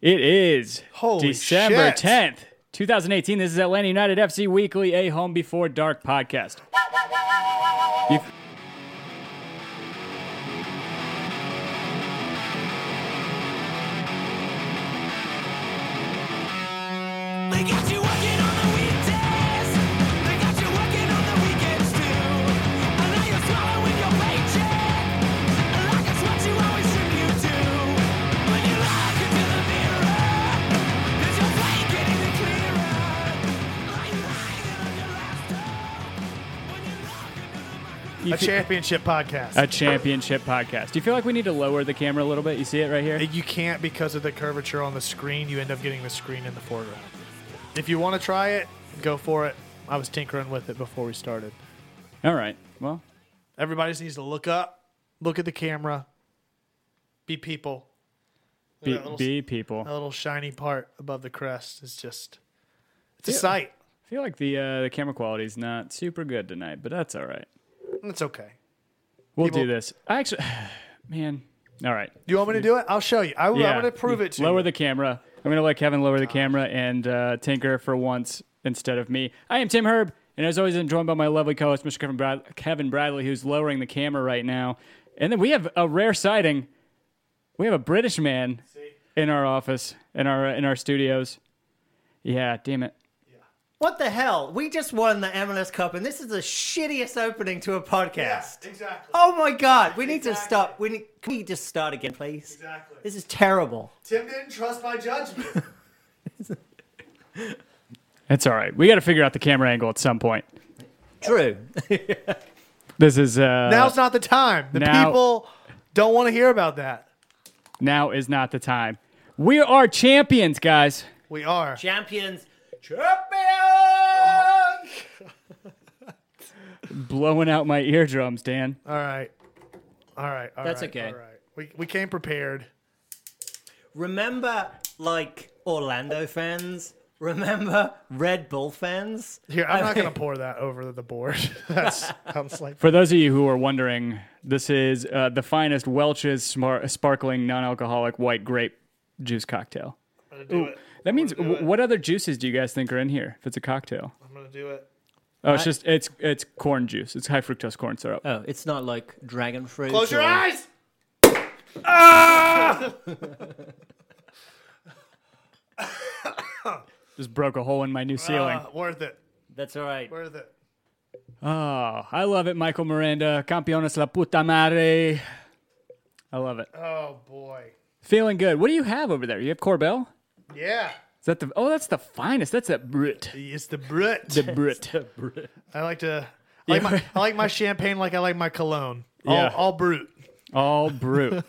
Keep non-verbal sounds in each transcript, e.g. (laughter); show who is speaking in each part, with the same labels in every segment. Speaker 1: It is
Speaker 2: Holy
Speaker 1: December
Speaker 2: shit.
Speaker 1: 10th, 2018. This is Atlanta United FC Weekly, a home before dark podcast. You-
Speaker 3: They got you working on the weekdays. They got you working on the weekends too. And now you're swallowing your paycheck. Like it's what you always dreamed you'd do. When you look into the mirror, does your plate get any clearer? Are you lying on your last When you look into the microphone.
Speaker 1: you
Speaker 2: A
Speaker 1: fe-
Speaker 2: championship podcast.
Speaker 1: a championship podcast. Do you feel like we need to lower the camera a little bit? You see it right here?
Speaker 2: you can't because of the curvature on the screen. You end up getting the screen in the foreground. If you want to try it, go for it. I was tinkering with it before we started.
Speaker 1: All right. Well,
Speaker 2: Everybody just needs to look up, look at the camera, be people.
Speaker 1: be,
Speaker 2: that little, Oh.
Speaker 1: be people.
Speaker 2: that little shiny part above the crest is just it's a
Speaker 1: Yeah.
Speaker 2: sight.
Speaker 1: I feel like the uh, the camera quality is not super good tonight, but that's all right.
Speaker 2: It's okay.
Speaker 1: We'll
Speaker 2: People-
Speaker 1: do this. I actually, (sighs) man. All right.
Speaker 2: Do you want me to do it? I'll show you. I, am going to prove it to
Speaker 1: lower
Speaker 2: you.
Speaker 1: the camera. I'm going to let Kevin lower the camera and uh, tinker for once instead of me. I am Tim Herb, and as always, I'm joined by my lovely co-host, Mr. Kevin, Brad- Kevin Bradley, who's lowering the camera right now. And then we have a rare sighting. We have a British man in our office, in our in our studios. Yeah, damn it.
Speaker 4: What the hell? We just won the MLS Cup, and this is the shittiest opening to a podcast.
Speaker 2: exactly.
Speaker 4: Oh my god, we need to stop. We need, can we just start again, please?
Speaker 2: Exactly.
Speaker 4: This is terrible.
Speaker 2: Tim didn't trust my judgment.
Speaker 1: It's all right. We got to figure out the camera angle at some point.
Speaker 4: (laughs) Drew,
Speaker 1: This is uh,
Speaker 2: Now's not the time. The
Speaker 1: Now-
Speaker 2: people don't want to hear about that.
Speaker 1: now is not the time. We are champions, guys.
Speaker 2: We are.
Speaker 4: champions.
Speaker 1: Blowing out my eardrums, Dan.
Speaker 2: All right. All right. all
Speaker 4: That's
Speaker 2: right,
Speaker 4: okay.
Speaker 2: All right. We, we came prepared.
Speaker 4: Remember, like Orlando fans. Remember Red Bull fans.
Speaker 2: Here, I'm not going to pour that over the board. (laughs) that
Speaker 1: (laughs)
Speaker 2: sounds like.
Speaker 1: For those of you who are wondering, this is uh, the finest Welch's smar- sparkling non-alcoholic white grape juice cocktail.
Speaker 2: I'm going to do it.
Speaker 1: That means
Speaker 2: do it.
Speaker 1: w- what other juices do you guys think are in here? If it's a cocktail,
Speaker 2: I'm going to do it.
Speaker 1: oh, it's just it's it's corn juice. It's high fructose corn syrup.
Speaker 4: Oh, it's not like dragon fruit.
Speaker 2: Close your
Speaker 4: or-
Speaker 2: eyes.
Speaker 1: Just broke a hole in my new ceiling.
Speaker 2: Uh, worth it.
Speaker 4: That's all right.
Speaker 2: Worth it.
Speaker 1: oh, I love it, Michael Miranda. Campeones la puta madre. I love it.
Speaker 2: Oh, boy.
Speaker 1: Feeling good. What do you have over there? You have Corbel?
Speaker 2: Yeah.
Speaker 1: Is that the? Oh, that's the finest. That's that Brit.
Speaker 2: It's the Brit.
Speaker 1: The
Speaker 2: (laughs)
Speaker 1: Brit.
Speaker 2: I like to. I like,
Speaker 1: Yeah.
Speaker 2: my, I like my champagne like I like my cologne. All,
Speaker 1: Yeah.
Speaker 2: all brute.
Speaker 1: All
Speaker 2: (laughs)
Speaker 1: brute.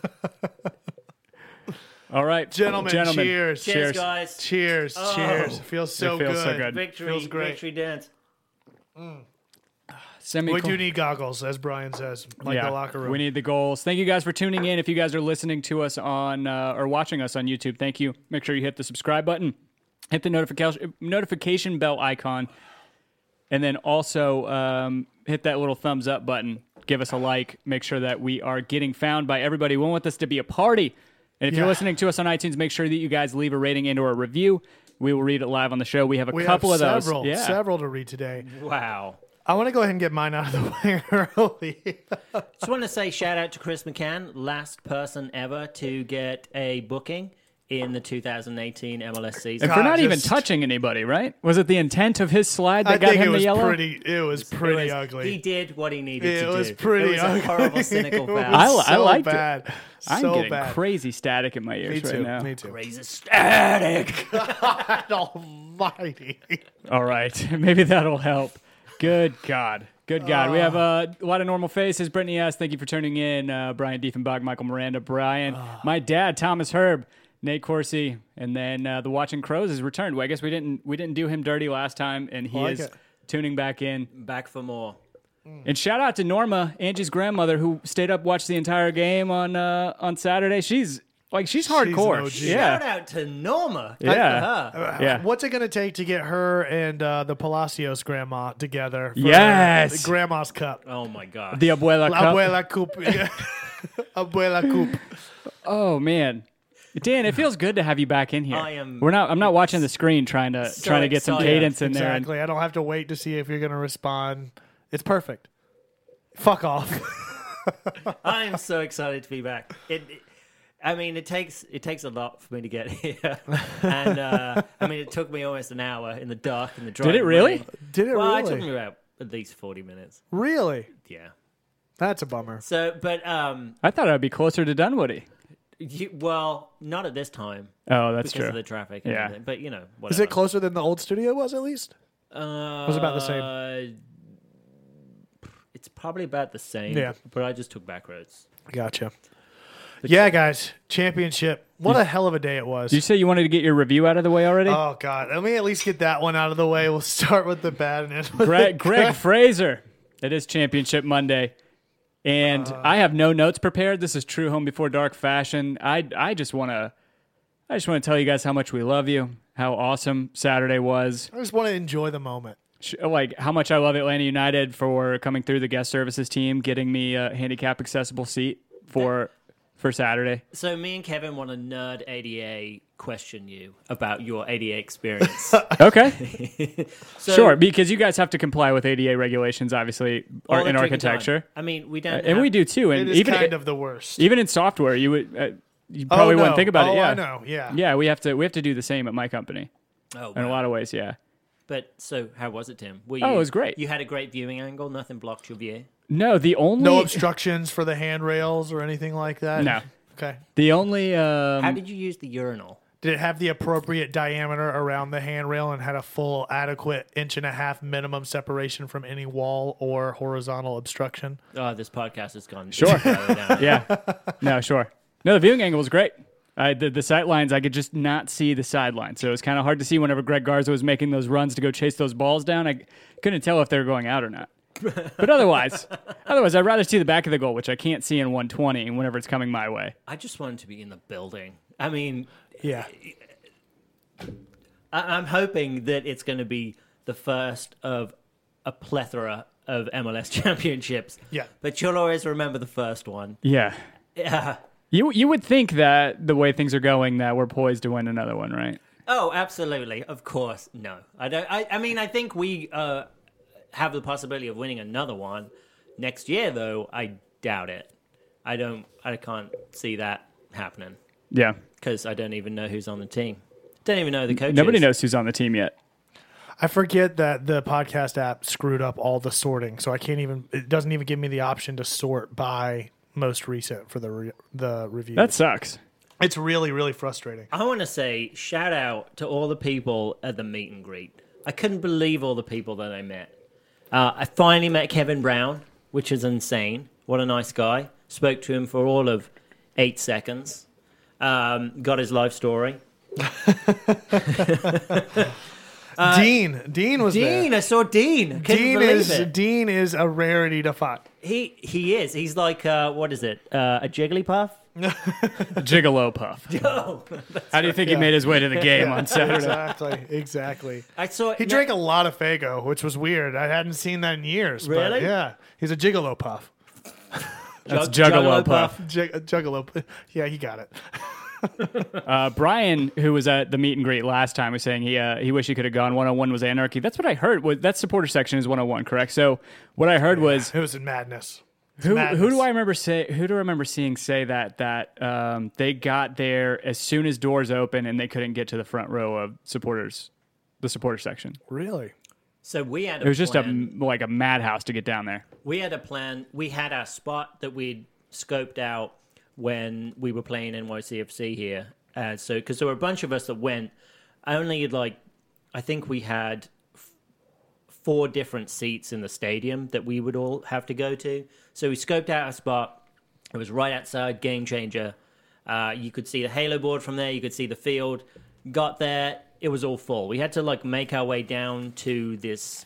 Speaker 1: All right,
Speaker 2: Gentlemen,
Speaker 1: gentlemen. Oh.
Speaker 2: cheers.
Speaker 4: Cheers, guys.
Speaker 2: Cheers. Cheers. It feels so
Speaker 1: feels
Speaker 2: good.
Speaker 1: so good.
Speaker 4: Victory,
Speaker 2: Feels great.
Speaker 4: victory dance.
Speaker 1: Send me
Speaker 2: We
Speaker 1: co-
Speaker 2: do need goggles, as Brian says, like
Speaker 1: yeah,
Speaker 2: the locker room.
Speaker 1: We need the goals. Thank you guys for tuning in. If you guys are listening to us on uh, or watching us on YouTube, thank you. Make sure you hit the subscribe button, hit the notification notification bell icon, and then also um, hit that little thumbs up button. Give us a like. Make sure that we are getting found by everybody. We want this to be a party. And if you're
Speaker 2: Yeah.
Speaker 1: listening to us on iTunes, make sure that you guys leave a rating and or a review. We will read it live on the show. We have a
Speaker 2: We
Speaker 1: couple
Speaker 2: have
Speaker 1: of
Speaker 2: several,
Speaker 1: those. Yeah.
Speaker 2: several to read today.
Speaker 4: Wow.
Speaker 2: I want to go ahead and get mine out of the (laughs) way early.
Speaker 4: Just want to say shout out to Chris McCann, last person ever to get a booking in the 2018 MLS season.
Speaker 1: For not
Speaker 2: God,
Speaker 1: even
Speaker 2: just-
Speaker 1: touching anybody, right? Was it the intent of his slide that
Speaker 2: I
Speaker 1: got
Speaker 2: think
Speaker 1: him
Speaker 2: it was
Speaker 1: the yellow?
Speaker 2: pretty. It was pretty
Speaker 4: It was-
Speaker 2: ugly.
Speaker 4: He did what he needed
Speaker 2: It
Speaker 4: to do.
Speaker 2: was pretty
Speaker 4: It was
Speaker 2: ugly.
Speaker 4: a
Speaker 2: (laughs)
Speaker 4: horrible, cynical
Speaker 2: It
Speaker 4: foul.
Speaker 1: I
Speaker 2: was
Speaker 1: li- I
Speaker 2: so
Speaker 1: liked it.
Speaker 2: bad.
Speaker 1: I'm
Speaker 2: so
Speaker 1: getting
Speaker 2: bad.
Speaker 1: crazy static in my
Speaker 2: Me
Speaker 1: ears
Speaker 2: too.
Speaker 1: right now.
Speaker 2: Me too.
Speaker 4: He's a static.
Speaker 2: God (laughs) almighty.
Speaker 1: All right, (laughs) maybe that'll help. Good God. Good God. we have
Speaker 2: Ah.
Speaker 1: uh, a lot of normal faces. Brittany S., thank you for tuning in. Uh, Brian Diefenbach, Michael Miranda, Brian,
Speaker 2: Ah.
Speaker 1: my dad, Thomas Herb, Nate Corsi, and then uh, the Watching Crows has returned. Well, I guess we didn't we didn't do him dirty last time, and he
Speaker 2: Like
Speaker 1: is
Speaker 2: it.
Speaker 1: tuning back in.
Speaker 4: Back for more.
Speaker 1: And shout out to Norma, Angie's grandmother, who stayed up watched the entire game on uh, on Saturday. She's like she's hardcore.
Speaker 2: OG.
Speaker 1: yeah,
Speaker 4: Shout out to Norma. Good
Speaker 1: Yeah.
Speaker 4: for her.
Speaker 1: yeah.
Speaker 2: Uh, What's it going to take to get her and uh, the Palacios grandma together? For
Speaker 1: Yes.
Speaker 2: the grandma's cup.
Speaker 4: Oh my god.
Speaker 1: The abuela
Speaker 2: (laughs) La
Speaker 1: (laughs) cup.
Speaker 2: abuela cup. abuela cup.
Speaker 1: Oh man, Dan, it feels good to have you back in here.
Speaker 4: I am-
Speaker 1: We're not. I'm not watching the screen trying to
Speaker 4: so
Speaker 1: trying to get some
Speaker 4: excited.
Speaker 1: cadence in there. and-
Speaker 2: Exactly. I don't have to wait to see if you're going to respond. It's perfect. Fuck off.
Speaker 4: I am so excited to be back. It, it- I mean, it takes it takes a lot for me to get (laughs) here, and uh, I mean, it took me almost an hour in the dark in the dry.
Speaker 1: Did it really?
Speaker 2: Did it
Speaker 4: Well, it took
Speaker 2: really?
Speaker 4: me about at least forty minutes.
Speaker 2: really?
Speaker 4: Yeah.
Speaker 2: That's a bummer.
Speaker 4: So, but um,
Speaker 1: I thought I'd be closer to Dunwoody.
Speaker 4: you, well, not at this time
Speaker 1: Oh, that's
Speaker 4: because
Speaker 1: true.
Speaker 4: of the traffic. And
Speaker 1: Yeah.
Speaker 4: everything, But you know,
Speaker 2: Is
Speaker 4: whatever.
Speaker 2: it closer than the old studio was at least?
Speaker 4: Uh,
Speaker 2: was about the same.
Speaker 4: It's probably about the same.
Speaker 2: Yeah.
Speaker 4: But I just took back roads.
Speaker 2: Gotcha. Yeah, guys. Championship. What a hell of a day it was.
Speaker 1: Did you say you wanted to get your review out of the way already?
Speaker 2: Oh God! Let me at least get that one out of the way. We'll (laughs) start with the bad and end
Speaker 1: (laughs)
Speaker 2: with
Speaker 1: Greg,
Speaker 2: (laughs) the
Speaker 1: Greg
Speaker 2: good.
Speaker 1: Fraser. It is Championship Monday. And
Speaker 2: Uh.
Speaker 1: I have no notes prepared. This is true home before dark fashion. I I just want to I just want to tell you guys how much we love you, how awesome Saturday was,
Speaker 2: I just want to enjoy the moment.
Speaker 1: Sh- like how much I love Atlanta United for coming through the guest services team, getting me a handicap accessible seat for for Saturday.
Speaker 4: So me and Kevin want to nerd ADA question you about your
Speaker 1: (laughs)
Speaker 4: ADA experience.
Speaker 1: Okay,
Speaker 4: So,
Speaker 1: sure, because you guys have to comply with ADA regulations, obviously,
Speaker 4: all
Speaker 1: or
Speaker 4: the
Speaker 1: in
Speaker 4: tricky time.
Speaker 1: architecture,
Speaker 4: I mean, we don't.
Speaker 1: Uh, and we do too.
Speaker 2: It
Speaker 1: And
Speaker 2: is
Speaker 1: even
Speaker 2: kind of the worst.
Speaker 1: even in software, you would uh, you probably
Speaker 2: oh,
Speaker 1: wouldn't
Speaker 2: no.
Speaker 1: think about
Speaker 2: oh,
Speaker 1: it. Yeah,
Speaker 2: I know. Yeah.
Speaker 1: Yeah, we have to we have to do the same at my company
Speaker 4: Oh,
Speaker 1: in a
Speaker 4: wow.
Speaker 1: lot of ways. Yeah.
Speaker 4: But so, how was it, Tim? Were you,
Speaker 1: Oh, it was great.
Speaker 4: You had a great viewing angle. Nothing blocked your view.
Speaker 1: No, the only
Speaker 2: No obstructions for the handrails or anything like that.
Speaker 1: No.
Speaker 2: Okay.
Speaker 1: the only
Speaker 4: How
Speaker 1: um,
Speaker 4: did you use the urinal?
Speaker 2: Did it have the appropriate diameter around the handrail and had a full, adequate inch and a half minimum separation from any wall or horizontal obstruction?
Speaker 4: Oh, this podcast has gone. (laughs)
Speaker 1: Sure. (laughs)
Speaker 4: yeah.
Speaker 1: yeah. No, sure. No, the viewing angle was great. I the, the sight lines I could just not see the sideline, so it was kind of hard to see whenever Greg Garza was making those runs to go chase those balls down. I couldn't tell if they were going out or (laughs) not. But otherwise, otherwise I'd rather see the back of the goal, which I can't see in 120 whenever it's coming my way.
Speaker 4: I just wanted to be in the building. I mean,
Speaker 2: Yeah.
Speaker 4: I- I'm hoping that it's going to be the first of a plethora of MLS (laughs) championships.
Speaker 2: Yeah.
Speaker 4: But you'll always remember the first one.
Speaker 1: Yeah.
Speaker 4: Yeah.
Speaker 1: You you would think that the way things are going that we're poised to win another one, right?
Speaker 4: Oh, absolutely. Of course. No, I don't. I, I mean, I think we uh, have the possibility of winning another one next year, though. I doubt it. I don't. I can't see that happening
Speaker 1: Yeah.
Speaker 4: because I don't even know who's on the team. Don't even know the coaches.
Speaker 1: Nobody knows who's on the team yet.
Speaker 2: I forget that the podcast app screwed up all the sorting, so I can't even. It doesn't even give me the option to sort by most recent for the re- the review.
Speaker 1: That (laughs) sucks.
Speaker 2: it's really really frustrating.
Speaker 4: I want to say shout out to all the people at the meet and greet. I couldn't believe all the people that I met. Uh, I finally met Kevin Brown, which is insane. What a nice guy. Spoke to him for all of eight seconds. Um, got his life story.
Speaker 2: Dean, Dean was
Speaker 4: Dean, I saw Dean.
Speaker 2: there.
Speaker 4: Couldn't
Speaker 2: Dean
Speaker 4: believe
Speaker 2: is
Speaker 4: it.
Speaker 2: Dean is a rarity to find.
Speaker 4: he he is. He's like uh, what is it? Uh, a Jigglypuff?
Speaker 1: Gigolo puff.
Speaker 4: Oh,
Speaker 1: How do you think he made his way to the game (laughs) on Saturday?
Speaker 2: Exactly, exactly.
Speaker 4: (laughs) I saw.
Speaker 2: He drank a lot of Fago, which was weird. I hadn't seen that in years. but
Speaker 4: Really?
Speaker 2: yeah, he's a gigolo puff.
Speaker 1: That's
Speaker 4: Jug-
Speaker 1: Juggalo
Speaker 4: Juggalo
Speaker 1: puff.
Speaker 2: Jig- a juggalo. p- Yeah, he got it.
Speaker 1: Uh, Brian, who was at the meet and greet last time, was saying he uh, he wished he could have gone. One on one was anarchy. That's what I heard. Was that supporter section is one on one, correct? So what I heard was
Speaker 2: (laughs) It was in madness.
Speaker 1: who
Speaker 2: madness.
Speaker 1: who do I remember say who do I remember seeing say that that um, they got there as soon as doors open and they couldn't get to the front row of supporters, the supporter section.
Speaker 2: Really?
Speaker 4: So we had.
Speaker 1: It was just a
Speaker 4: plan.
Speaker 1: m- like a madhouse to get down there.
Speaker 4: we had a plan. We had our spot that we'd scoped out when we were playing NYCFC here. Uh, so, because there were a bunch of us that went, only like, I think we had f- four different seats in the stadium that we would all have to go to. So we scoped out our spot. It was right outside Game Changer. Uh, you could see the Halo board from there. You could see the field. Got there. It was all full. We had to like make our way down to this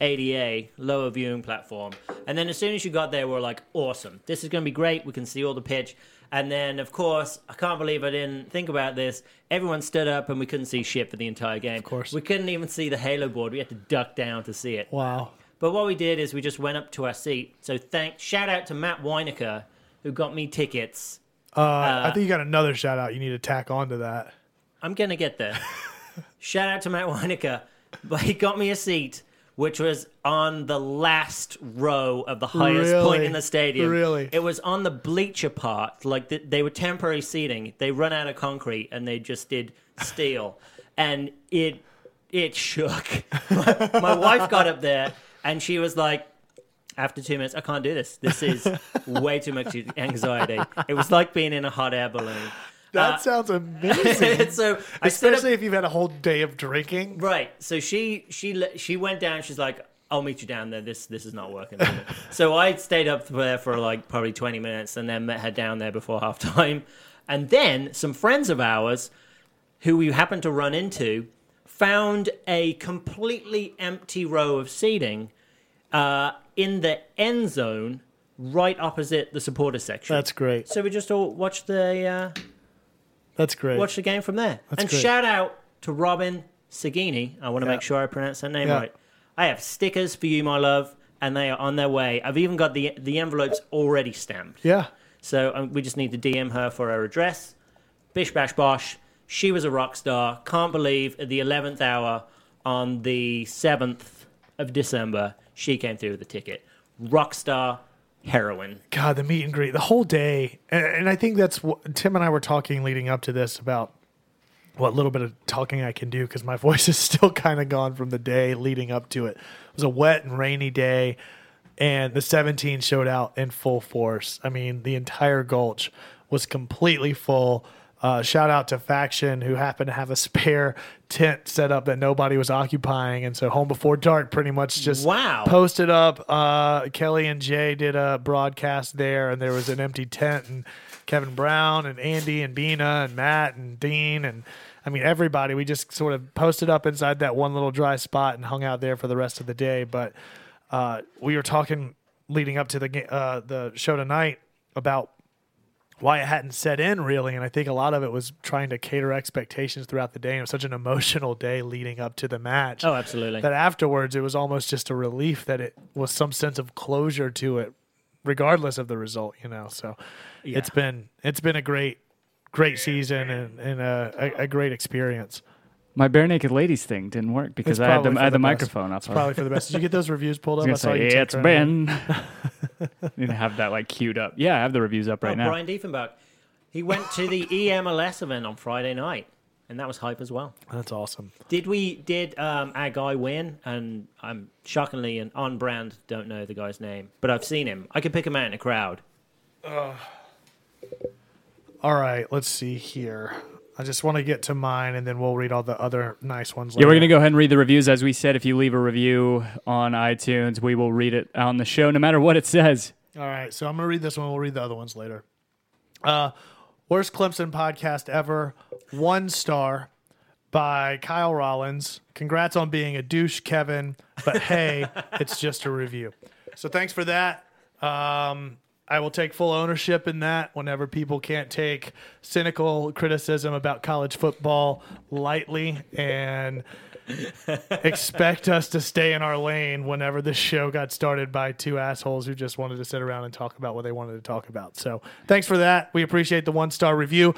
Speaker 4: ADA, lower viewing platform. And then as soon as you got there, we are like, awesome. This is going to be great. We can see all the pitch. And then, of course, I can't believe I didn't think about this. Everyone stood up and we couldn't see shit for the entire game. Of
Speaker 2: course.
Speaker 4: We couldn't even see the Halo board. We had to duck down to see it.
Speaker 2: Wow.
Speaker 4: But what we did is we just went up to our seat. So thank shout out to Matt Weinecker who got me tickets
Speaker 2: I think you got another shout out you need to tack onto that.
Speaker 4: I'm gonna get
Speaker 2: (laughs)
Speaker 4: there. Shout out to Matt Weinecker, but he got me a seat which was on the last row of the highest point
Speaker 2: Really?
Speaker 4: in the stadium.
Speaker 2: Really?
Speaker 4: it was on the bleacher part. Like th they were temporary seating. They run out of concrete and they just did steel, and it it shook. My, my wife got up there and she was like. After two minutes, I can't do this.
Speaker 2: (laughs)
Speaker 4: This is way too much anxiety. It was like being in a hot air balloon.
Speaker 2: That
Speaker 4: Uh,
Speaker 2: sounds amazing.
Speaker 4: so (laughs) I stood up
Speaker 2: Especially if you've had a whole day of drinking.
Speaker 4: Right. So she she le- she went down. She's like, "I'll meet you down there. This this is not working." (laughs) so I stayed up there for like probably twenty minutes, and then met her down there before (laughs) half time. And then some friends of ours, who we happened to run into, found a completely empty row of seating uh, in the end zone, right opposite the supporter section.
Speaker 2: That's great.
Speaker 4: so we just all watched the. Uh,
Speaker 2: That's great.
Speaker 4: watch the game from there. and
Speaker 2: great.
Speaker 4: shout out to Robin Sagini. I want to
Speaker 2: Yeah.
Speaker 4: make sure I pronounce her name
Speaker 2: Yeah.
Speaker 4: right. I have stickers for you, my love, and they are on their way. I've even got the the envelopes already stamped.
Speaker 2: yeah.
Speaker 4: So um, we just need to DM her for her address. Bish bash bosh. She was a rock star. Can't believe at the eleventh hour on the seventh of December she came through with a ticket. Rock star heroine.
Speaker 2: God, the meet and greet, the whole day, and, and I think that's what Tim and I were talking leading up to this about what little bit of talking I can do because my (laughs) voice is still kind of gone from the day leading up to it. It was a wet and rainy day, and the 17 showed out in full force. I mean, the entire gulch was completely full. Uh, shout out to Faction, who happened to have a (laughs) spare tent set up that nobody was occupying. And so Home Before Dark pretty much just
Speaker 4: Wow.
Speaker 2: posted up. Uh, Kelly and Jay did a broadcast there, and there was an empty tent, and Kevin Brown and Andy and Bina and Matt and Dean and I mean everybody. We just sort of posted up inside that one little dry spot and hung out there for the rest of the day. But uh, we were talking leading up to the ga- uh, the show tonight about why it hadn't set in really and i think a lot of it was trying to cater expectations throughout the day and it was such an emotional day leading up to the match
Speaker 4: Oh, absolutely.
Speaker 2: that afterwards it was almost just a relief that it was some sense of closure to it regardless of the result you know so it's been it's been a great great season and, and a, a, a great experience
Speaker 1: My bare naked ladies thing didn't work because
Speaker 2: It's
Speaker 1: I had
Speaker 2: probably
Speaker 1: the, I had the
Speaker 2: for the best.
Speaker 1: microphone up.
Speaker 2: it's probably for the best did you get those reviews pulled up
Speaker 1: I was gonna say,
Speaker 2: you
Speaker 1: it's
Speaker 2: check right now.
Speaker 1: been. (laughs) Need to have that like queued up. Yeah, I have the reviews up right
Speaker 4: Oh,
Speaker 1: now.
Speaker 4: Brian Diefenbach. He went to the (laughs) E EMLS event on Friday night, and that was hype as well.
Speaker 2: that's awesome
Speaker 4: Did we? Did um, our guy win? And I'm shockingly and on brand. Don't know the guy's name, but I've seen him. I could pick him out in a crowd.
Speaker 2: all right let's see here i just want to get to mine and then we'll read all the other nice ones
Speaker 1: Yeah,
Speaker 2: later.
Speaker 1: we're gonna go ahead and read the reviews. As we said, if you leave a review on iTunes, we will read it on the show, no matter what it says.
Speaker 2: All right, so I'm gonna read this one. We'll read the other ones later. Uh, worst Clemson podcast ever. One star by Kyle Rollins. Congrats on being a douche, Kevin. But hey, it's just a review. So thanks for that. Um, I will take full ownership in that whenever people can't take cynical criticism about college football lightly and expect us to stay in our lane whenever this show got started by two assholes who just wanted to sit around and talk about what they wanted to talk about. So thanks for that. We appreciate the one star review,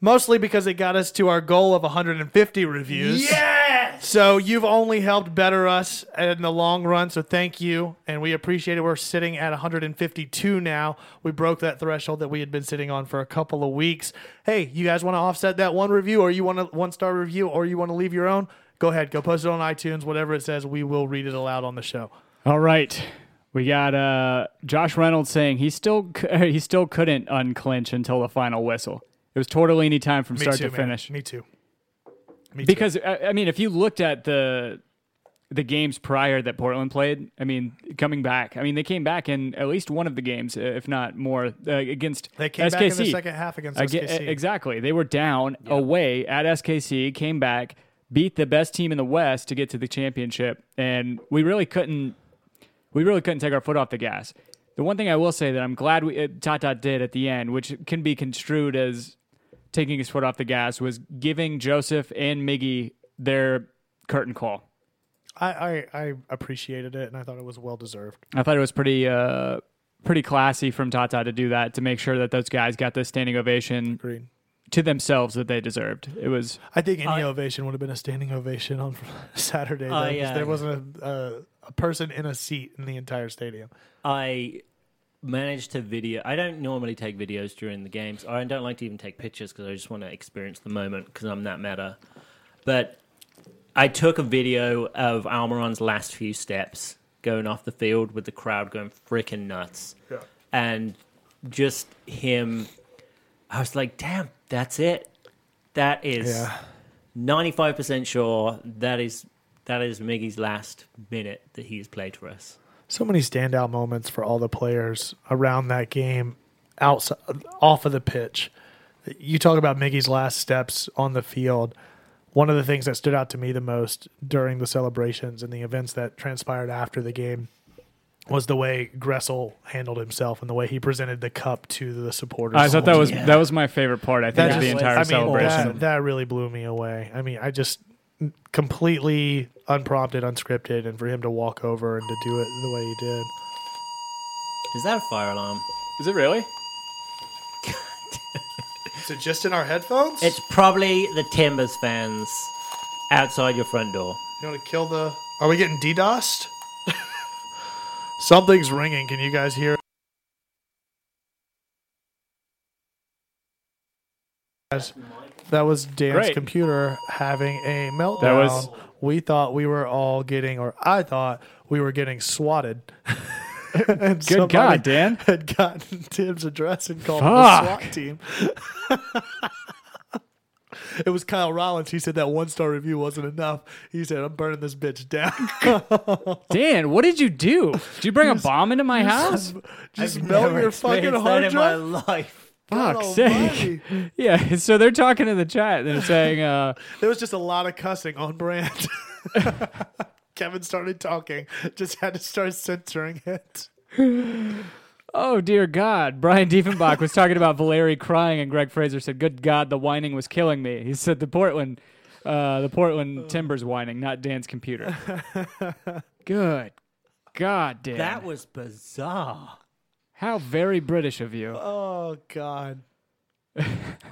Speaker 2: mostly because it got us to our goal of 150 reviews.
Speaker 4: Yes.
Speaker 2: So you've only helped better us in the long run. So thank you, and we appreciate it. We're sitting at 152 now. We broke that threshold that we had been sitting on for a couple of weeks. Hey, you guys want to offset that one review, or you want a one star review, or you want to leave your own? Go ahead, go post it on iTunes. Whatever it says, we will read it aloud on the show.
Speaker 1: All right, we got uh, Josh Reynolds saying he still c- (laughs) he still couldn't unclench until the final whistle. It was tortellini time from
Speaker 2: Me
Speaker 1: start
Speaker 2: too,
Speaker 1: to
Speaker 2: man.
Speaker 1: finish.
Speaker 2: Me too. Me too.
Speaker 1: Because uh, I I mean, if you looked at the the games prior that Portland played, I mean, coming back, I mean, they came back in at least one of the games, uh, if not more, uh, against
Speaker 2: they came
Speaker 1: SKC.
Speaker 2: back in the second half against
Speaker 1: Aga-
Speaker 2: SKC.
Speaker 1: Exactly. They were down away at SKC, came back, beat the best team in the West to get to the championship, and we really couldn't we really couldn't take our foot off the gas. The one thing I will say that I'm glad we uh, Tata did at the end, which can be construed as taking his foot off the gas, was giving Joseph and Miggy their curtain call.
Speaker 2: I, I I appreciated it, and I thought it was well deserved.
Speaker 1: I thought it was pretty uh, pretty classy from Tata to do that to make sure that those guys got the standing ovation
Speaker 2: Agreed.
Speaker 1: to themselves that they deserved. It was
Speaker 2: I think any
Speaker 4: I-
Speaker 1: Uh,
Speaker 2: ovation would have been a standing ovation on (laughs) Saturday. Though,
Speaker 4: I,
Speaker 2: 'cause
Speaker 4: uh,
Speaker 2: there wasn't a, a, a person in a seat in the entire stadium.
Speaker 4: I managed to video. I don't normally take videos during the games. I don't like to even take pictures because I just want to experience the moment because I'm that meta. But I took a video of Almiron's last few steps going off the field with the crowd going freaking nuts. And just him, I was like, damn, that's it. That is.
Speaker 2: Yeah.
Speaker 4: 95% sure that is that is Miggy's last minute that he's played for us.
Speaker 2: So many standout moments for all the players around that game, outside, off of the pitch. You talk about Miggy's last steps on the field. One of the things that stood out to me the most during the celebrations and the events that transpired after the game was the way Gressel handled himself and the way he presented the cup to the supporters.
Speaker 1: I thought that was
Speaker 4: Yeah.
Speaker 1: that was my favorite part. I think
Speaker 2: Oh, That
Speaker 1: of the
Speaker 2: just-
Speaker 1: entire
Speaker 2: I mean,
Speaker 1: celebration.
Speaker 2: That, that really blew me away. I mean, I just completely unprompted, unscripted, and for him to walk over and to do it the way he did.
Speaker 4: Is that a fire alarm?
Speaker 1: Is it really?
Speaker 2: Is it just in our headphones?
Speaker 4: It's probably the Timbers fans outside your front door.
Speaker 2: you want to kill the? Are we getting DDoSed? Something's ringing. Can you guys hear? it? Guys, That was Dan's
Speaker 1: Great.
Speaker 2: computer having a meltdown.
Speaker 1: was-
Speaker 2: we thought we were all getting, or I thought we were getting swatted. (laughs) Good
Speaker 1: Good God, Dan!
Speaker 2: (laughs) had gotten Tim's address and called the
Speaker 1: Fuck.
Speaker 2: SWAT team. (laughs) it was Kyle Rollins. He said that one star review wasn't enough. He said, I'm burning this bitch down. (laughs)
Speaker 1: Dan, what did you do? Did you bring a bomb into my house?
Speaker 2: Just melt your fucking hard drive.
Speaker 4: life.
Speaker 2: God
Speaker 1: Fuck's sake!
Speaker 2: almighty.
Speaker 1: Yeah, (laughs) so they're talking in the chat and they're saying, uh,
Speaker 2: There was just a lot of cussing on brand. (laughs) Kevin started talking, just had to start censoring it.
Speaker 1: "Oh dear God!" Brian Diefenbach was talking about Valeri crying, and Greg Fraser said, "Good God, the whining was killing me." He said, "The Portland, uh, the
Speaker 2: Oh.
Speaker 1: Portland Timbers whining, not Dan's
Speaker 2: (laughs)
Speaker 1: computer." Good God, Dan!
Speaker 4: That was bizarre.
Speaker 1: How very British of you.
Speaker 2: Oh,
Speaker 1: (laughs)
Speaker 2: God.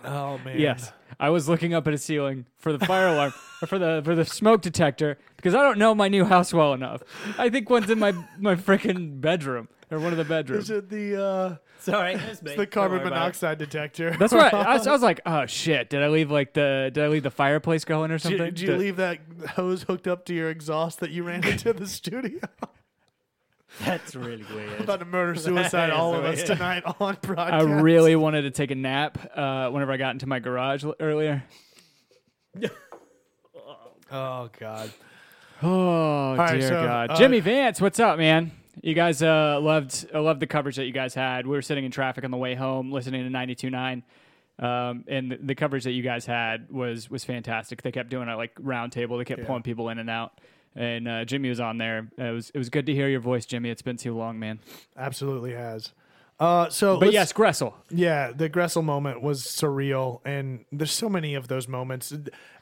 Speaker 2: Oh, man.
Speaker 1: Yes. I was looking up at a ceiling for the fire alarm (laughs) or for the for the smoke detector because I don't know my new house well enough. I think one's in my my freaking bedroom or one of the bedrooms.
Speaker 2: Is (laughs) it the, uh,
Speaker 4: (laughs) Sorry, that's me.
Speaker 2: the
Speaker 4: Don't
Speaker 2: carbon
Speaker 4: worry about it.
Speaker 1: (laughs)
Speaker 2: monoxide detector?
Speaker 1: That's why I, was- I was like, oh shit, did I leave like the did I leave the fireplace going or
Speaker 2: Did
Speaker 1: something?
Speaker 2: you, did you
Speaker 1: The-
Speaker 2: leave that hose hooked up to your exhaust that you ran into the (laughs) studio?
Speaker 4: That's really weird.
Speaker 2: About to (laughs) murder suicide
Speaker 4: is
Speaker 2: all of
Speaker 4: weird.
Speaker 2: us tonight on broadcast.
Speaker 1: I really wanted to take a nap uh, whenever I got into my garage l- earlier.
Speaker 2: Oh God.
Speaker 1: Oh
Speaker 2: right,
Speaker 1: dear
Speaker 2: so,
Speaker 1: God,
Speaker 2: uh,
Speaker 1: Jimmy Vance, what's up, man? You guys uh, loved uh, loved the coverage that you guys had. We were sitting in traffic on the way home, listening to 92.9, um, and the, the coverage that you guys had was was fantastic. They kept doing it like round table. They kept pulling people in and out, and uh, Jimmy was on there. It was it was good to hear your voice, Jimmy. It's been too long, man.
Speaker 2: Absolutely has. Uh, so,
Speaker 1: But
Speaker 2: let's-
Speaker 1: yes, Gressel.
Speaker 2: yeah, the Gressel moment was surreal, and there's so many of those moments.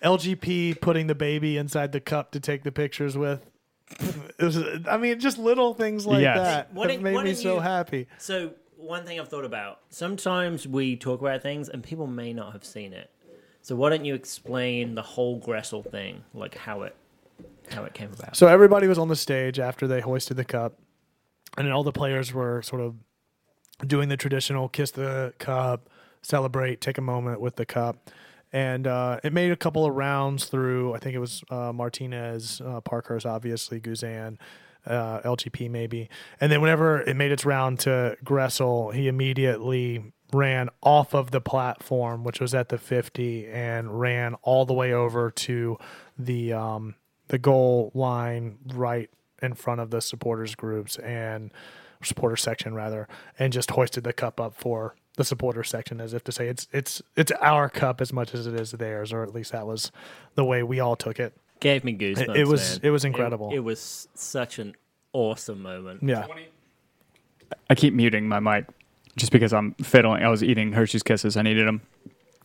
Speaker 2: LGP putting the baby inside the cup to take the pictures with. (laughs) It was, I mean, just little things like
Speaker 1: Yes.
Speaker 2: that
Speaker 4: Why
Speaker 2: that
Speaker 4: didn't-
Speaker 2: made
Speaker 4: why
Speaker 2: me
Speaker 4: didn't
Speaker 2: so
Speaker 4: you-
Speaker 2: happy.
Speaker 4: So one thing I've thought about: sometimes we talk about things and people may not have seen it. So why don't you explain the whole Gressel thing, like how it how it came about?
Speaker 2: So everybody was on the stage after they hoisted the cup, and then all the players were sort of doing the traditional kiss the cup, celebrate, take a moment with the cup. And uh, it made a couple of rounds through, I think it was uh, Martinez, uh, Parkhurst, obviously, Guzan, uh, LGP maybe. And then whenever it made its round to Gressel, he immediately ran off of the platform, which was at the 50, and ran all the way over to the, um, the goal line right in front of the supporters groups and supporter section rather, and just hoisted the cup up for the supporter section as if to say it's it's it's our cup as much as it is theirs, or at least that was the way we all took it.
Speaker 4: Gave me goosebumps.
Speaker 2: It- it was-
Speaker 4: man.
Speaker 2: it was incredible.
Speaker 4: It, it was such an awesome moment.
Speaker 2: Yeah.
Speaker 1: I keep muting my mic just because I'm fiddling. I was eating Hershey's Kisses. I needed them.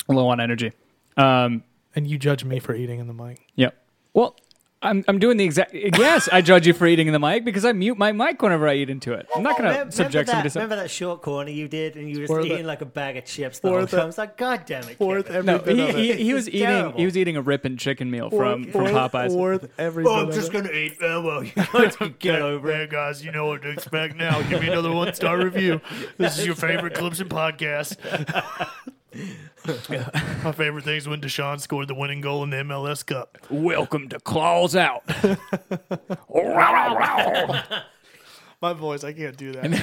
Speaker 1: Low on energy. Um,
Speaker 2: And you judge me for eating in the mic.
Speaker 1: Yep. Well, I'm, I'm doing the exact. Yes, I judge you for eating in the mic because I mute my mic whenever I eat into it. I'm not going
Speaker 4: Remember
Speaker 1: to subject
Speaker 4: that,
Speaker 1: somebody to something.
Speaker 4: Remember that short corner you did, and you were
Speaker 2: Fourth-
Speaker 4: just eating like a bag of chips the
Speaker 2: fourth-
Speaker 4: whole time. I was like, God damn it!
Speaker 2: Worth
Speaker 4: Kevin."
Speaker 2: every
Speaker 1: No,
Speaker 2: bit
Speaker 1: he,
Speaker 2: of
Speaker 1: he,
Speaker 2: it.
Speaker 1: he was
Speaker 4: It's
Speaker 1: eating.
Speaker 4: terrible.
Speaker 1: He was eating a rip and chicken meal from
Speaker 2: Worth-
Speaker 1: from
Speaker 2: worth-
Speaker 1: Popeyes.
Speaker 2: Worth every
Speaker 4: Oh,
Speaker 2: bit
Speaker 4: I'm
Speaker 2: of
Speaker 4: just
Speaker 2: it.
Speaker 4: gonna eat. Oh well, you (laughs) guys can get over it.
Speaker 2: Hey guys, you know what to expect now. Give me another one star review. This is your favorite Clemson podcast.
Speaker 1: (laughs)
Speaker 2: My favorite thing is when Deshaun scored the winning goal in the MLS Cup.
Speaker 1: Welcome to Claws Out. (laughs)
Speaker 2: My voice, I can't do
Speaker 1: (laughs)
Speaker 2: that. Uh,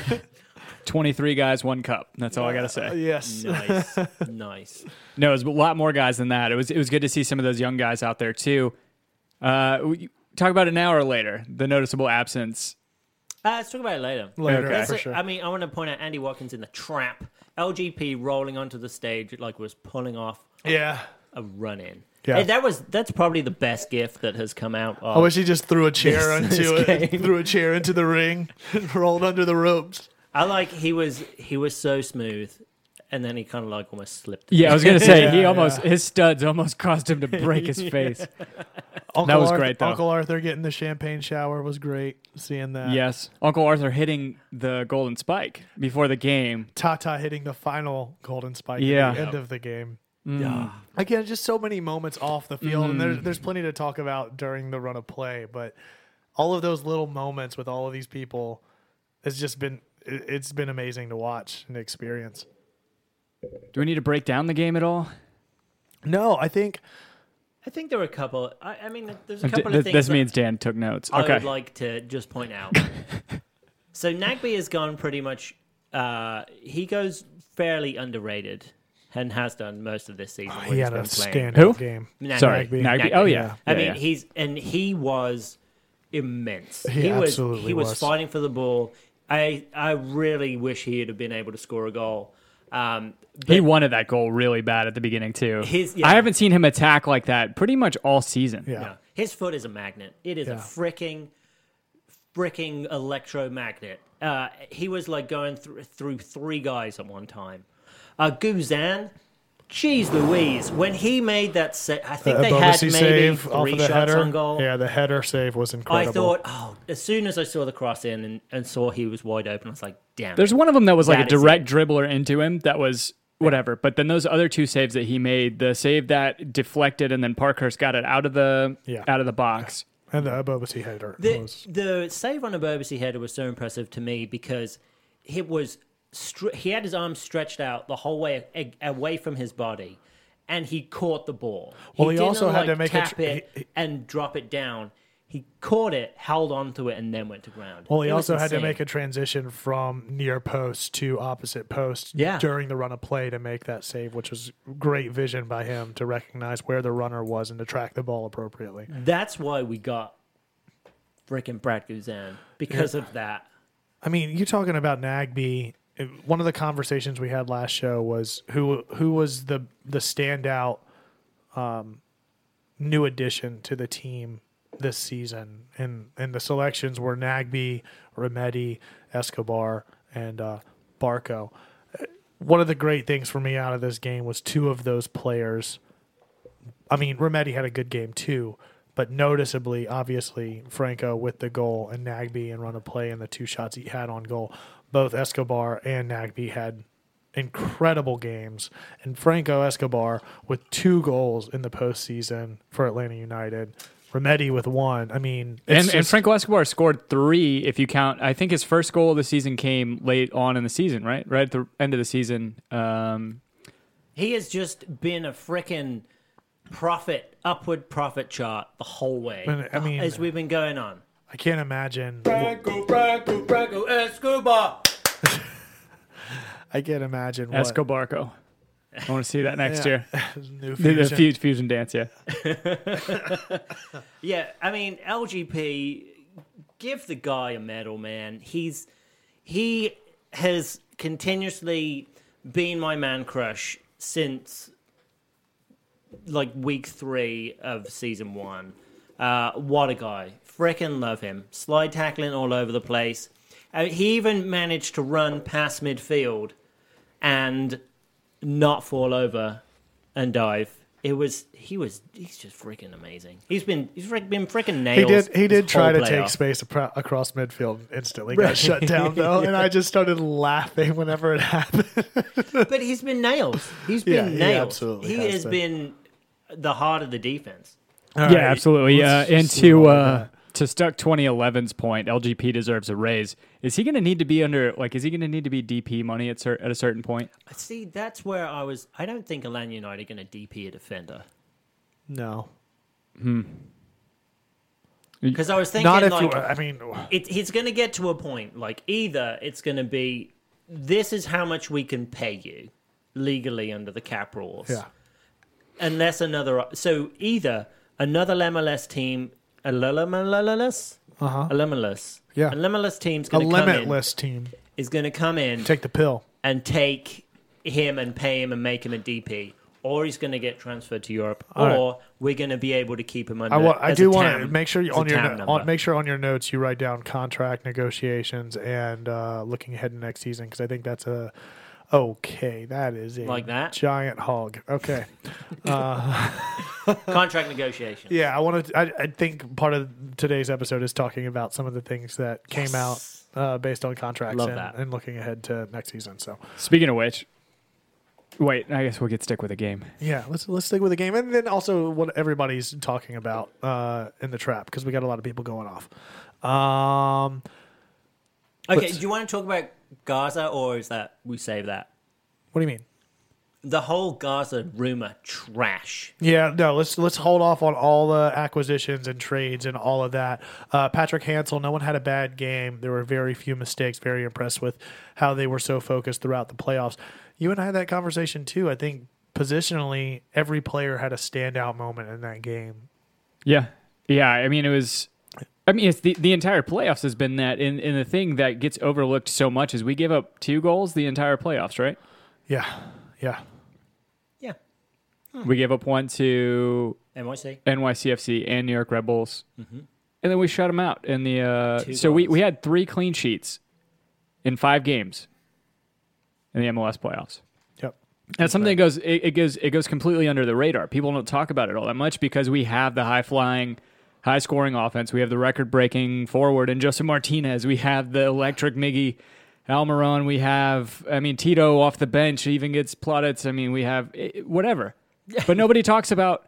Speaker 1: Twenty three guys, one cup. That's all I gotta say.
Speaker 2: yes.
Speaker 4: Nice,
Speaker 2: (laughs)
Speaker 4: nice.
Speaker 1: No, it was a lot more guys than that. It was it was good to see some of those young guys out there too. Uh, we- talk about an hour later, the noticeable absence.
Speaker 4: Uh, let's talk about it later.
Speaker 2: Later,
Speaker 1: Okay.
Speaker 2: for
Speaker 4: That's it.
Speaker 2: sure.
Speaker 4: I mean, I want to point out Andy Watkins in the trap. LGP rolling onto the stage like was pulling off
Speaker 2: yeah.
Speaker 4: a run in.
Speaker 2: Yeah.
Speaker 4: that was that's probably the best gift that has come out. Of,
Speaker 2: I wish he just threw a chair
Speaker 4: This-
Speaker 2: into
Speaker 4: this
Speaker 2: it,
Speaker 4: game.
Speaker 2: threw a chair into the ring, and rolled under the ropes.
Speaker 4: I like he was he was so smooth, and then he kind of like almost
Speaker 1: (laughs)
Speaker 4: slipped.
Speaker 1: Yeah, I was gonna say he
Speaker 2: Yeah,
Speaker 1: almost his studs almost (laughs) caused him to break
Speaker 4: (laughs)
Speaker 1: his face.
Speaker 2: Uncle
Speaker 1: was
Speaker 2: Arthur,
Speaker 1: great, though.
Speaker 2: Uncle Arthur getting the champagne shower was great. Seeing that.
Speaker 1: Yes, Uncle Arthur hitting the golden spike before the game.
Speaker 2: Tata hitting the final golden spike
Speaker 1: Yeah.
Speaker 2: at the end of the game. Again, just so many moments off the field, and there's there's plenty to talk about during the run of play. But all of those little moments with all of these people, it's just been it- it's been amazing to watch and experience.
Speaker 1: Do we need to break down the game at all?
Speaker 2: No, I think
Speaker 4: I think there were a couple. I, I mean, there's a
Speaker 1: D-
Speaker 4: couple
Speaker 1: th-
Speaker 4: of things.
Speaker 1: this
Speaker 4: that
Speaker 1: means Dan took notes.
Speaker 4: I
Speaker 1: Okay.
Speaker 4: would like to just
Speaker 1: (laughs)
Speaker 4: point out. so Nagby has gone pretty much. Uh, he goes fairly underrated, and has done most of this season. when
Speaker 2: Oh, he
Speaker 4: he's
Speaker 2: had a
Speaker 4: been playing.
Speaker 2: standout
Speaker 1: Who?
Speaker 2: game.
Speaker 4: Nagby.
Speaker 1: Sorry,
Speaker 2: Nagby.
Speaker 1: Nagby. Oh yeah.
Speaker 2: Yeah.
Speaker 4: I
Speaker 1: Yeah,
Speaker 4: mean,
Speaker 1: yeah.
Speaker 4: he's and he was immense.
Speaker 2: He
Speaker 4: was
Speaker 2: absolutely
Speaker 4: he was,
Speaker 2: was.
Speaker 4: fighting for the ball. I I really wish he had been able to score a goal. Um,
Speaker 1: He wanted that goal really bad at the beginning too.
Speaker 4: His- yeah.
Speaker 1: I haven't seen him attack like that pretty much all season.
Speaker 2: Yeah.
Speaker 4: no, his foot is a magnet. It is a
Speaker 2: Yeah.
Speaker 4: freaking freaking electromagnet. Uh, he was like going thr- through three guys at one time. Uh, Guzan, jeez Louise, when he made that set, I think
Speaker 2: Uh,
Speaker 4: they had
Speaker 2: Bobasi
Speaker 4: maybe
Speaker 2: save off
Speaker 4: three
Speaker 2: of the
Speaker 4: shots
Speaker 2: header.
Speaker 4: on goal.
Speaker 2: Yeah, the header save was
Speaker 4: I
Speaker 2: incredible.
Speaker 4: thought, oh, as soon as I saw the cross in and, and saw he was wide open, I was like, damn.
Speaker 1: There's
Speaker 4: it.
Speaker 1: one of them that was like
Speaker 4: That
Speaker 1: a
Speaker 4: is
Speaker 1: direct dribbler into him that was whatever. But then those other two saves that he made, the save that deflected and then Parkhurst got it out of the
Speaker 2: Yeah.
Speaker 1: out of the box.
Speaker 2: and the Abobasi header was
Speaker 4: the, the save on a Burbasi header was so impressive to me because it was str- he had his arms stretched out the whole way a- away from his body, and he caught the ball.
Speaker 2: Well, he
Speaker 4: didn't,
Speaker 2: also had to
Speaker 4: like,
Speaker 2: make a
Speaker 4: tap
Speaker 2: tr-
Speaker 4: it
Speaker 2: he-
Speaker 4: and drop it down. He caught it, held on to it, and then went to ground.
Speaker 2: Well, he
Speaker 4: It was
Speaker 2: also had to
Speaker 4: insane.
Speaker 2: make a transition from near post to opposite post
Speaker 4: Yeah.
Speaker 2: during the run of play to make that save, which was great vision by him to recognize where the runner was and to track the ball appropriately.
Speaker 4: That's why we got freaking Brad Guzan because of that.
Speaker 2: I mean, you're talking about Nagby. It- One of the conversations we had last show was who who was the the standout um, new addition to the team this season, and and the selections were Nagby, Remedi, Escobar, and uh, Barco. Uh, One of the great things for me out of this game was two of those players. I mean, Remedi had a good game too, but noticeably, obviously, Franco with the goal and Nagby and run of play and the two shots he had on goal. Both Escobar and Nagby had incredible games, and Franco Escobar with two goals in the postseason for Atlanta United. Remedi with one. I mean, it's
Speaker 1: and, and
Speaker 2: just-
Speaker 1: Franco Escobar scored three, if you count. I think his first goal of the season came late on in the season, right? Right at the end of the season. Um,
Speaker 4: He has just been a frickin' profit, upward profit chart the whole way.
Speaker 2: Man, I mean-
Speaker 4: as we've been going on.
Speaker 2: I can't imagine.
Speaker 4: Franco, Franco, Franco Escobar.
Speaker 2: I can't imagine what
Speaker 1: Escobarco. I want to see that next
Speaker 2: Yeah.
Speaker 1: year.
Speaker 2: new (laughs)
Speaker 1: The, the
Speaker 2: fusion.
Speaker 1: fu- fusion dance, yeah.
Speaker 4: Yeah, I mean LGP, give the guy a medal, man. He's he has continuously been my man crush since like week three of season one. Uh, what a guy! Frickin' love him. Slide tackling all over the place. Uh, he even managed to run past midfield and not fall over and dive. It was he was he's just freaking amazing. He's been he's frick, been freaking
Speaker 2: He
Speaker 4: nailed.
Speaker 2: did. He did try to take
Speaker 4: space.
Speaker 2: space apro- across midfield. and Instantly got shut down though, and I just started laughing whenever it (laughs) happened.
Speaker 4: but he's been nailed. He's
Speaker 2: Yeah,
Speaker 4: been
Speaker 2: he
Speaker 4: nailed.
Speaker 2: absolutely
Speaker 4: he
Speaker 2: has
Speaker 4: has,
Speaker 2: been.
Speaker 4: been. the heart of the defense.
Speaker 1: yeah, absolutely. Uh,
Speaker 2: let's
Speaker 1: and
Speaker 2: just leave
Speaker 1: to
Speaker 2: it at
Speaker 1: uh, to Stuck 2011's point, LGP deserves a raise. Is he going to need to be under like? Is he going to need to be DP money at cer- at a certain point?
Speaker 4: See, that's where I was. I don't think Alan United are going to DP a defender
Speaker 2: No,
Speaker 4: because I was thinking
Speaker 2: not if
Speaker 4: like
Speaker 2: you. I mean,
Speaker 4: it, he's going to get to a point like either it's going to be this is how much we can pay you legally under the cap rules
Speaker 2: yeah.
Speaker 4: unless another so either another MLS team a Lemelus uh-huh. a Lemelus
Speaker 2: Yeah.
Speaker 4: a Lemelus team's
Speaker 2: A
Speaker 4: going to come in
Speaker 2: limitless team.
Speaker 4: is going to come in
Speaker 2: Take the pill.
Speaker 4: and take him and pay him and make him a DP or he's going to get transferred to Europe
Speaker 2: All right.
Speaker 4: or we're going to be able to keep him under
Speaker 2: I, wa- I
Speaker 4: as
Speaker 2: do
Speaker 4: a
Speaker 2: want to
Speaker 4: TAM,
Speaker 2: make sure you,
Speaker 4: as a
Speaker 2: on your
Speaker 4: TAM
Speaker 2: no- on,
Speaker 4: number.
Speaker 2: make sure on your notes you write down contract negotiations and uh, looking ahead to next season because I think that's a okay. That is a
Speaker 4: Like that?
Speaker 2: giant hog. Okay,
Speaker 4: contract negotiation
Speaker 2: yeah. I want to. I, I think part of today's episode is talking about some of the things that came out uh, based on contracts
Speaker 4: Love
Speaker 2: and,
Speaker 4: that.
Speaker 2: and looking ahead to next season. So
Speaker 1: Speaking of which, wait, I guess we'll get stick with a game.
Speaker 2: yeah, let's let's stick with the game and then also what everybody's talking about uh, in the trap because we got a lot of people going off. Um,
Speaker 4: Okay, do you want to talk about Gaza or is that we save that?
Speaker 2: what do you mean?
Speaker 4: The whole Gaza rumor trash.
Speaker 2: Yeah, no, let's let's hold off on all the acquisitions and trades and all of that. Uh, Patrick Hansel, no one had a bad game. There were very few mistakes. Very impressed with how they were so focused throughout the playoffs. You and I had that conversation too. I think positionally, every player had a standout moment in that game.
Speaker 1: Yeah. Yeah. I mean, it was. I mean, it's the, the entire playoffs has been that. And, and the thing that gets overlooked so much is we give up two goals the entire playoffs, right?
Speaker 2: Yeah, yeah,
Speaker 4: Yeah. Hmm.
Speaker 1: We gave up one to
Speaker 4: NYC.
Speaker 1: NYCFC and New York Red Bulls. And then we shut them out in the. Uh,
Speaker 4: Mm-hmm. Two
Speaker 1: so we,
Speaker 4: goals.
Speaker 1: we had three clean sheets in five games in the MLS playoffs.
Speaker 2: yep.
Speaker 1: That's something that goes it, it goes it goes completely under the radar. People don't talk about it all that much because we have the high flying, high scoring offense. We have the record breaking forward and Joseph Martinez. We have the electric Miggy Almiron. We have I mean Tito off the bench even gets plaudits. I mean we have i whatever, but nobody talks about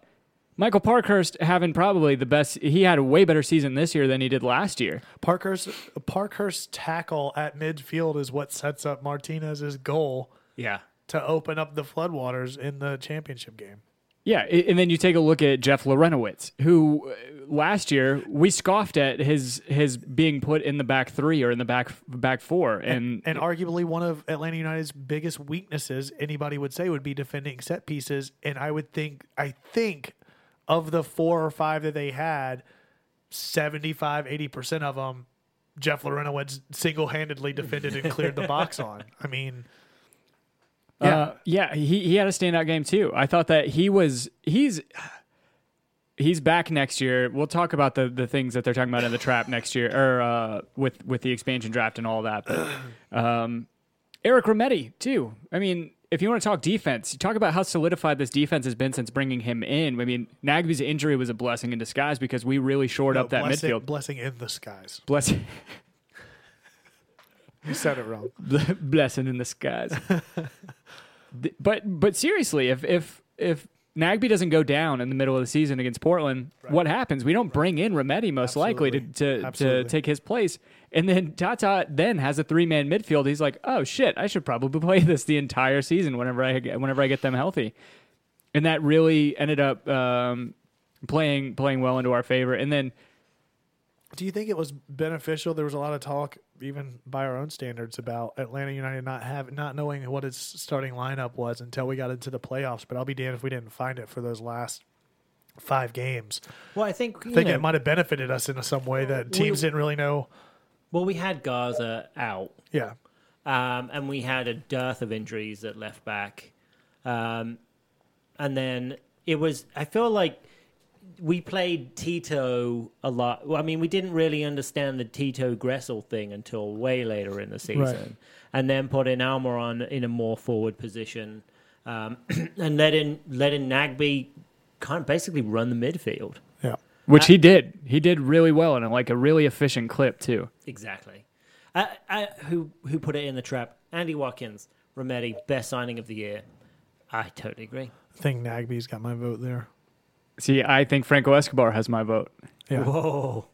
Speaker 1: Michael Parkhurst having probably the best. He had a way better season this year than he did last year.
Speaker 2: Parker's Parker's tackle at midfield is what sets up Martinez's goal
Speaker 4: Yeah.
Speaker 2: to open up the floodwaters in the championship game.
Speaker 1: Yeah, a- and then you take a look at Jeff Lorenowitz, who uh, last year we scoffed at his his being put in the back three or in the back back four, and,
Speaker 2: and arguably one of Atlanta United's biggest weaknesses anybody would say would be defending set pieces and I would think I think of the four or five that they had 75 80% of them Jeff Lorenowitz single-handedly defended and cleared
Speaker 1: (laughs)
Speaker 2: the box on. I mean
Speaker 1: yeah, uh, yeah, he he had a standout game too. I thought that he was he's he's back next year. We'll talk about the the things that they're talking about in the trap next year, or uh, with with the expansion draft and all that. But, um, Eric Rometty too. I mean. If you want to talk defense, you talk about how solidified this defense has been since bringing him in. I mean, Nagby's injury was a blessing in disguise because we really shored up that
Speaker 2: blessing,
Speaker 1: midfield.
Speaker 2: blessing in the skies.
Speaker 1: Blessing,
Speaker 2: You said it wrong.
Speaker 1: (laughs) blessing in the skies. Th- but but seriously, if if if Nagby doesn't go down in the middle of the season against Portland, what happens? We don't bring in Rometty most likely
Speaker 2: Absolutely.
Speaker 1: to to, to
Speaker 2: Absolutely.
Speaker 1: take his place, and then Tata then has a three man midfield. He's like, oh shit, I should probably (laughs) play this the entire season whenever I get, whenever I get them healthy, and that really ended up um, playing playing well into our favor. And then
Speaker 2: Do you think it was beneficial? There was a lot of talk, even by our own standards, about Atlanta United not have not knowing what its starting lineup was until we got into the playoffs. But I'll be damned if we didn't find it for those last five games.
Speaker 4: Well, I think, you
Speaker 2: I think
Speaker 4: know,
Speaker 2: it might have benefited us in some way that teams didn't really know.
Speaker 4: well, we had Gaza out
Speaker 2: Yeah,
Speaker 4: um, and we had a dearth of injuries at left back. Um, and then it was, I feel like we played Tito a lot. Well, I mean, we didn't really understand the Tito Gressel thing until way later in the season,
Speaker 2: Right.
Speaker 4: and then put in (clears throat) Almiron in a more forward position, um, and let in let in Nagby kind of basically run the midfield.
Speaker 2: Yeah.
Speaker 1: which he did. He did really well and like a really efficient clip too.
Speaker 4: Exactly. Uh, uh, who who put it in the trap? Andy Watkins, Rometty, best signing of the year. I totally agree.
Speaker 2: I think Nagby's got my vote there.
Speaker 1: See, I think Franco Escobar has my vote.
Speaker 2: Yeah.
Speaker 1: Oh.
Speaker 4: Whoa.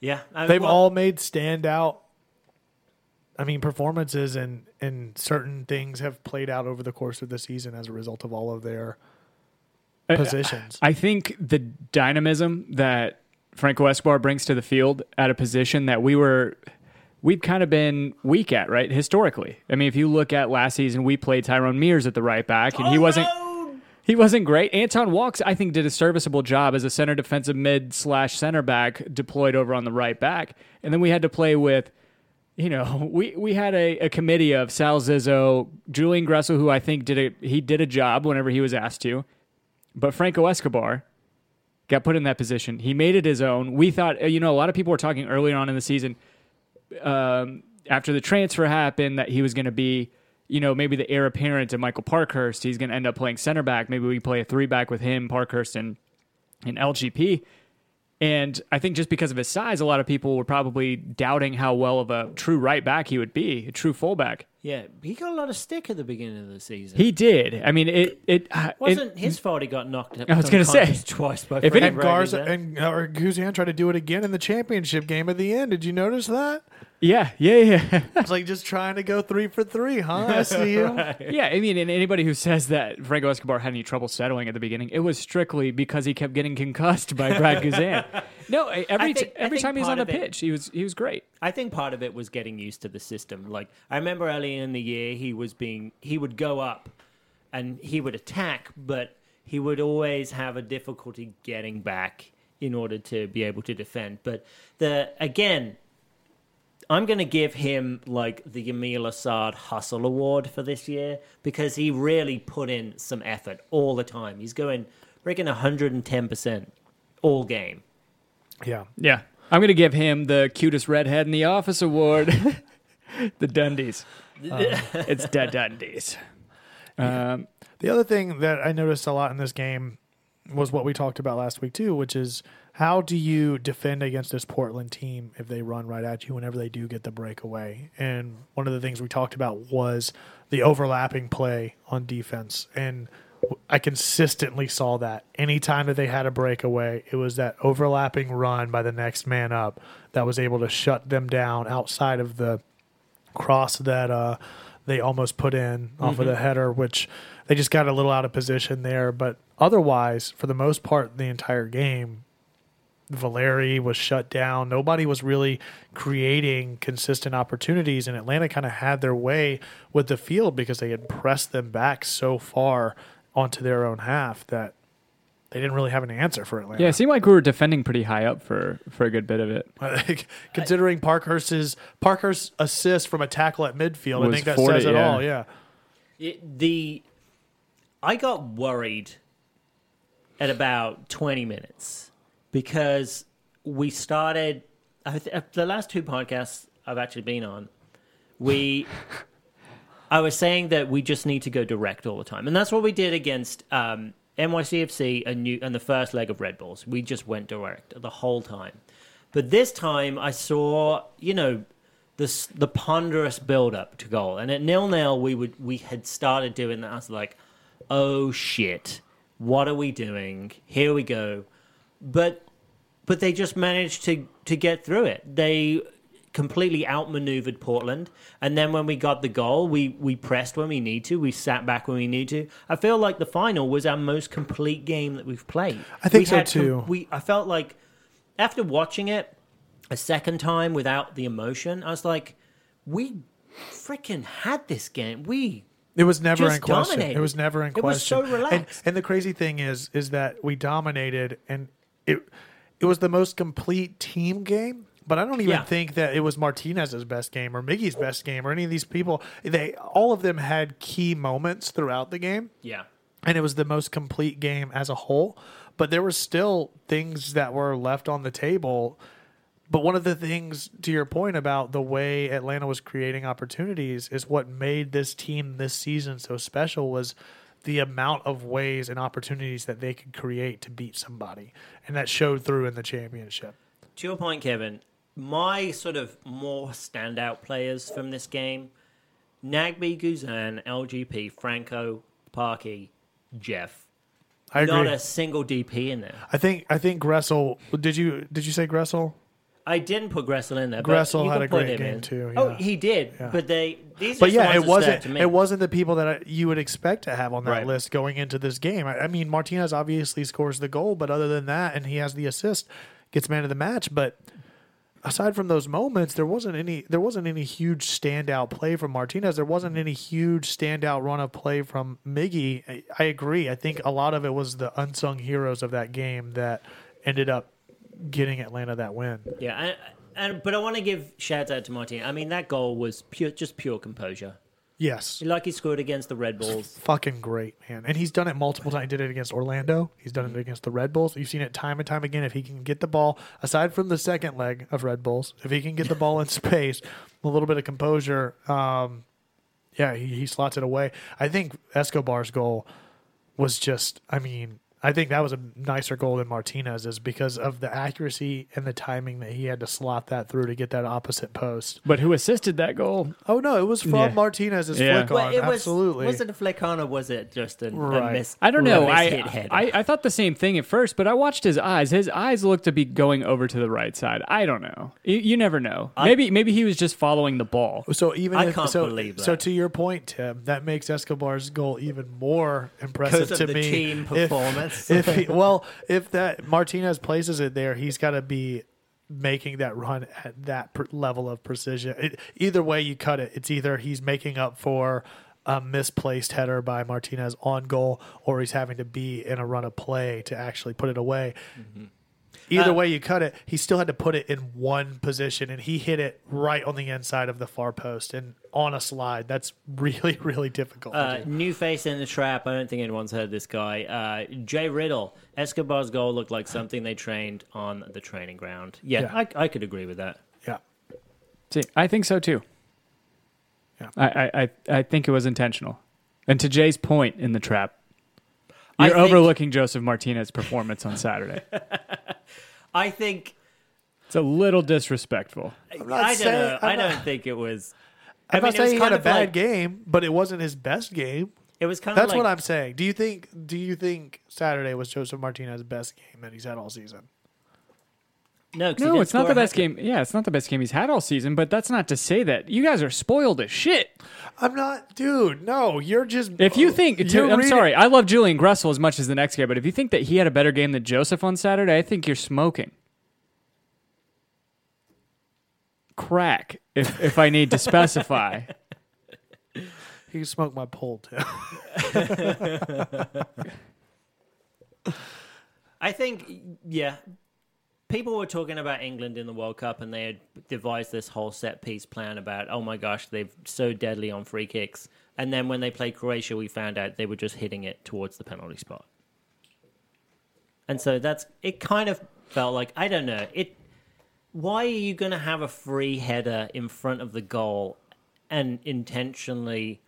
Speaker 4: Yeah, I-
Speaker 2: They've
Speaker 4: Uh, well,
Speaker 2: all made standout. I mean, performances and and certain things have played out over the course of the season as a result of all of their
Speaker 1: Uh,
Speaker 2: positions.
Speaker 1: I think the dynamism that Franco Escobar brings to the field at a position that we were we've kind of been weak at, right? Historically. I mean, if you look at last season, we played Tyrone Mears at the right back and he wasn't he wasn't great. Anton Walks, I think, did a serviceable job as a center defensive mid slash center back deployed over on the right back. And then we had to play with you know, (laughs) we, we had a, a committee of Sal Zizzo, Julian Gressel, who I think did a he did a job whenever he was asked to. But Franco Escobar got put in that position. He made it his own. We thought, you know, a lot of people were talking earlier on in the season um, after the transfer happened that he was going to be, you know, maybe the heir apparent to Michael Parkhurst. He's going to end up playing center back. Maybe we play a three back with him, Parkhurst, and, and LGP. And I think just because of his size, a lot of people were probably doubting how well of a true right back he would be, a true fullback.
Speaker 4: Yeah, he got a lot of stick at the beginning of the season.
Speaker 1: He did. I mean, it it uh, it-
Speaker 4: wasn't his fault. He got knocked.
Speaker 1: I was gonna say,
Speaker 4: unconscious twice by
Speaker 1: if it
Speaker 4: Frank
Speaker 1: had
Speaker 2: and
Speaker 4: Reagan
Speaker 2: Garza
Speaker 4: there.
Speaker 2: and uh, or Guzan tried to do it again in the championship game at the end. Did you notice that?
Speaker 1: yeah, yeah, yeah.
Speaker 2: (laughs) It's like just trying to go three for three, huh? I see (laughs) you.
Speaker 1: Yeah, I mean, and anybody who says that Franco Escobar had any trouble settling at the beginning, it was strictly because he kept getting concussed by Brad
Speaker 4: (laughs)
Speaker 1: Guzan. no, I- every
Speaker 4: I think-
Speaker 1: t-
Speaker 4: I
Speaker 1: every
Speaker 4: think
Speaker 1: time he was
Speaker 4: part
Speaker 1: on the
Speaker 4: of it-
Speaker 1: pitch, he was he was great.
Speaker 4: I think part of it was getting used to the system. Like I remember early in the year, he was being he would go up, and he would attack, but he would always have a difficulty getting back in order to be able to defend. But the again, I'm going to give him like the Emil Assad Hustle Award for this year because he really put in some effort all the time. He's going freaking 110 percent all game.
Speaker 2: Yeah.
Speaker 1: Yeah, I'm gonna give him the cutest redhead in the office award, (laughs) the Dundies. Um, it's the Dundies. Um,
Speaker 2: The other thing that I noticed a lot in this game was what we talked about last week too, which is how do you defend against this Portland team if they run right at you whenever they do get the breakaway? And one of the things we talked about was the overlapping play on defense. And I consistently saw that anytime that they had a breakaway, it was that overlapping run by the next man up that was able to shut them down outside of the cross that uh, they almost put in off of
Speaker 1: Mm-hmm.
Speaker 2: the header, which they just got a little out of position there. But otherwise, for the most part, the entire game, Valeri was shut down. Nobody was really creating consistent opportunities, and Atlanta kind of had their way with the field because they had pressed them back so far onto their own half that they didn't really have an answer for Atlanta. (laughs)
Speaker 1: yeah, it seemed like we were defending pretty high up for for a good bit of it.
Speaker 2: I think considering Parkhurst's Parkhurst's assist from a tackle at midfield, I
Speaker 1: Was
Speaker 2: think that
Speaker 1: 40,
Speaker 2: says it
Speaker 1: yeah.
Speaker 2: all. Yeah.
Speaker 4: It- the I got worried at about 20 minutes because we started I th- uh, the last two podcasts I've actually been on we I was saying that we just need to go direct all the time and that's what we did against um NYCFC and new and the first leg of Red Bulls we just went direct the whole time but this time I saw you know this the ponderous build up to goal. And at nil nil, we would we had started doing that. I was like, oh shit, what are we doing? Here we go. But but they just managed to to get through it. They completely outmaneuvered Portland. And then when we got the goal, we we pressed when we need to. We sat back when we need to. I feel like the final was our most complete game that we've played.
Speaker 2: I think
Speaker 4: We
Speaker 2: so,
Speaker 4: had com-
Speaker 2: too.
Speaker 4: we I felt like after watching it a second time without the emotion, I was like, we freaking had this game. We
Speaker 2: It was never
Speaker 4: Just
Speaker 2: in question.
Speaker 4: dominated.
Speaker 2: It was never in
Speaker 4: It was
Speaker 2: question.
Speaker 4: so relaxed.
Speaker 2: And, and the crazy thing is, is that we dominated, and it it was the most complete team game. But I don't even
Speaker 4: Yeah.
Speaker 2: think that it was Martinez's best game or Miggy's best game or any of these people. They all of them had key moments throughout the game.
Speaker 4: yeah.
Speaker 2: and it was the most complete game as a whole. But there were still things that were left on the table. But one of the things, to your point about the way Atlanta was creating opportunities, is what made this team this season so special was the amount of ways and opportunities that they could create to beat somebody, and that showed through in the championship.
Speaker 4: To your point, Kevin, my sort of more standout players from this game Nagby, Guzan, LGP, Franco, Parky, Jeff.
Speaker 2: I agree.
Speaker 4: Not a single DP in there.
Speaker 2: I think I think Gressel. Did you did you say Gressel?
Speaker 4: I didn't put Gressel in there. but
Speaker 2: Gressel
Speaker 4: you
Speaker 2: had
Speaker 4: could
Speaker 2: a
Speaker 4: put
Speaker 2: great
Speaker 4: him
Speaker 2: game
Speaker 4: in.
Speaker 2: too,
Speaker 4: Oh,
Speaker 2: yeah.
Speaker 4: he did. But they these.
Speaker 2: But
Speaker 4: are
Speaker 2: yeah,
Speaker 4: the
Speaker 2: it
Speaker 4: ones
Speaker 2: wasn't
Speaker 4: that stand to me.
Speaker 2: it wasn't the people that I, you would expect to have on that
Speaker 4: Right.
Speaker 2: list going into this game. I, I mean, Martinez obviously scores the goal, but other than that, and he has the assist, gets man of the match. But aside from those moments, there wasn't any there wasn't any huge standout play from Martinez. There wasn't any huge standout run of play from Miggy. I, I agree. I think a lot of it was the unsung heroes of that game that ended up getting Atlanta that win.
Speaker 4: Yeah, and, and but I want to give shout out to Martin. I mean, that goal was pure, just pure composure.
Speaker 2: Yes.
Speaker 4: Like he scored against the Red Bulls.
Speaker 2: fucking great, man. And he's done it multiple times. He did it against Orlando. He's done
Speaker 1: Mm-hmm.
Speaker 2: it against the Red Bulls. You've seen it time and time again. If he can get the ball, aside from the second leg of Red Bulls, if he can get the ball in (laughs) space, a little bit of composure, um, yeah, he, he slots it away. I think Escobar's goal was just, I mean, I think that was a nicer goal than Martinez's because of the accuracy and the timing that he had to slot that through to get that opposite post.
Speaker 1: But who assisted that goal?
Speaker 2: Oh no, it was from
Speaker 1: Yeah.
Speaker 2: Martinez's
Speaker 1: Yeah.
Speaker 2: flick
Speaker 4: Well,
Speaker 2: on.
Speaker 4: it was,
Speaker 2: Absolutely,
Speaker 4: Was it a flick on or was it just a,
Speaker 2: Right.
Speaker 4: a miss?
Speaker 1: I don't
Speaker 4: a
Speaker 1: know.
Speaker 4: miss
Speaker 1: I,
Speaker 4: hit header?
Speaker 1: I I thought the same thing at first, but I watched his eyes. His eyes looked to be going over to the right side. I don't know. You, you never know. maybe maybe he was just following the ball.
Speaker 2: So even
Speaker 4: I
Speaker 2: if,
Speaker 4: can't
Speaker 2: so,
Speaker 4: believe
Speaker 2: so
Speaker 4: that.
Speaker 2: to your point, Tim, that makes Escobar's goal even more impressive
Speaker 4: Because
Speaker 2: to
Speaker 4: of the
Speaker 2: me.
Speaker 4: team
Speaker 2: If-
Speaker 4: performance.
Speaker 2: If,
Speaker 4: (laughs)
Speaker 2: he, well, if that Martinez places it there, he's got to be making that run at that per- level of precision. It, either way you cut it, it's either he's making up for a misplaced header by Martinez on goal, or he's having to be in a run of play to actually put it away.
Speaker 4: Uh,
Speaker 2: Either way you cut it, he still had to put it in one position, and he hit it right on the inside of the far post and on a slide. That's really, (laughs) really difficult. to
Speaker 4: Uh,
Speaker 2: do.
Speaker 4: new face in the trap. I don't think anyone's heard this guy. Uh, Jay Riddle. Escobar's goal looked like something they trained on the training ground. Yeah,
Speaker 2: Yeah.
Speaker 4: I, I could agree with that.
Speaker 2: yeah,
Speaker 1: See, I think so too.
Speaker 2: Yeah.
Speaker 1: I, I, I, I think it was intentional. And to Jay's point in the trap,
Speaker 4: I
Speaker 1: you're
Speaker 4: think-
Speaker 1: overlooking Joseph Martinez's performance on
Speaker 4: (laughs)
Speaker 1: Saturday.
Speaker 4: I think.
Speaker 1: It's a little disrespectful.
Speaker 2: not
Speaker 4: I'm I do not
Speaker 2: saying-
Speaker 4: know. I
Speaker 2: I'm not-
Speaker 4: don't think it was.
Speaker 2: I'm
Speaker 4: mean,
Speaker 2: not
Speaker 4: it was
Speaker 2: saying he had
Speaker 4: kind
Speaker 2: a
Speaker 4: of
Speaker 2: bad
Speaker 4: like-
Speaker 2: game, but it wasn't his best game.
Speaker 4: It was kind
Speaker 2: That's
Speaker 4: of like
Speaker 2: what I'm saying. Do you think? Do you think Saturday was Joseph Martinez's best game that he's had all season?
Speaker 4: no. 'cause he
Speaker 1: No,
Speaker 4: didn't
Speaker 1: it's not
Speaker 4: score
Speaker 1: the
Speaker 4: a hat
Speaker 1: best
Speaker 4: trick.
Speaker 1: game. Yeah, it's not the best game he's had all season, but that's not to say that you guys are spoiled as shit.
Speaker 2: I'm not, dude. No, you're just.
Speaker 1: If you think,
Speaker 2: You're
Speaker 1: I'm
Speaker 2: reading-
Speaker 1: sorry, I love Julian Gressel as much as the next guy, but if you think that he had a better game than Joseph on Saturday, I think you're smoking. Crack, if, if I need to
Speaker 2: (laughs)
Speaker 1: specify.
Speaker 2: he smoked my pole too.
Speaker 4: I think, yeah. People were talking about England in the World Cup, and they had devised this whole set piece plan about, oh my gosh, they're so deadly on free kicks. And then when they played Croatia, we found out they were just hitting it towards the penalty spot. And so that's it. Kind of felt like I don't know it. Why are you going to have a free header in front of the goal and intentionally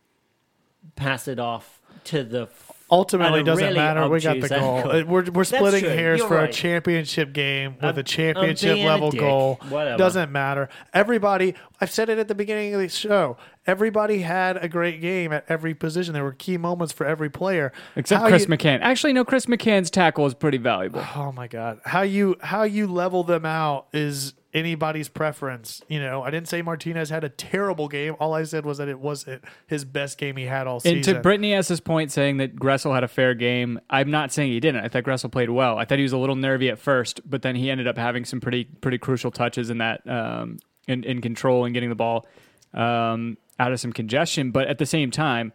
Speaker 4: pass it off to the?
Speaker 2: Ultimately,
Speaker 4: At a
Speaker 2: doesn't
Speaker 4: really
Speaker 2: matter. We got the
Speaker 4: obtuse
Speaker 2: goal.
Speaker 4: angle.
Speaker 2: Uh, We're, we're splitting
Speaker 4: true.
Speaker 2: hairs
Speaker 4: You're
Speaker 2: for a
Speaker 4: right.
Speaker 2: championship game with a championship
Speaker 4: being a
Speaker 2: level
Speaker 4: dick.
Speaker 2: goal.
Speaker 4: Whatever.
Speaker 2: Doesn't matter. Everybody, I've said it at the beginning of the show. Everybody had a great game at every position. There were key moments for every player.
Speaker 1: Except
Speaker 2: How
Speaker 1: Chris
Speaker 2: you-
Speaker 1: McCann. Actually, no, Chris McCann's tackle is pretty valuable.
Speaker 2: Oh my god. How you how you level them out is anybody's preference. You know, I didn't say Martinez had a terrible game. All I said was that it wasn't his best game he had all season.
Speaker 1: And to Brittany S.'s point, saying that Gressel had a fair game, I'm not saying he didn't. I thought Gressel played well. I thought he was a little nervy at first, but then he ended up having some pretty pretty crucial touches in that um, in, in control and getting the ball um, out of some congestion. But at the same time,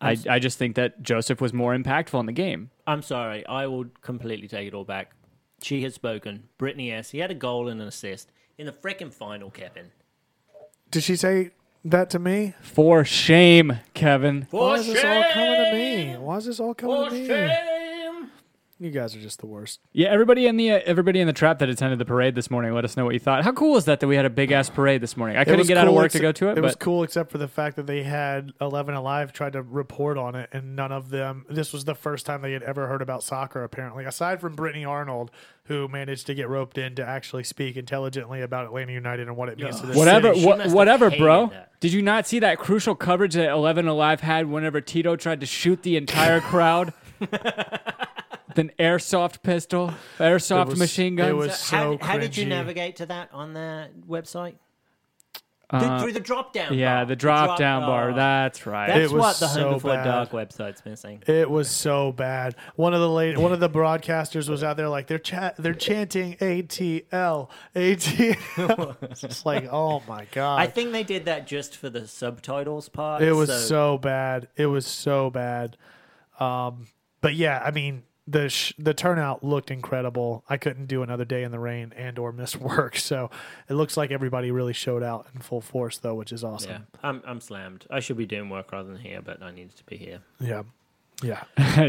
Speaker 1: I, I just think that Joseph was more impactful in the game.
Speaker 4: I'm sorry. I will completely take it all back. She has spoken. Brittany S. He had a goal and an assist in the frickin' final, Kevin.
Speaker 2: Did she say that to me?
Speaker 1: For shame, Kevin.
Speaker 2: Why is this all coming to me? Why is this all coming to me? You guys are just the worst.
Speaker 1: Yeah, everybody in the uh, everybody in the trap that attended the parade this morning, let us know what you thought. How cool is that that we had a big ass parade this morning? I
Speaker 2: It
Speaker 1: couldn't
Speaker 2: was
Speaker 1: get out of
Speaker 2: cool
Speaker 1: work to
Speaker 2: ex-
Speaker 1: go to it,
Speaker 2: It was
Speaker 1: but
Speaker 2: cool, except for the fact that they had Eleven Alive tried to report on it, and none of them. This was the first time they had ever heard about soccer, apparently, aside from Brittany Arnold, who managed to get roped in to actually speak intelligently about Atlanta United and what it means to this
Speaker 1: whatever,
Speaker 2: city.
Speaker 1: wha-
Speaker 4: must have
Speaker 1: whatever, bro.
Speaker 4: hated that.
Speaker 1: Did you not see that crucial coverage that Eleven Alive had whenever Tito tried to shoot the entire
Speaker 4: (laughs)
Speaker 1: crowd? With an airsoft pistol, airsoft
Speaker 2: It was-
Speaker 1: machine
Speaker 2: it
Speaker 1: guns.
Speaker 2: was
Speaker 4: how,
Speaker 2: so
Speaker 4: how did you
Speaker 2: cringy.
Speaker 4: navigate to that on their website? through, through the drop down.
Speaker 1: Uh, yeah,
Speaker 4: bar. oh.
Speaker 1: the drop, down bar.
Speaker 4: bar.
Speaker 1: That's right.
Speaker 4: That's
Speaker 2: was
Speaker 4: what the
Speaker 2: so
Speaker 4: Home Before
Speaker 2: bad.
Speaker 4: Dark website's missing.
Speaker 2: It was so bad. One of the late, one of the broadcasters was out there like they're cha- they're chanting ATL ATL. (laughs) it's just like oh my god.
Speaker 4: I think they did that just for the subtitles part.
Speaker 2: It was so, bad. It was so bad. Um, but yeah, I mean the sh- the turnout looked incredible. I couldn't do another day in the rain and or miss (laughs) work, so it looks like everybody really showed out in full force though, which is
Speaker 4: Yeah,
Speaker 2: awesome.
Speaker 4: I'm I'm slammed. I should be doing work rather than here, but I needed to be here.
Speaker 2: Yeah, yeah.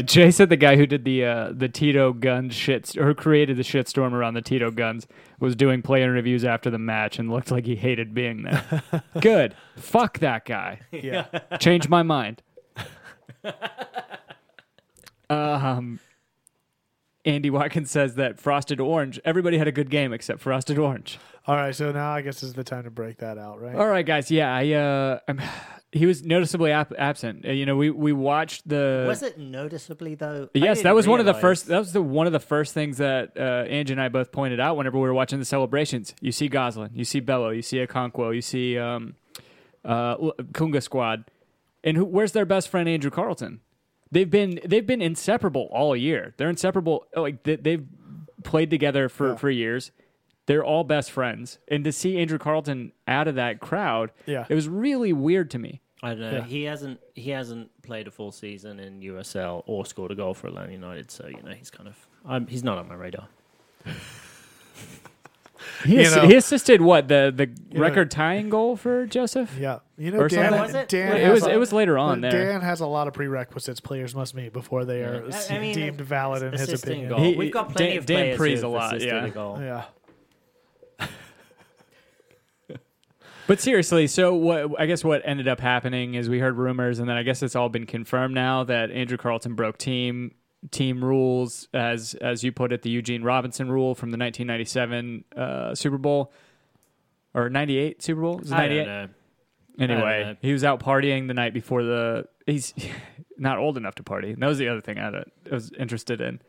Speaker 1: (laughs)
Speaker 2: (laughs)
Speaker 1: Jay said the guy who did the uh, the Tito gun shit or created the shitstorm around the Tito guns was doing player interviews after the match and looked like he hated being
Speaker 2: (laughs)
Speaker 1: there. Good. Fuck that guy.
Speaker 2: Yeah.
Speaker 1: Change my mind. (laughs) Um Andy Watkins says that Frosted Orange, everybody had a good game except Frosted Orange.
Speaker 2: All right, so now I guess is the time to break that out, right?
Speaker 1: All right, guys. Yeah, I uh, I'm, (sighs) he was noticeably ap- absent. Uh, You know, we we watched the
Speaker 4: Was it noticeably though? I
Speaker 1: Yes, that
Speaker 4: didn't
Speaker 1: was one of the
Speaker 4: realize.
Speaker 1: first. That was the one of the first things that uh, Angie and I both pointed out whenever we were watching the celebrations. You see Goslin, you see Bello, you see Okonkwo, you see um, uh, L- Kunga Squad, and who, where's their best friend Andrew Carlton? They've been they've been inseparable all year. They're inseparable. Like they, they've played together for for years. They're all best friends, and to see Andrew Carlton out of that crowd,
Speaker 2: Yeah.
Speaker 1: it was really weird to me.
Speaker 4: I don't know. uh, He hasn't he hasn't played a full season in USL or scored a goal for Atlanta United, so you know he's kind of I'm, he's not on my radar.
Speaker 1: He,
Speaker 2: You
Speaker 1: ass-
Speaker 2: know-
Speaker 1: he assisted what the the record tying goal for Joseph.
Speaker 2: Yeah, you know,
Speaker 1: Or
Speaker 2: Dan.
Speaker 1: something.
Speaker 4: Was it?
Speaker 2: Dan
Speaker 4: Wait,
Speaker 1: it
Speaker 2: has
Speaker 1: was
Speaker 2: a-
Speaker 1: it was later on there.
Speaker 2: Dan has a lot of prerequisites players must meet before they are
Speaker 4: I- I mean,
Speaker 2: deemed valid in his
Speaker 4: Assisting
Speaker 2: opinion.
Speaker 4: goal.
Speaker 1: He-
Speaker 4: We've got
Speaker 1: Dan-
Speaker 4: plenty of
Speaker 1: Dan
Speaker 4: players
Speaker 1: Prees
Speaker 4: who've
Speaker 1: a lot,
Speaker 4: assisted
Speaker 1: yeah.
Speaker 4: a goal.
Speaker 2: Yeah,
Speaker 1: But seriously, so what? I guess what ended up happening is we heard rumors, and then I guess it's all been confirmed now that Andrew Carlton broke team team rules, as as you put it, the Eugene Robinson rule from the 1997 uh, Super Bowl or 98 Super Bowl. Is it
Speaker 4: I don't
Speaker 1: 98?
Speaker 4: know. I don't
Speaker 1: Anyway,
Speaker 4: know.
Speaker 1: uh, he was out partying the night before the. He's (laughs) not old enough to party. And that was the other thing I had- I was interested in,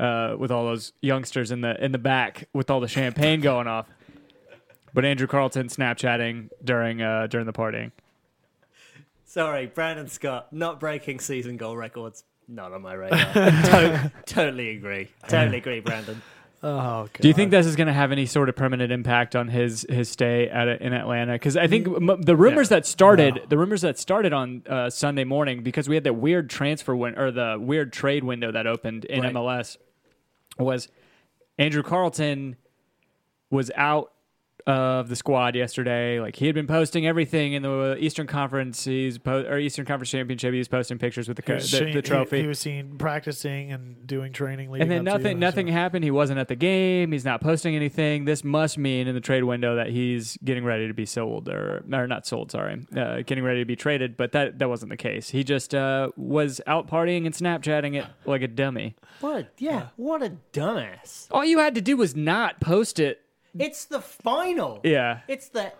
Speaker 1: uh, with all those youngsters in the in the back with all the champagne (laughs) going off. But Andrew Carlton Snapchatting during uh, during the partying.
Speaker 4: Sorry, Brandon Scott, not breaking season goal records. Not on
Speaker 1: (laughs)
Speaker 4: my radar. To- totally agree. Totally agree, Brandon.
Speaker 2: Oh,
Speaker 1: Do you think this is going to have any sort of permanent impact on his his stay at in Atlanta? Because I think m- the rumors that started the rumors that started on uh, Sunday morning because we had that weird transfer win or the weird trade window that opened in
Speaker 4: Right.
Speaker 1: MLS was Andrew Carlton was out of the squad yesterday. Like he had been posting everything in the Eastern Conference, he's po- or Eastern Conference Championship. He was posting pictures with the, co-
Speaker 2: He was
Speaker 1: the,
Speaker 2: seen-
Speaker 1: the trophy.
Speaker 2: He, he was seen practicing and doing training.
Speaker 1: And
Speaker 2: Leading
Speaker 1: then
Speaker 2: up to
Speaker 1: nothing,
Speaker 2: it,
Speaker 1: nothing
Speaker 2: so-
Speaker 1: happened. He wasn't at the game. He's not posting anything. This must mean in the trade window that he's getting ready to be sold, or, or not sold. Sorry, uh, getting ready to be traded. But that that wasn't the case. He just uh, was out partying and Snapchatting it like a dummy.
Speaker 4: What? A, yeah, What a dumbass.
Speaker 1: All you had to do was not post it.
Speaker 4: It's the final.
Speaker 1: Yeah,
Speaker 4: It's the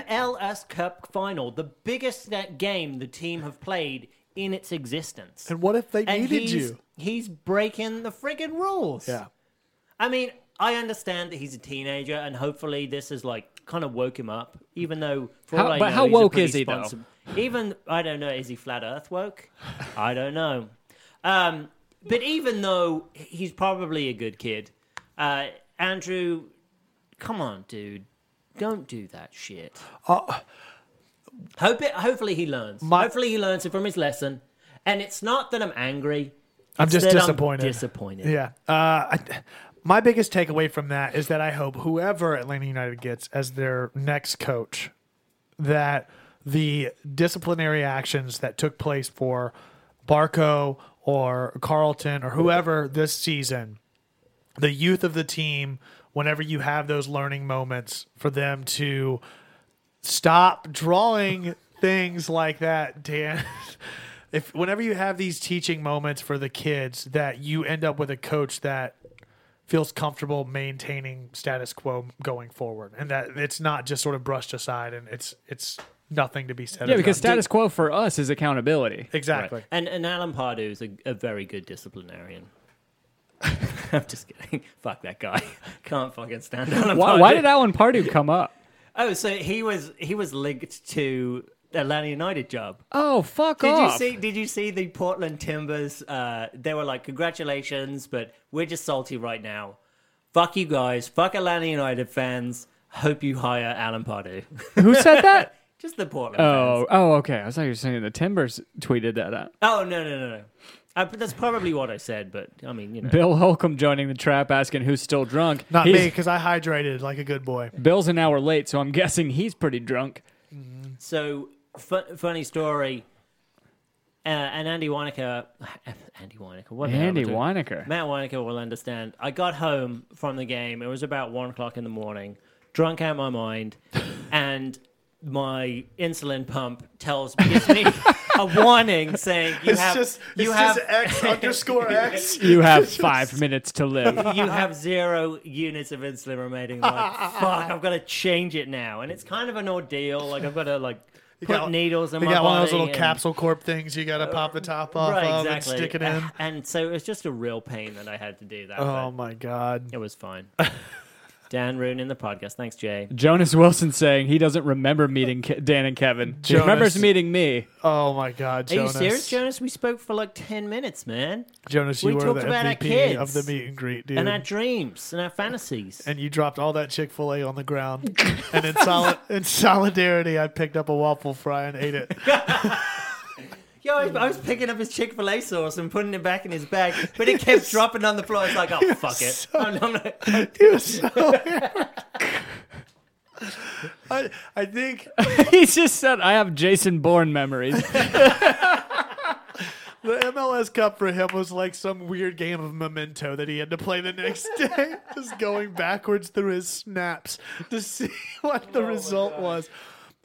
Speaker 4: MLS Cup final, the biggest net game the team have played in its existence.
Speaker 2: And what if they
Speaker 4: And
Speaker 2: needed
Speaker 4: he's,
Speaker 2: you?
Speaker 4: He's breaking the friggin' rules.
Speaker 2: Yeah.
Speaker 4: I mean, I understand that he's a teenager, and hopefully this is like kind of woke him up. Even though, for
Speaker 1: How-
Speaker 4: all I
Speaker 1: but
Speaker 4: know,
Speaker 1: how
Speaker 4: he's a
Speaker 1: woke
Speaker 4: pretty
Speaker 1: is he, though?
Speaker 4: sponsor- Even I don't know. Is he flat Earth woke? I don't know. Um, but even though he's probably a good kid, uh, Andrew, come on, dude, don't do that shit.
Speaker 2: Uh,
Speaker 4: Hope it, hopefully he learns.
Speaker 2: My-
Speaker 4: hopefully he learns it from his lesson. And it's not that I'm angry.
Speaker 2: I'm
Speaker 4: it's
Speaker 2: just
Speaker 4: that
Speaker 2: disappointed.
Speaker 4: disappointed.
Speaker 2: Yeah. Uh, I, my biggest takeaway from that is that I hope whoever Atlanta United gets as their next coach, that the disciplinary actions that took place for Barco or Carlton or whoever this season, the youth of the team, whenever you have those learning moments for them to stop drawing things like that, Dan. (laughs) If whenever you have these teaching moments for the kids that you end up with a coach that feels comfortable maintaining status quo going forward and that it's not just sort of brushed aside and it's it's nothing to be said
Speaker 1: Yeah,
Speaker 2: about
Speaker 1: because
Speaker 2: it.
Speaker 1: status quo for us is accountability.
Speaker 2: exactly
Speaker 4: And and Alan Pardew is a, a very good disciplinarian. (laughs) I'm just kidding. (laughs) Fuck that guy. Can't fucking stand Alan
Speaker 1: Why,
Speaker 4: Pardew.
Speaker 1: why did Alan Pardew come up?
Speaker 4: Oh, so he was he was linked to the Atlanta United job.
Speaker 1: Oh, fuck
Speaker 4: Did you
Speaker 1: off.
Speaker 4: see? Did you see the Portland Timbers? Uh, they were like, "Congratulations, but we're just salty right now. Fuck you guys. Fuck Atlanta United fans. Hope you hire Alan Pardew. (laughs)
Speaker 1: Who said that?
Speaker 4: just the Portland.
Speaker 1: Oh,
Speaker 4: fans.
Speaker 1: oh, okay. I thought you were saying the Timbers tweeted that out.
Speaker 4: oh no no no no. Uh, but that's probably what I said. But I mean, you know,
Speaker 1: Bill Holcomb joining the trap, asking who's still drunk.
Speaker 2: Not me,
Speaker 1: He's-
Speaker 2: 'cause me, because I hydrated like a good boy.
Speaker 1: Bill's an hour late, so I'm (laughs) guessing he's pretty drunk.
Speaker 4: So fu- funny story. Uh, and Andy Weineker, (laughs) Andy Weineker, what the hell am I
Speaker 1: Andy
Speaker 4: doing?
Speaker 1: Weineker.
Speaker 4: Matt Weineker will understand. I got home from the game. It was about one o'clock in the morning, drunk out of my mind, and my insulin pump tells gives me a warning saying you have you have
Speaker 2: (laughs) X underscore X.
Speaker 1: (laughs) You (laughs) have five minutes to live.
Speaker 4: you have zero units of insulin remaining. I'm Like, fuck, I've got to change it now, and it's kind of an ordeal. Like I've got to like put needles in
Speaker 2: you
Speaker 4: my
Speaker 2: got
Speaker 4: body.
Speaker 2: one of those little
Speaker 4: and-
Speaker 2: capsule corp things you got to pop the top off of and
Speaker 4: (laughs)
Speaker 2: stick
Speaker 1: (laughs)
Speaker 2: it in.
Speaker 4: A- And so it was just a real pain that I had to do that.
Speaker 2: Oh
Speaker 4: but
Speaker 2: my god!
Speaker 4: it
Speaker 2: (laughs)
Speaker 4: was fine. Dan ruining the podcast. Thanks, Jay.
Speaker 1: Jonas Wilson saying he doesn't remember meeting Ke- Dan and Kevin. He
Speaker 2: Jonas.
Speaker 1: remembers meeting me.
Speaker 2: Oh my god,
Speaker 4: Are you
Speaker 2: Jonas!
Speaker 4: serious, Jonas? We spoke for like ten minutes, man.
Speaker 2: Jonas,
Speaker 4: We
Speaker 2: you were
Speaker 4: talked
Speaker 2: the
Speaker 4: about our
Speaker 2: MVP of
Speaker 4: kids.
Speaker 2: the meet and greet, dude.
Speaker 4: And our dreams and our fantasies.
Speaker 2: And you dropped all that Chick Fil A on the
Speaker 4: (laughs)
Speaker 2: ground, and in, soli- in solidarity, I picked up a waffle fry and ate it. (laughs)
Speaker 4: Yo, I, I was picking up his Chick Fil A sauce and putting it back in his bag,
Speaker 2: (laughs)
Speaker 4: but it kept dropping on the floor. It's like, oh fuck it. I'm- I'm
Speaker 2: Oh,
Speaker 4: not-
Speaker 2: He was so. (laughs) I, I think
Speaker 1: (laughs) He just said, I have Jason Bourne (laughs) memories.
Speaker 2: The MLS Cup for him was like some weird game of memento that he had to play the next (laughs) day, just going backwards through his snaps to see (laughs) what the
Speaker 4: Oh
Speaker 2: result was.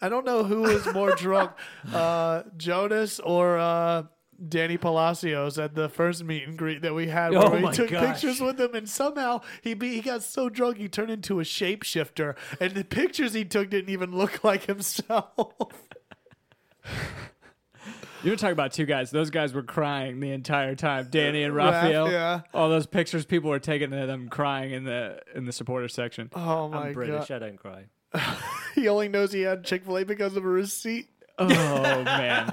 Speaker 2: I don't know who was more
Speaker 4: (laughs)
Speaker 2: drunk, uh, Jonas or uh, Danny Palacios at the first meet and greet that we had, where
Speaker 4: Oh
Speaker 2: we
Speaker 4: my
Speaker 2: took
Speaker 4: gosh.
Speaker 2: pictures with him, and somehow he be, he got so drunk he turned into a shapeshifter, and the pictures he took didn't even look like
Speaker 4: (laughs)
Speaker 2: himself. Oh
Speaker 1: You were talking about two guys. Those guys were crying the entire time. Danny and Raphael.
Speaker 2: yeah.
Speaker 1: All those pictures people were taking of them crying in the in the supporter section.
Speaker 2: Oh my
Speaker 4: I'm
Speaker 2: god!
Speaker 4: British. I don't cry.
Speaker 2: He only knows he had Chick Fil A because of a receipt.
Speaker 1: Oh man.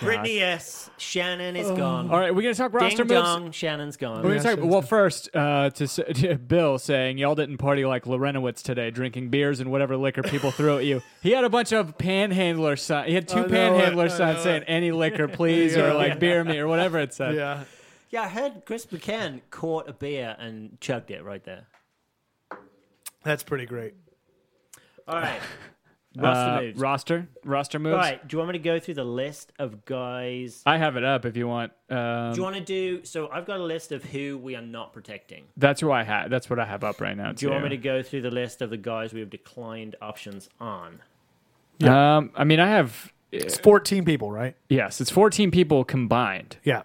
Speaker 4: Brittany S. Shannon
Speaker 2: Oh.
Speaker 4: is gone.
Speaker 1: All right, we're gonna talk roster
Speaker 4: Ding
Speaker 1: moves.
Speaker 4: dong. Shannon's gone.
Speaker 1: We're gonna
Speaker 2: Yeah,
Speaker 1: talk.
Speaker 2: sure.
Speaker 1: Well, first, uh, to, s- (laughs) to Bill saying y'all didn't party like Lorenowitz today, drinking beers and whatever liquor people threw at you. He had a bunch of panhandler signs. He had two
Speaker 2: Oh, I know
Speaker 1: panhandler
Speaker 2: it, I
Speaker 1: signs
Speaker 2: know
Speaker 1: saying
Speaker 2: it.
Speaker 1: "any liquor, please"
Speaker 2: Yeah.
Speaker 1: or like "beer me" or whatever it said.
Speaker 2: Yeah.
Speaker 4: Yeah, I heard Chris McCann caught a beer and chugged it right there.
Speaker 2: That's pretty great.
Speaker 4: All right.
Speaker 1: Uh,
Speaker 4: Roster moves.
Speaker 1: roster, roster moves.
Speaker 4: All right. Do you want me to go through the list of guys?
Speaker 1: I have it up if you want. Um,
Speaker 4: Do you want to do? So I've got a list of who we are not protecting.
Speaker 1: that's who I have. That's what I have up right now.
Speaker 4: Do you want me to go through the list of the guys we have declined options on?
Speaker 1: Um, I mean, I have.
Speaker 2: It's 14 people, right?
Speaker 1: Yes, it's 14 people combined.
Speaker 2: Yeah.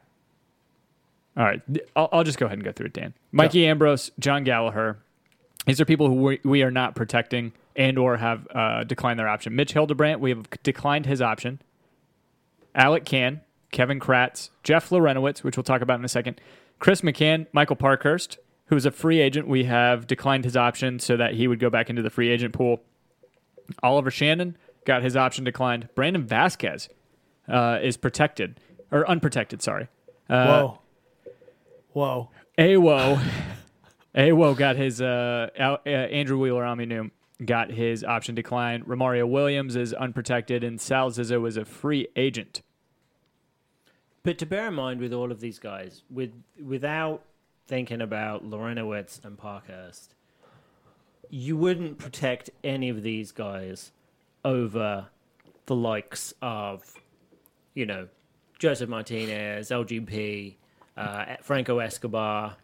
Speaker 1: All right. th- I'll, I'll just go ahead and go through it, Dan. Mikey Ambrose, John Gallagher. These are people who we, we are not protecting and or have uh, declined their option. Mitch Hildebrandt, we have c- declined his option. Alec Can, Kevin Kratz, Jeff Lorenowitz, which we'll talk about in a second. Chris McCann, Michael Parkhurst, who is a free agent. We have declined his option so that he would go back into the free agent pool. Oliver Shannon got his option declined. Brandon Vasquez uh, is protected or unprotected, sorry.
Speaker 2: Whoa. Whoa.
Speaker 1: Awo, Awo got his uh, Al- uh Andrew Wheeler Aminu got his option declined. Romario Williams is unprotected, and Sal Zizzo is a free agent.
Speaker 4: But to bear in mind with all of these guys, with without thinking about Lorenowitz and Parkhurst, you wouldn't protect any of these guys over the likes of, you know, Joseph Martinez, LGP, uh, Franco Escobar,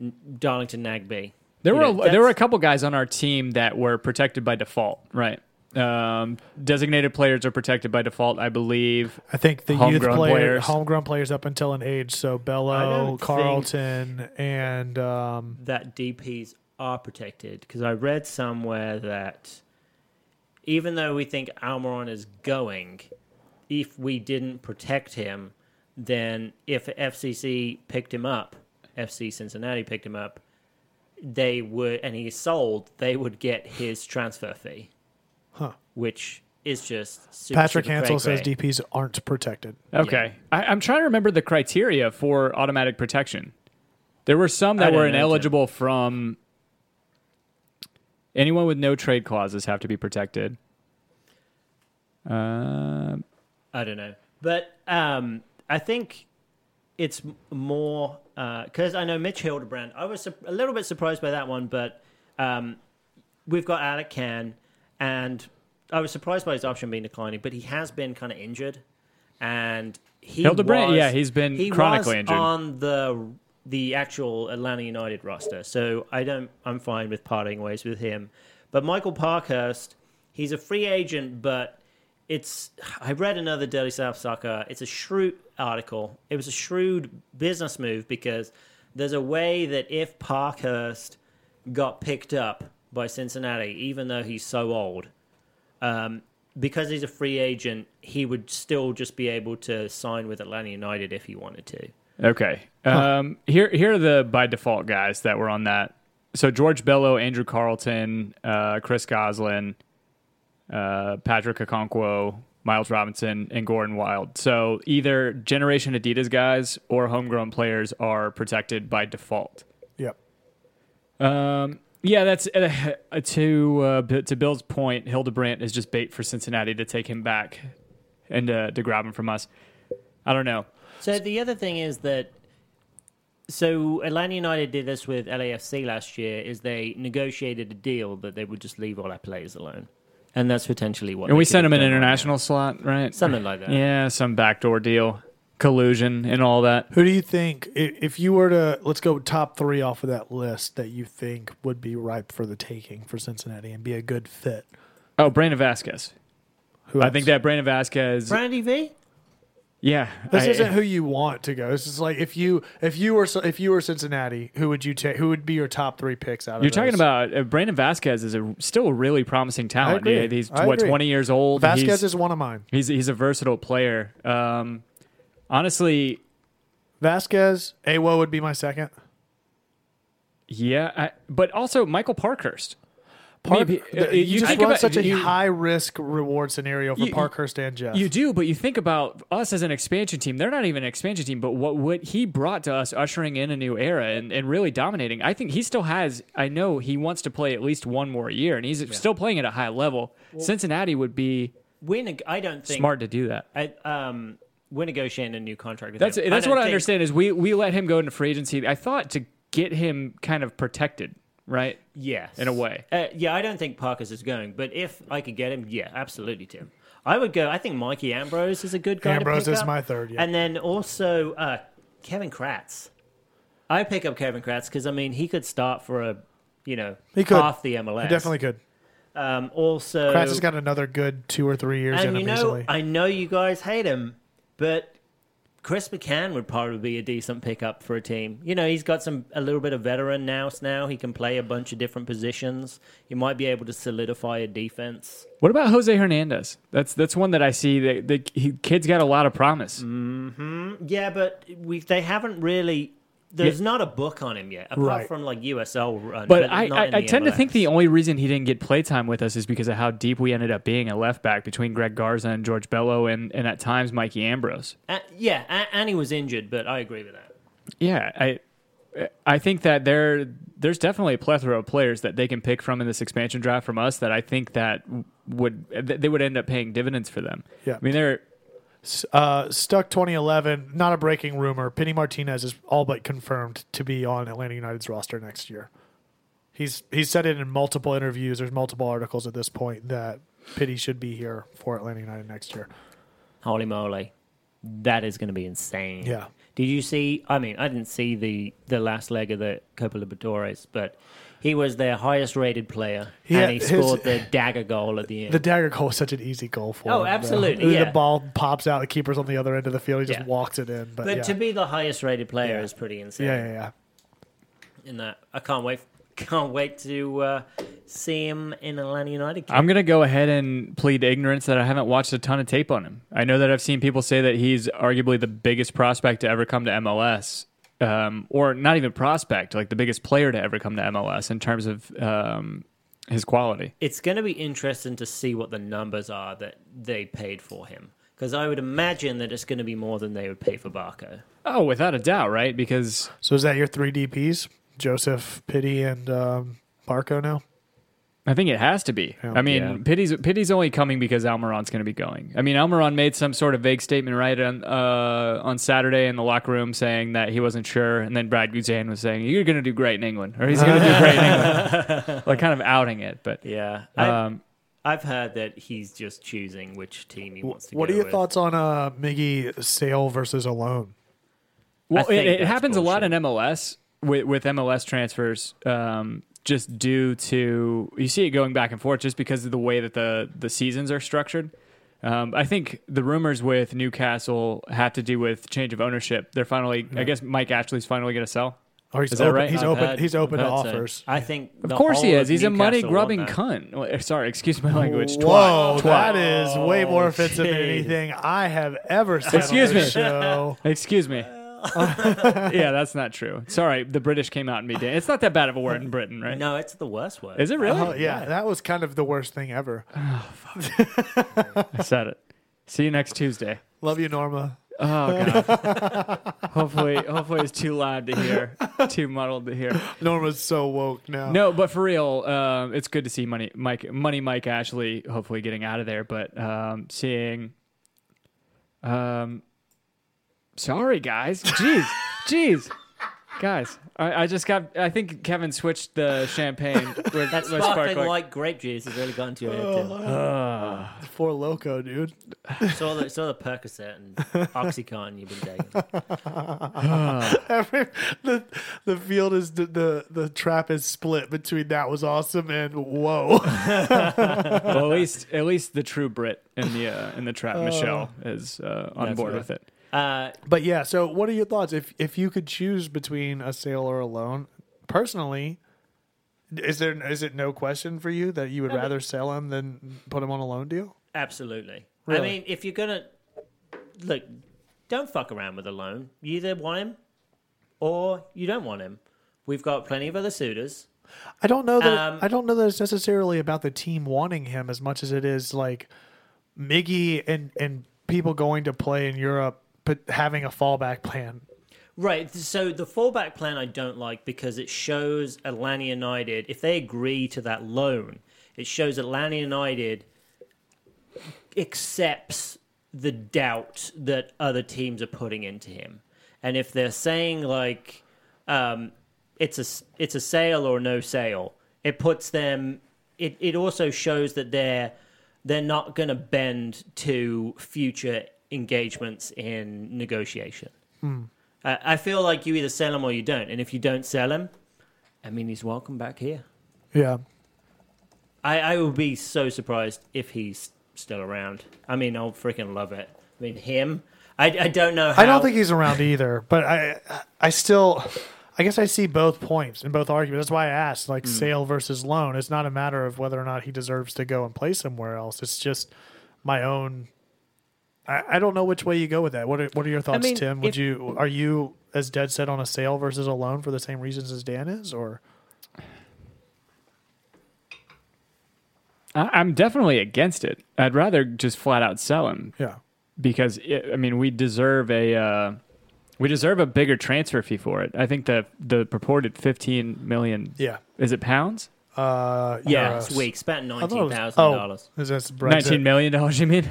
Speaker 4: N- Darlington Nagby.
Speaker 1: There
Speaker 4: You
Speaker 1: were
Speaker 4: know,
Speaker 1: a, there were a
Speaker 4: that's-
Speaker 1: couple guys on our team that were protected by default, right? Um, designated players are protected by default, I believe.
Speaker 2: I think the youth
Speaker 1: Homegrown
Speaker 2: player,
Speaker 1: players.
Speaker 2: homegrown players up until an age, so
Speaker 4: I
Speaker 2: Bello,
Speaker 4: don't
Speaker 2: Carlton, and um,
Speaker 4: that DPs are protected because I read somewhere that even though we think Almiron is going, if we didn't protect him, then if FCC picked him up, FC Cincinnati picked him up, they would, and he sold, they would get his transfer fee.
Speaker 2: Huh.
Speaker 4: Which is just super,
Speaker 2: Patrick
Speaker 4: super
Speaker 2: Hansel
Speaker 4: cray-cray.
Speaker 2: says DPs aren't protected.
Speaker 1: Okay, I, I'm trying to remember the criteria for automatic protection. There were some
Speaker 4: I
Speaker 1: that
Speaker 4: don't
Speaker 1: were
Speaker 4: know, too.
Speaker 1: ineligible from. Anyone with no trade clauses have to be protected. Um,
Speaker 4: I don't know, but um, I think it's m- more because I know Mitch Hildebrand. I was su- a little bit surprised by that one, but um, we've got Alec Can, and I was surprised by his option being declining, but he has been kind of injured, and he
Speaker 1: Hildebrand-
Speaker 4: was-
Speaker 1: yeah, he's been
Speaker 4: he
Speaker 1: chronically
Speaker 4: was
Speaker 1: injured.
Speaker 4: on the the actual Atlanta United roster, so I don't I'm fine with parting ways with him. But Michael Parkhurst, he's a free agent, but it's I read another Dirty South Soccer. It's a shrewd article. It was a shrewd business move because there's a way that if Parkhurst got picked up by Cincinnati, even though he's so old, um, because he's a free agent, he would still just be able to sign with Atlanta United if he wanted to.
Speaker 1: Okay. Um, here, here are the by default guys that were on that. So George Bello, Andrew Carlton, uh, Chris Goslin, uh, Patrick Okonkwo, Miles Robinson, and Gordon Wild. So either Generation Adidas guys or homegrown players are protected by default.
Speaker 2: Yep.
Speaker 1: Um, yeah, that's uh, to uh, B- to Bill's point. Hildebrandt is just bait for Cincinnati to take him back and uh, to grab him from us. I don't know.
Speaker 4: So the other thing is that so Atlanta United did this with LAFC last year is they negotiated a deal that they would just leave all our players alone. And that's potentially what
Speaker 1: And
Speaker 4: they
Speaker 1: we
Speaker 4: could
Speaker 1: sent
Speaker 4: have
Speaker 1: him an
Speaker 4: done right now.
Speaker 1: international slot, right?
Speaker 4: Something like that.
Speaker 1: Yeah, some backdoor deal, collusion, and all that.
Speaker 2: Who do you think, i- if you were to, let's go top three off of that list that you think would be ripe for the taking for Cincinnati and be a good fit?
Speaker 1: Oh, Brandon Vasquez.
Speaker 2: Who
Speaker 1: I
Speaker 2: else?
Speaker 1: think that Brandon Vasquez.
Speaker 4: Brandy V?
Speaker 1: yeah,
Speaker 2: this
Speaker 1: I-
Speaker 2: isn't who you want to go. This is like if you if you were if you were Cincinnati, who would you take? Who would be your top three picks out of?
Speaker 1: You're talking
Speaker 2: those?
Speaker 1: about uh, Brandon Vasquez is a, still a really promising talent.
Speaker 2: agree.
Speaker 1: Yeah, he's
Speaker 2: I
Speaker 1: what
Speaker 2: agree.
Speaker 1: 20 years old.
Speaker 2: Vasquez
Speaker 1: he's,
Speaker 2: is one of mine.
Speaker 1: he's he's a versatile player. Um, honestly,
Speaker 2: Vasquez, Awo would be my second.
Speaker 1: yeah, I, but also Michael Parkhurst.
Speaker 2: Park,
Speaker 1: Maybe-
Speaker 2: th-
Speaker 1: uh,
Speaker 2: you,
Speaker 1: you
Speaker 2: just
Speaker 1: think
Speaker 2: run
Speaker 1: about-
Speaker 2: such a
Speaker 1: you-
Speaker 2: high risk reward scenario for
Speaker 1: You-
Speaker 2: Parkhurst and Jeff.
Speaker 1: You do, but you think about us as an expansion team. They're not even an expansion team, but what what he brought to us, ushering in a new era and, and really dominating. I think he still has. I know he wants to play at least one more year, and he's still playing at a high level. Cincinnati would be
Speaker 4: We neg- I don't think
Speaker 1: smart to do that.
Speaker 4: I, um we're negotiating a new contract with
Speaker 1: That's
Speaker 4: him.
Speaker 1: that's
Speaker 4: don't
Speaker 1: what I
Speaker 4: think-
Speaker 1: understand is we we let him go into free agency. I thought to get him kind of protected, right?
Speaker 4: Yes.
Speaker 1: In a way.
Speaker 4: Uh, yeah, I don't think Parker's is going, but if I could get him, yeah, absolutely, Tim. I would go. I think Mikey Ambrose is a good guy. to
Speaker 2: Ambrose
Speaker 4: pick
Speaker 2: is
Speaker 4: up.
Speaker 2: my third, yeah.
Speaker 4: And then also uh, Kevin Kratz. I pick up Kevin Kratz because I mean he could start for a, you know,
Speaker 2: He could.
Speaker 4: half the MLS.
Speaker 2: He definitely could.
Speaker 4: Um, also,
Speaker 2: Kratz has got another good two or three years in
Speaker 4: and
Speaker 2: him
Speaker 4: you know,
Speaker 2: easily.
Speaker 4: I know you guys hate him, but Chris McCann would probably be a decent pickup for a team. You know, he's got some a little bit of veteran now. Now he can play a bunch of different positions. He might be able to solidify a defense.
Speaker 1: What about Jose Hernandez? That's that's one that I see. That the he- kid's got a lot of promise.
Speaker 4: Yeah, but we they haven't really. There's not a book on him yet, apart
Speaker 2: Right.
Speaker 4: from like USL run.
Speaker 1: But I,
Speaker 4: not
Speaker 1: I,
Speaker 4: in
Speaker 1: I tend to
Speaker 4: MLS.
Speaker 1: think the only reason he didn't get playtime with us is because of how deep we ended up being at left back between Greg Garza and George Bello and, and at times Mikey Ambrose.
Speaker 4: Uh, yeah, a- and he was injured, but I agree with that.
Speaker 1: Yeah, I I think that there there's definitely a plethora of players that they can pick from in this expansion draft from us that I think that would that they would end up paying dividends for them.
Speaker 2: Yeah.
Speaker 1: I mean they're
Speaker 2: uh, Stuck 2011, not a breaking rumor. Penny Martinez is all but confirmed to be on Atlanta United's roster next year. He's he's said it in multiple interviews. There's multiple articles at this point that Pity should be here for Atlanta United next year.
Speaker 4: Holy moly! that is going to be insane.
Speaker 2: Yeah.
Speaker 4: Did you see? I mean, I didn't see the the last leg of the Copa Libertadores, but he was their highest rated player,
Speaker 2: Yeah,
Speaker 4: and he
Speaker 2: his-
Speaker 4: scored the dagger goal at the end.
Speaker 2: The dagger goal is such an easy goal for
Speaker 4: Oh,
Speaker 2: him, though.
Speaker 4: absolutely,
Speaker 2: The-
Speaker 4: yeah.
Speaker 2: The ball pops out. The keeper's on the other end of the field. He just
Speaker 4: Yeah.
Speaker 2: walks it in. But,
Speaker 4: but
Speaker 2: yeah.
Speaker 4: to be the highest rated player is pretty insane.
Speaker 2: yeah, yeah, yeah.
Speaker 4: In that, I can't wait. (laughs) Can't wait to uh, see him in Atlanta United. kit.
Speaker 1: I'm gonna go ahead and plead ignorance that I haven't watched a ton of tape on him. I know that I've seen people say that he's arguably the biggest prospect to ever come to MLS, um, or not even prospect, like the biggest player to ever come to MLS in terms of um, his quality.
Speaker 4: it's going to be interesting to see what the numbers are that they paid for him because I would imagine that it's going to be more than they would pay for Barco.
Speaker 1: Oh, without a doubt, right? Because
Speaker 2: So is that your three DPS? Joseph, Pity, and um, Barco now?
Speaker 1: I think it has to be.
Speaker 2: Yeah.
Speaker 1: I mean,
Speaker 4: Yeah.
Speaker 1: Pity's Pity's only coming because Almiron's going to be going. I mean, Almiron made some sort of vague statement right on uh, on Saturday in the locker room saying that he wasn't sure, and then Brad Guzan was saying you're going to do great in England, or he's going to do great in England,
Speaker 4: (laughs)
Speaker 1: like kind of outing it. But
Speaker 4: Yeah, I,
Speaker 1: um,
Speaker 4: I've heard that he's just choosing which team he wants to
Speaker 2: What
Speaker 4: go
Speaker 2: are your
Speaker 4: with.
Speaker 2: thoughts on uh, Miggy Sale versus Alone?
Speaker 1: well,
Speaker 4: think
Speaker 1: it, it
Speaker 4: that's
Speaker 1: happens a lot in
Speaker 4: bullshit.
Speaker 1: MLS with, with MLS transfers, um, just due to you see it going back and forth, just because of the way that the the seasons are structured. Um, I think the rumors with Newcastle had to do with change of ownership. They're finally, I guess, Mike Ashley's finally going to sell.
Speaker 2: Or he's
Speaker 1: Is that
Speaker 2: open,
Speaker 1: right?
Speaker 2: He's
Speaker 1: I've
Speaker 2: open.
Speaker 4: heard-
Speaker 2: he's open to
Speaker 4: I've heard so.
Speaker 2: offers.
Speaker 4: I think
Speaker 1: Of course he is. He's a money grubbing cunt. Well, Sorry, excuse my language.
Speaker 2: Whoa,
Speaker 1: Twat.
Speaker 2: that
Speaker 1: Twat.
Speaker 2: is way more offensive than
Speaker 4: jeez.
Speaker 2: anything I have ever said.
Speaker 1: Oh, Excuse
Speaker 2: on this
Speaker 1: me. (laughs)
Speaker 2: Show.
Speaker 1: Excuse me. yeah, that's not true. Sorry, the British came out in me. Dan. It's not that bad of a word in Britain, right?
Speaker 4: No, it's the worst word. Uh,
Speaker 1: Is it really?
Speaker 2: Oh, yeah, that was kind of the worst thing ever.
Speaker 1: I said it. See you next Tuesday.
Speaker 2: Love you, Norma.
Speaker 1: Oh god. hopefully, hopefully it's too loud to hear, too muddled to hear.
Speaker 2: Norma's so woke now.
Speaker 1: No, but for real, um, it's good to see money, Mike, money, Mike Ashley, hopefully getting out of there. But um, seeing, um, sorry guys, jeez, jeez, guys, I, I just got. I think Kevin switched the
Speaker 4: (laughs)
Speaker 1: champagne with, with
Speaker 4: That
Speaker 1: sparkling.
Speaker 4: sparkling like grape juice has really gone to your
Speaker 2: Oh,
Speaker 4: head. Tim.
Speaker 2: Four loco, dude. (laughs)
Speaker 4: It's all the, it's all the Percocet and OxyContin you've been
Speaker 2: (laughs)
Speaker 4: taking.
Speaker 2: Every the the field is the, the the trap is split between that was awesome and whoa. (laughs)
Speaker 1: well, at least, at least the true Brit in the uh, in the trap, Michelle, is uh, on
Speaker 4: Oh. That's
Speaker 1: board
Speaker 4: good.
Speaker 1: with it.
Speaker 4: Uh,
Speaker 2: But yeah, so what are your thoughts if if you could choose between a sale or a loan? Personally, is there is it no question for you that you would rather sell him than put him on a loan deal?
Speaker 4: Absolutely. I
Speaker 2: Really?
Speaker 4: mean, if you're gonna look, don't fuck around with a loan. You either want him or you don't want him. We've got plenty of other suitors.
Speaker 2: I don't know that
Speaker 4: Um,
Speaker 2: I don't know that it's necessarily about the team wanting him as much as it is like Miggy and and people going to play in Europe but having a fallback plan.
Speaker 4: Right. So the fallback plan I don't like because it shows Atlanta United if they agree to that loan, it shows Atlanta United accepts the doubt that other teams are putting into him, and if they're saying like um, it's a s- it's a sale or no sale, it puts them. It it also shows that they're they're not going to bend to future engagements in negotiation. I I feel like you either sell him or you don't. And if you don't sell him, I mean, he's welcome back here.
Speaker 2: Yeah.
Speaker 4: I, I would be so surprised if he's still around. I mean, I'll freaking love it. I mean, him. I, I don't know. How,
Speaker 2: I don't think he's around either, but I I still I guess I see both points and both arguments. That's why I asked
Speaker 4: Hmm.
Speaker 2: like sale versus loan. It's not a matter of whether or not he deserves to go and play somewhere else. It's just my own I, I don't know which way you go with that. What are, what are your thoughts,
Speaker 4: mean,
Speaker 2: Tim? Would
Speaker 4: if-
Speaker 2: you are you as dead set on a sale versus a loan for the same reasons as Dan is or
Speaker 1: I, I'm definitely against it. I'd rather just flat out sell him.
Speaker 2: yeah.
Speaker 1: because it, I mean we deserve a uh, we deserve a bigger transfer fee for it. I think the the purported fifteen million
Speaker 2: Yeah.
Speaker 1: is it pounds
Speaker 2: Uh
Speaker 4: Yeah,
Speaker 2: euros.
Speaker 4: it's weak. It's about
Speaker 2: I thought it
Speaker 4: nineteen
Speaker 2: was-
Speaker 4: thousand dollars.
Speaker 2: Oh, is that Brexit?
Speaker 1: nineteen million dollars. You mean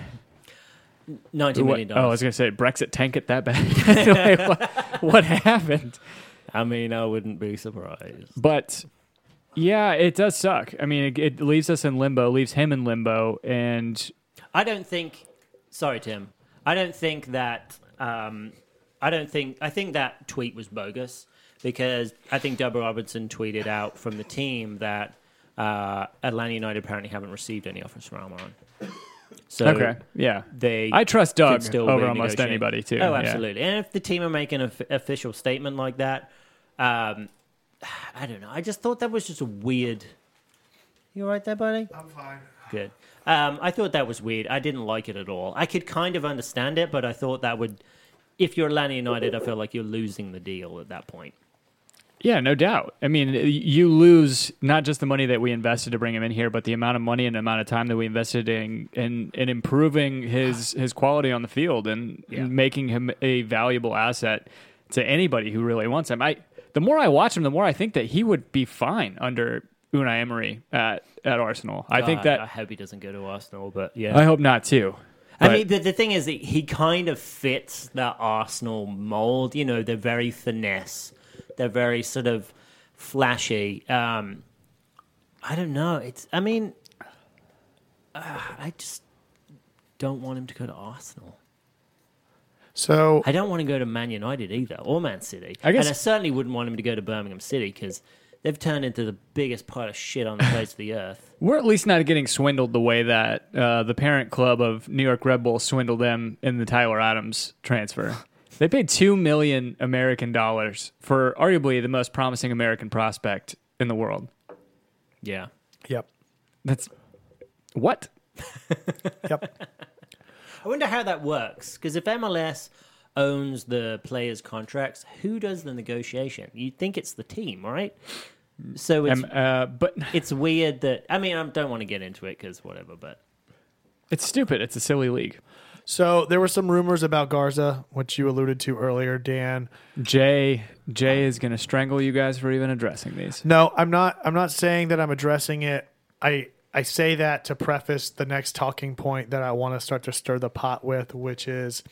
Speaker 4: Nineteen
Speaker 1: What-
Speaker 4: million
Speaker 1: Oh, I was
Speaker 4: dollars.
Speaker 1: gonna say Brexit tank it that bad. (laughs) Like, what, what happened?
Speaker 4: I mean, I wouldn't be surprised.
Speaker 1: But yeah, it does suck. I mean, it, it leaves us in limbo, leaves him in limbo, and
Speaker 4: I don't think. Sorry, Tim. I don't think that Um, I don't think I think that tweet was bogus because I think Deborah Robertson tweeted out from the team that uh, Atlanta United apparently haven't received any offers from Almiron. So
Speaker 1: Okay. Yeah.
Speaker 4: they
Speaker 1: I trust Doug
Speaker 4: could still
Speaker 1: over
Speaker 4: be
Speaker 1: almost
Speaker 4: negotiating.
Speaker 1: anybody, too.
Speaker 4: Oh,
Speaker 1: Yeah.
Speaker 4: absolutely. And if the team are making an of- official statement like that, um, (sighs) I don't know. I just thought that was just a weird. You all right there, buddy?
Speaker 2: I'm fine.
Speaker 4: Good. Um, I thought that was weird. I didn't like it at all. I could kind of understand it, but I thought that would, if you're Atlanta United, I feel like you're losing the deal at that point.
Speaker 1: Yeah, no doubt. I mean, you lose not just the money that we invested to bring him in here, but the amount of money and the amount of time that we invested in in, in improving
Speaker 4: (sighs)
Speaker 1: his his quality on the field and
Speaker 4: Yeah.
Speaker 1: making him a valuable asset to anybody who really wants him. I the more I watch him, the more I think that he would be fine under Unai Emery at at Arsenal. I think
Speaker 4: God, Uh, I
Speaker 1: that
Speaker 4: hope he doesn't go to Arsenal, but yeah.
Speaker 1: I hope not too.
Speaker 4: I
Speaker 1: But-
Speaker 4: mean, the, the thing is, that he kind of fits that Arsenal mold. You know, they're very finesse, they're very sort of flashy. Um, I don't know. It's. I mean, uh, I just don't want him to go to Arsenal.
Speaker 2: So
Speaker 4: I don't want to go to Man United either, or Man City.
Speaker 1: I guess-
Speaker 4: and I certainly wouldn't want him to go to Birmingham City because they've turned into the biggest pile of shit on the face of
Speaker 1: (laughs)
Speaker 4: the earth.
Speaker 1: We're at least not getting swindled the way that uh, the parent club of New York Red Bull swindled them in the Tyler Adams transfer. They paid two million American dollars for arguably the most promising American prospect in the world.
Speaker 4: Yeah.
Speaker 2: yep,
Speaker 1: That's what?
Speaker 2: yep.
Speaker 4: I wonder how that works because if MLS owns the players' contracts, who does the negotiation? You'd think it's the team, right? So it's
Speaker 1: Um, uh, but
Speaker 4: it's weird that I mean I don't want to get into it because whatever, but
Speaker 1: it's stupid. It's a silly league.
Speaker 2: So there were some rumors about Garza, which you alluded to earlier, Dan.
Speaker 1: Jay Jay is going to strangle you guys for even addressing these.
Speaker 2: No, I'm not. I'm not saying that I'm addressing it. I I say that to preface the next talking point that I want to start to stir the pot with, which is,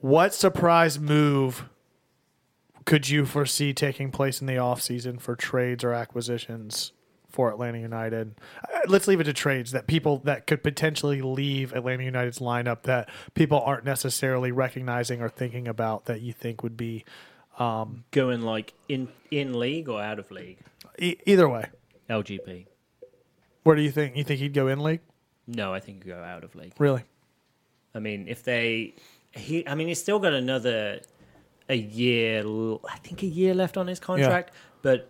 Speaker 2: what surprise move could you foresee taking place in the offseason for trades or acquisitions for Atlanta United? Uh, Let's leave it to trades that people that could potentially leave Atlanta United's lineup that people aren't necessarily recognizing or thinking about that you think would be
Speaker 4: going like in in league or out of league,
Speaker 2: e- either way.
Speaker 4: LGP.
Speaker 2: Where do you think you think he'd go in league?
Speaker 4: No, I think you go out of league.
Speaker 2: Really?
Speaker 4: I mean, if they, he, I mean, he's still got another a year. l- I think a year left on his contract. But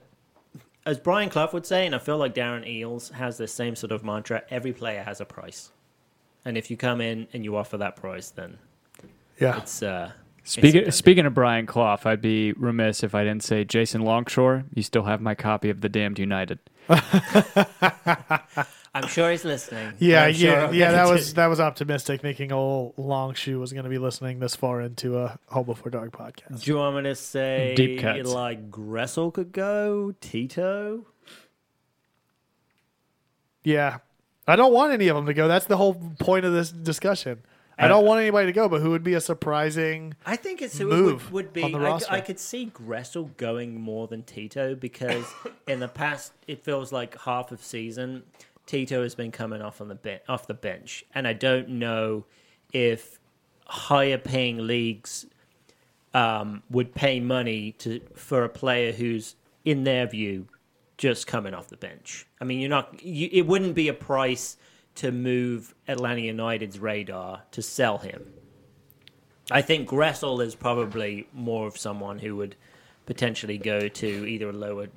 Speaker 4: as Brian Clough would say, and I feel like Darren Eels has the same sort of mantra: every player has a price, and if you come in and you offer that price, then
Speaker 2: Yeah.
Speaker 4: it's. Uh,
Speaker 1: Speaking
Speaker 4: it's-
Speaker 1: speaking of Brian Clough, I'd be remiss if I didn't say Jason Longshore. You still have my copy of the Damned United.
Speaker 4: I'm sure he's listening.
Speaker 2: Yeah,
Speaker 4: I'm sure
Speaker 2: yeah,
Speaker 4: I'll
Speaker 2: yeah.
Speaker 4: get
Speaker 2: That
Speaker 4: to-
Speaker 2: was that was optimistic. Thinking old long shoe was going to be listening this far into a whole before dark podcast.
Speaker 4: Do you want me to say
Speaker 1: Deep cuts.
Speaker 4: like Gressel could go, Tito?
Speaker 2: Yeah, I don't want any of them to go. That's the whole point of this discussion. I don't want anybody to go, but who would be a surprising?
Speaker 4: I think it's who
Speaker 2: move
Speaker 4: it would, would be.
Speaker 2: on the
Speaker 4: I c-
Speaker 2: roster.
Speaker 4: I, could see Gressel going more than Tito because in the past it feels like half of season Tito has been coming off on the ben- off the bench, and I don't know if higher paying leagues um, would pay money to for a player who's in their view just coming off the bench. I mean, you're not. You, it wouldn't be a price to move Atlanta United's radar to sell him. I think Gressel is probably more of someone who would potentially go to either a lower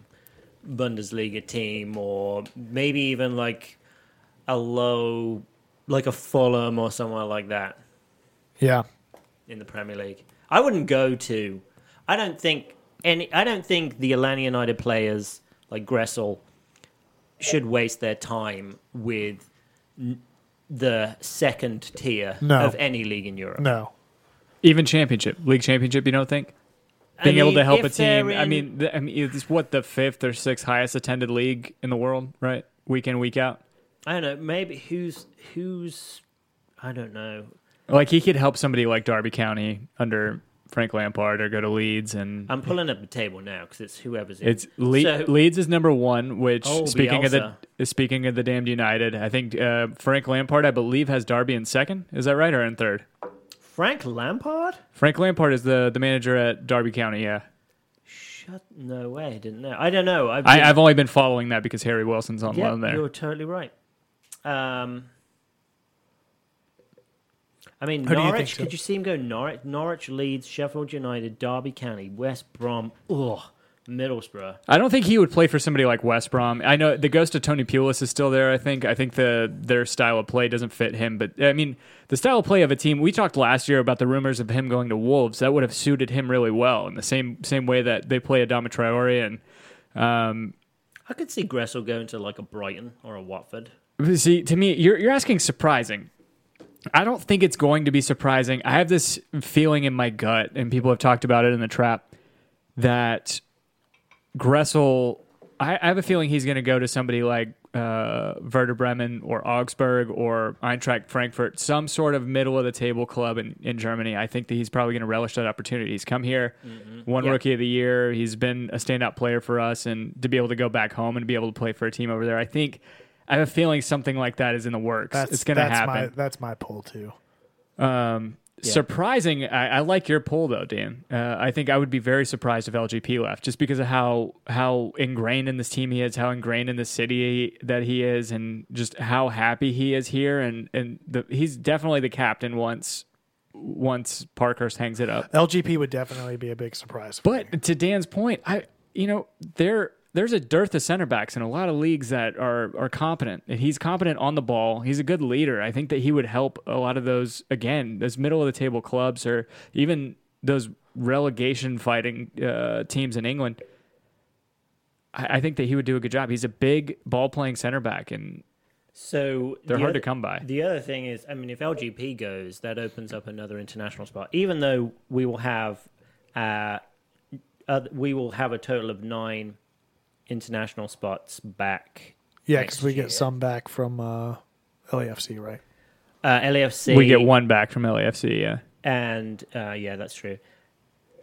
Speaker 4: Bundesliga team or maybe even like a low, like a Fulham or somewhere like that
Speaker 2: Yeah,
Speaker 4: in the Premier League. I wouldn't go to. I don't think any. I don't think the Atlanta United players like Gressel should waste their time with n- the second tier
Speaker 2: No.
Speaker 4: of any league in Europe.
Speaker 2: no,
Speaker 1: Even championship, league championship, you don't think? being
Speaker 4: I
Speaker 1: able
Speaker 4: mean,
Speaker 1: to help a
Speaker 4: if they're
Speaker 1: team. I
Speaker 4: in-
Speaker 1: mean, th- I mean, it's what the fifth or sixth highest attended league in the world, right? Week in, week out.
Speaker 4: I don't know. Maybe who's who's I don't know.
Speaker 1: Like he could help somebody like Derby County under Frank Lampard, or go to Leeds, and
Speaker 4: I'm pulling up the table now because it's whoever's in.
Speaker 1: it's Le-
Speaker 4: Um, So-
Speaker 1: Leeds is number one. Which
Speaker 4: Oh,
Speaker 1: speaking of the speaking of the damned United, I think uh, Frank Lampard, I believe, has Derby in second. Is that right or in third?
Speaker 4: Frank Lampard?
Speaker 1: Frank Lampard is the, the manager at Derby County. Yeah,
Speaker 4: Shut no way, I didn't know. I don't know. I've
Speaker 1: I, I've only been following that because Harry Wilson's on
Speaker 4: yeah,
Speaker 1: loan there.
Speaker 4: You're totally right. Um, I mean,
Speaker 2: do you
Speaker 4: Norwich.
Speaker 2: think so?
Speaker 4: Could you see him go Norwich? Norwich, Leeds, Sheffield United, Derby County, West Brom, ugh, Middlesbrough.
Speaker 1: I don't think he would play for somebody like West Brom. I know the ghost of Tony Pulis is still there. I think. I think the their style of play doesn't fit him. But I mean, the style of play of a team. We talked last year about the rumors of him going to Wolves. That would have suited him really well in the same same way that they play Adama Traore and. Um,
Speaker 4: I could see Gressel going to like a Brighton or a Watford.
Speaker 1: but see, to me, you're you're asking surprising. I don't think it's going to be surprising. I have this feeling in my gut, and people have talked about it in the trap that Gressel, I, I have a feeling he's going to go to somebody like uh, Werder Bremen or Augsburg or Eintracht Frankfurt, some sort of middle of the table club in, in Germany. I think that he's probably going to relish that opportunity. He's come here, won
Speaker 4: Yeah.
Speaker 1: Rookie of the Year. He's been a standout player for us, and to be able to go back home and be able to play for a team over there, I think. I have a feeling something like that is in the works.
Speaker 2: That's
Speaker 1: it's going to
Speaker 2: that's My,
Speaker 1: happen.
Speaker 2: that's my poll too.
Speaker 1: Um, Surprising. I, I like your poll though, Dan. Uh, I think I would be very surprised if LGP left, just because of how how ingrained in this team he is, how ingrained in the city that he is, and just how happy he is here. And and the, he's definitely the captain once once Parkhurst hangs it up.
Speaker 2: LGP would definitely be a big surprise. For me.
Speaker 1: But to Dan's point, I you know there there's a dearth of center backs in a lot of leagues that are are competent. And he's competent on the ball. He's a good leader. I think that he would help a lot of those again those middle of the table clubs or even those relegation fighting uh, teams in England. I, I think that he would do a good job. He's a big ball playing center back, and
Speaker 4: So
Speaker 1: They're
Speaker 4: the
Speaker 1: hard to
Speaker 4: other-
Speaker 1: come by.
Speaker 4: The other thing is, I mean, if LGP goes, that opens up another international spot. Even though we will have, uh, uh, we will have a total of nine international spots back.
Speaker 2: yeah,
Speaker 4: next
Speaker 2: because we
Speaker 4: year.
Speaker 2: get some back from uh, LAFC, right?
Speaker 4: Uh, LAFC.
Speaker 1: we get one back from LAFC. Yeah,
Speaker 4: and uh, yeah, that's true.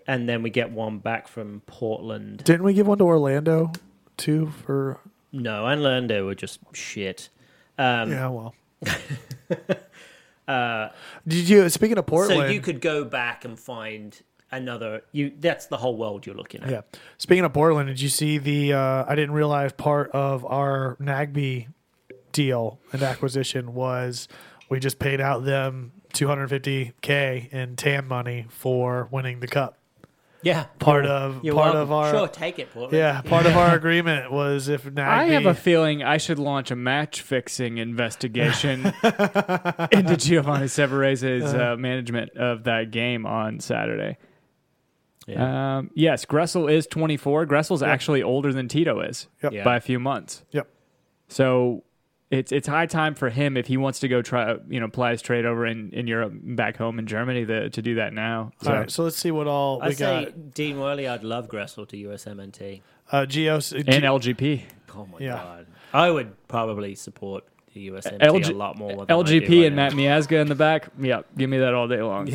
Speaker 4: And then we get one back from Portland.
Speaker 2: Didn't we give one to Orlando too? For
Speaker 4: No, Orlando were just shit. Um,
Speaker 2: yeah,
Speaker 4: (laughs)
Speaker 2: well. Did you speaking of Portland?
Speaker 4: Uh, So you could go back and find another. You that's the whole world you're looking at.
Speaker 2: Yeah. Speaking of Portland, did you see the? Uh, I didn't realize part of our Nagby deal and acquisition was we just paid out them 250k in TAM money for winning the cup.
Speaker 4: yeah.
Speaker 2: Part of
Speaker 4: You're
Speaker 2: part
Speaker 4: welcome.
Speaker 2: of our
Speaker 4: sure, take it, Portland. (laughs)
Speaker 2: yeah part of our agreement was if Nagby
Speaker 1: I have a feeling I should launch a match fixing investigation (laughs) into Giovanni Severese's uh, management of that game on Saturday.
Speaker 4: Yeah.
Speaker 1: Um, yes, Gressel is 24. Gressel's actually older than Tito is
Speaker 2: Yep.
Speaker 4: Yeah.
Speaker 1: by a few months.
Speaker 2: yep
Speaker 1: So it's it's high time for him if he wants to go try you know apply his trade over in, in Europe back home in Germany to, to do that now. Uh, So
Speaker 2: all right so let's see what all
Speaker 4: I
Speaker 2: we
Speaker 4: say
Speaker 2: got
Speaker 4: Dean Worley. I'd love Gressel to USMNT.
Speaker 2: uh, Geos
Speaker 1: and LGP.
Speaker 4: Oh my
Speaker 2: Yeah.
Speaker 4: god, I would probably support the USMNT a
Speaker 1: LG
Speaker 4: lot more. Than I do
Speaker 1: LGP
Speaker 4: right
Speaker 1: and
Speaker 4: now.
Speaker 1: Matt Miazga in the back. Yeah, give me that all day long.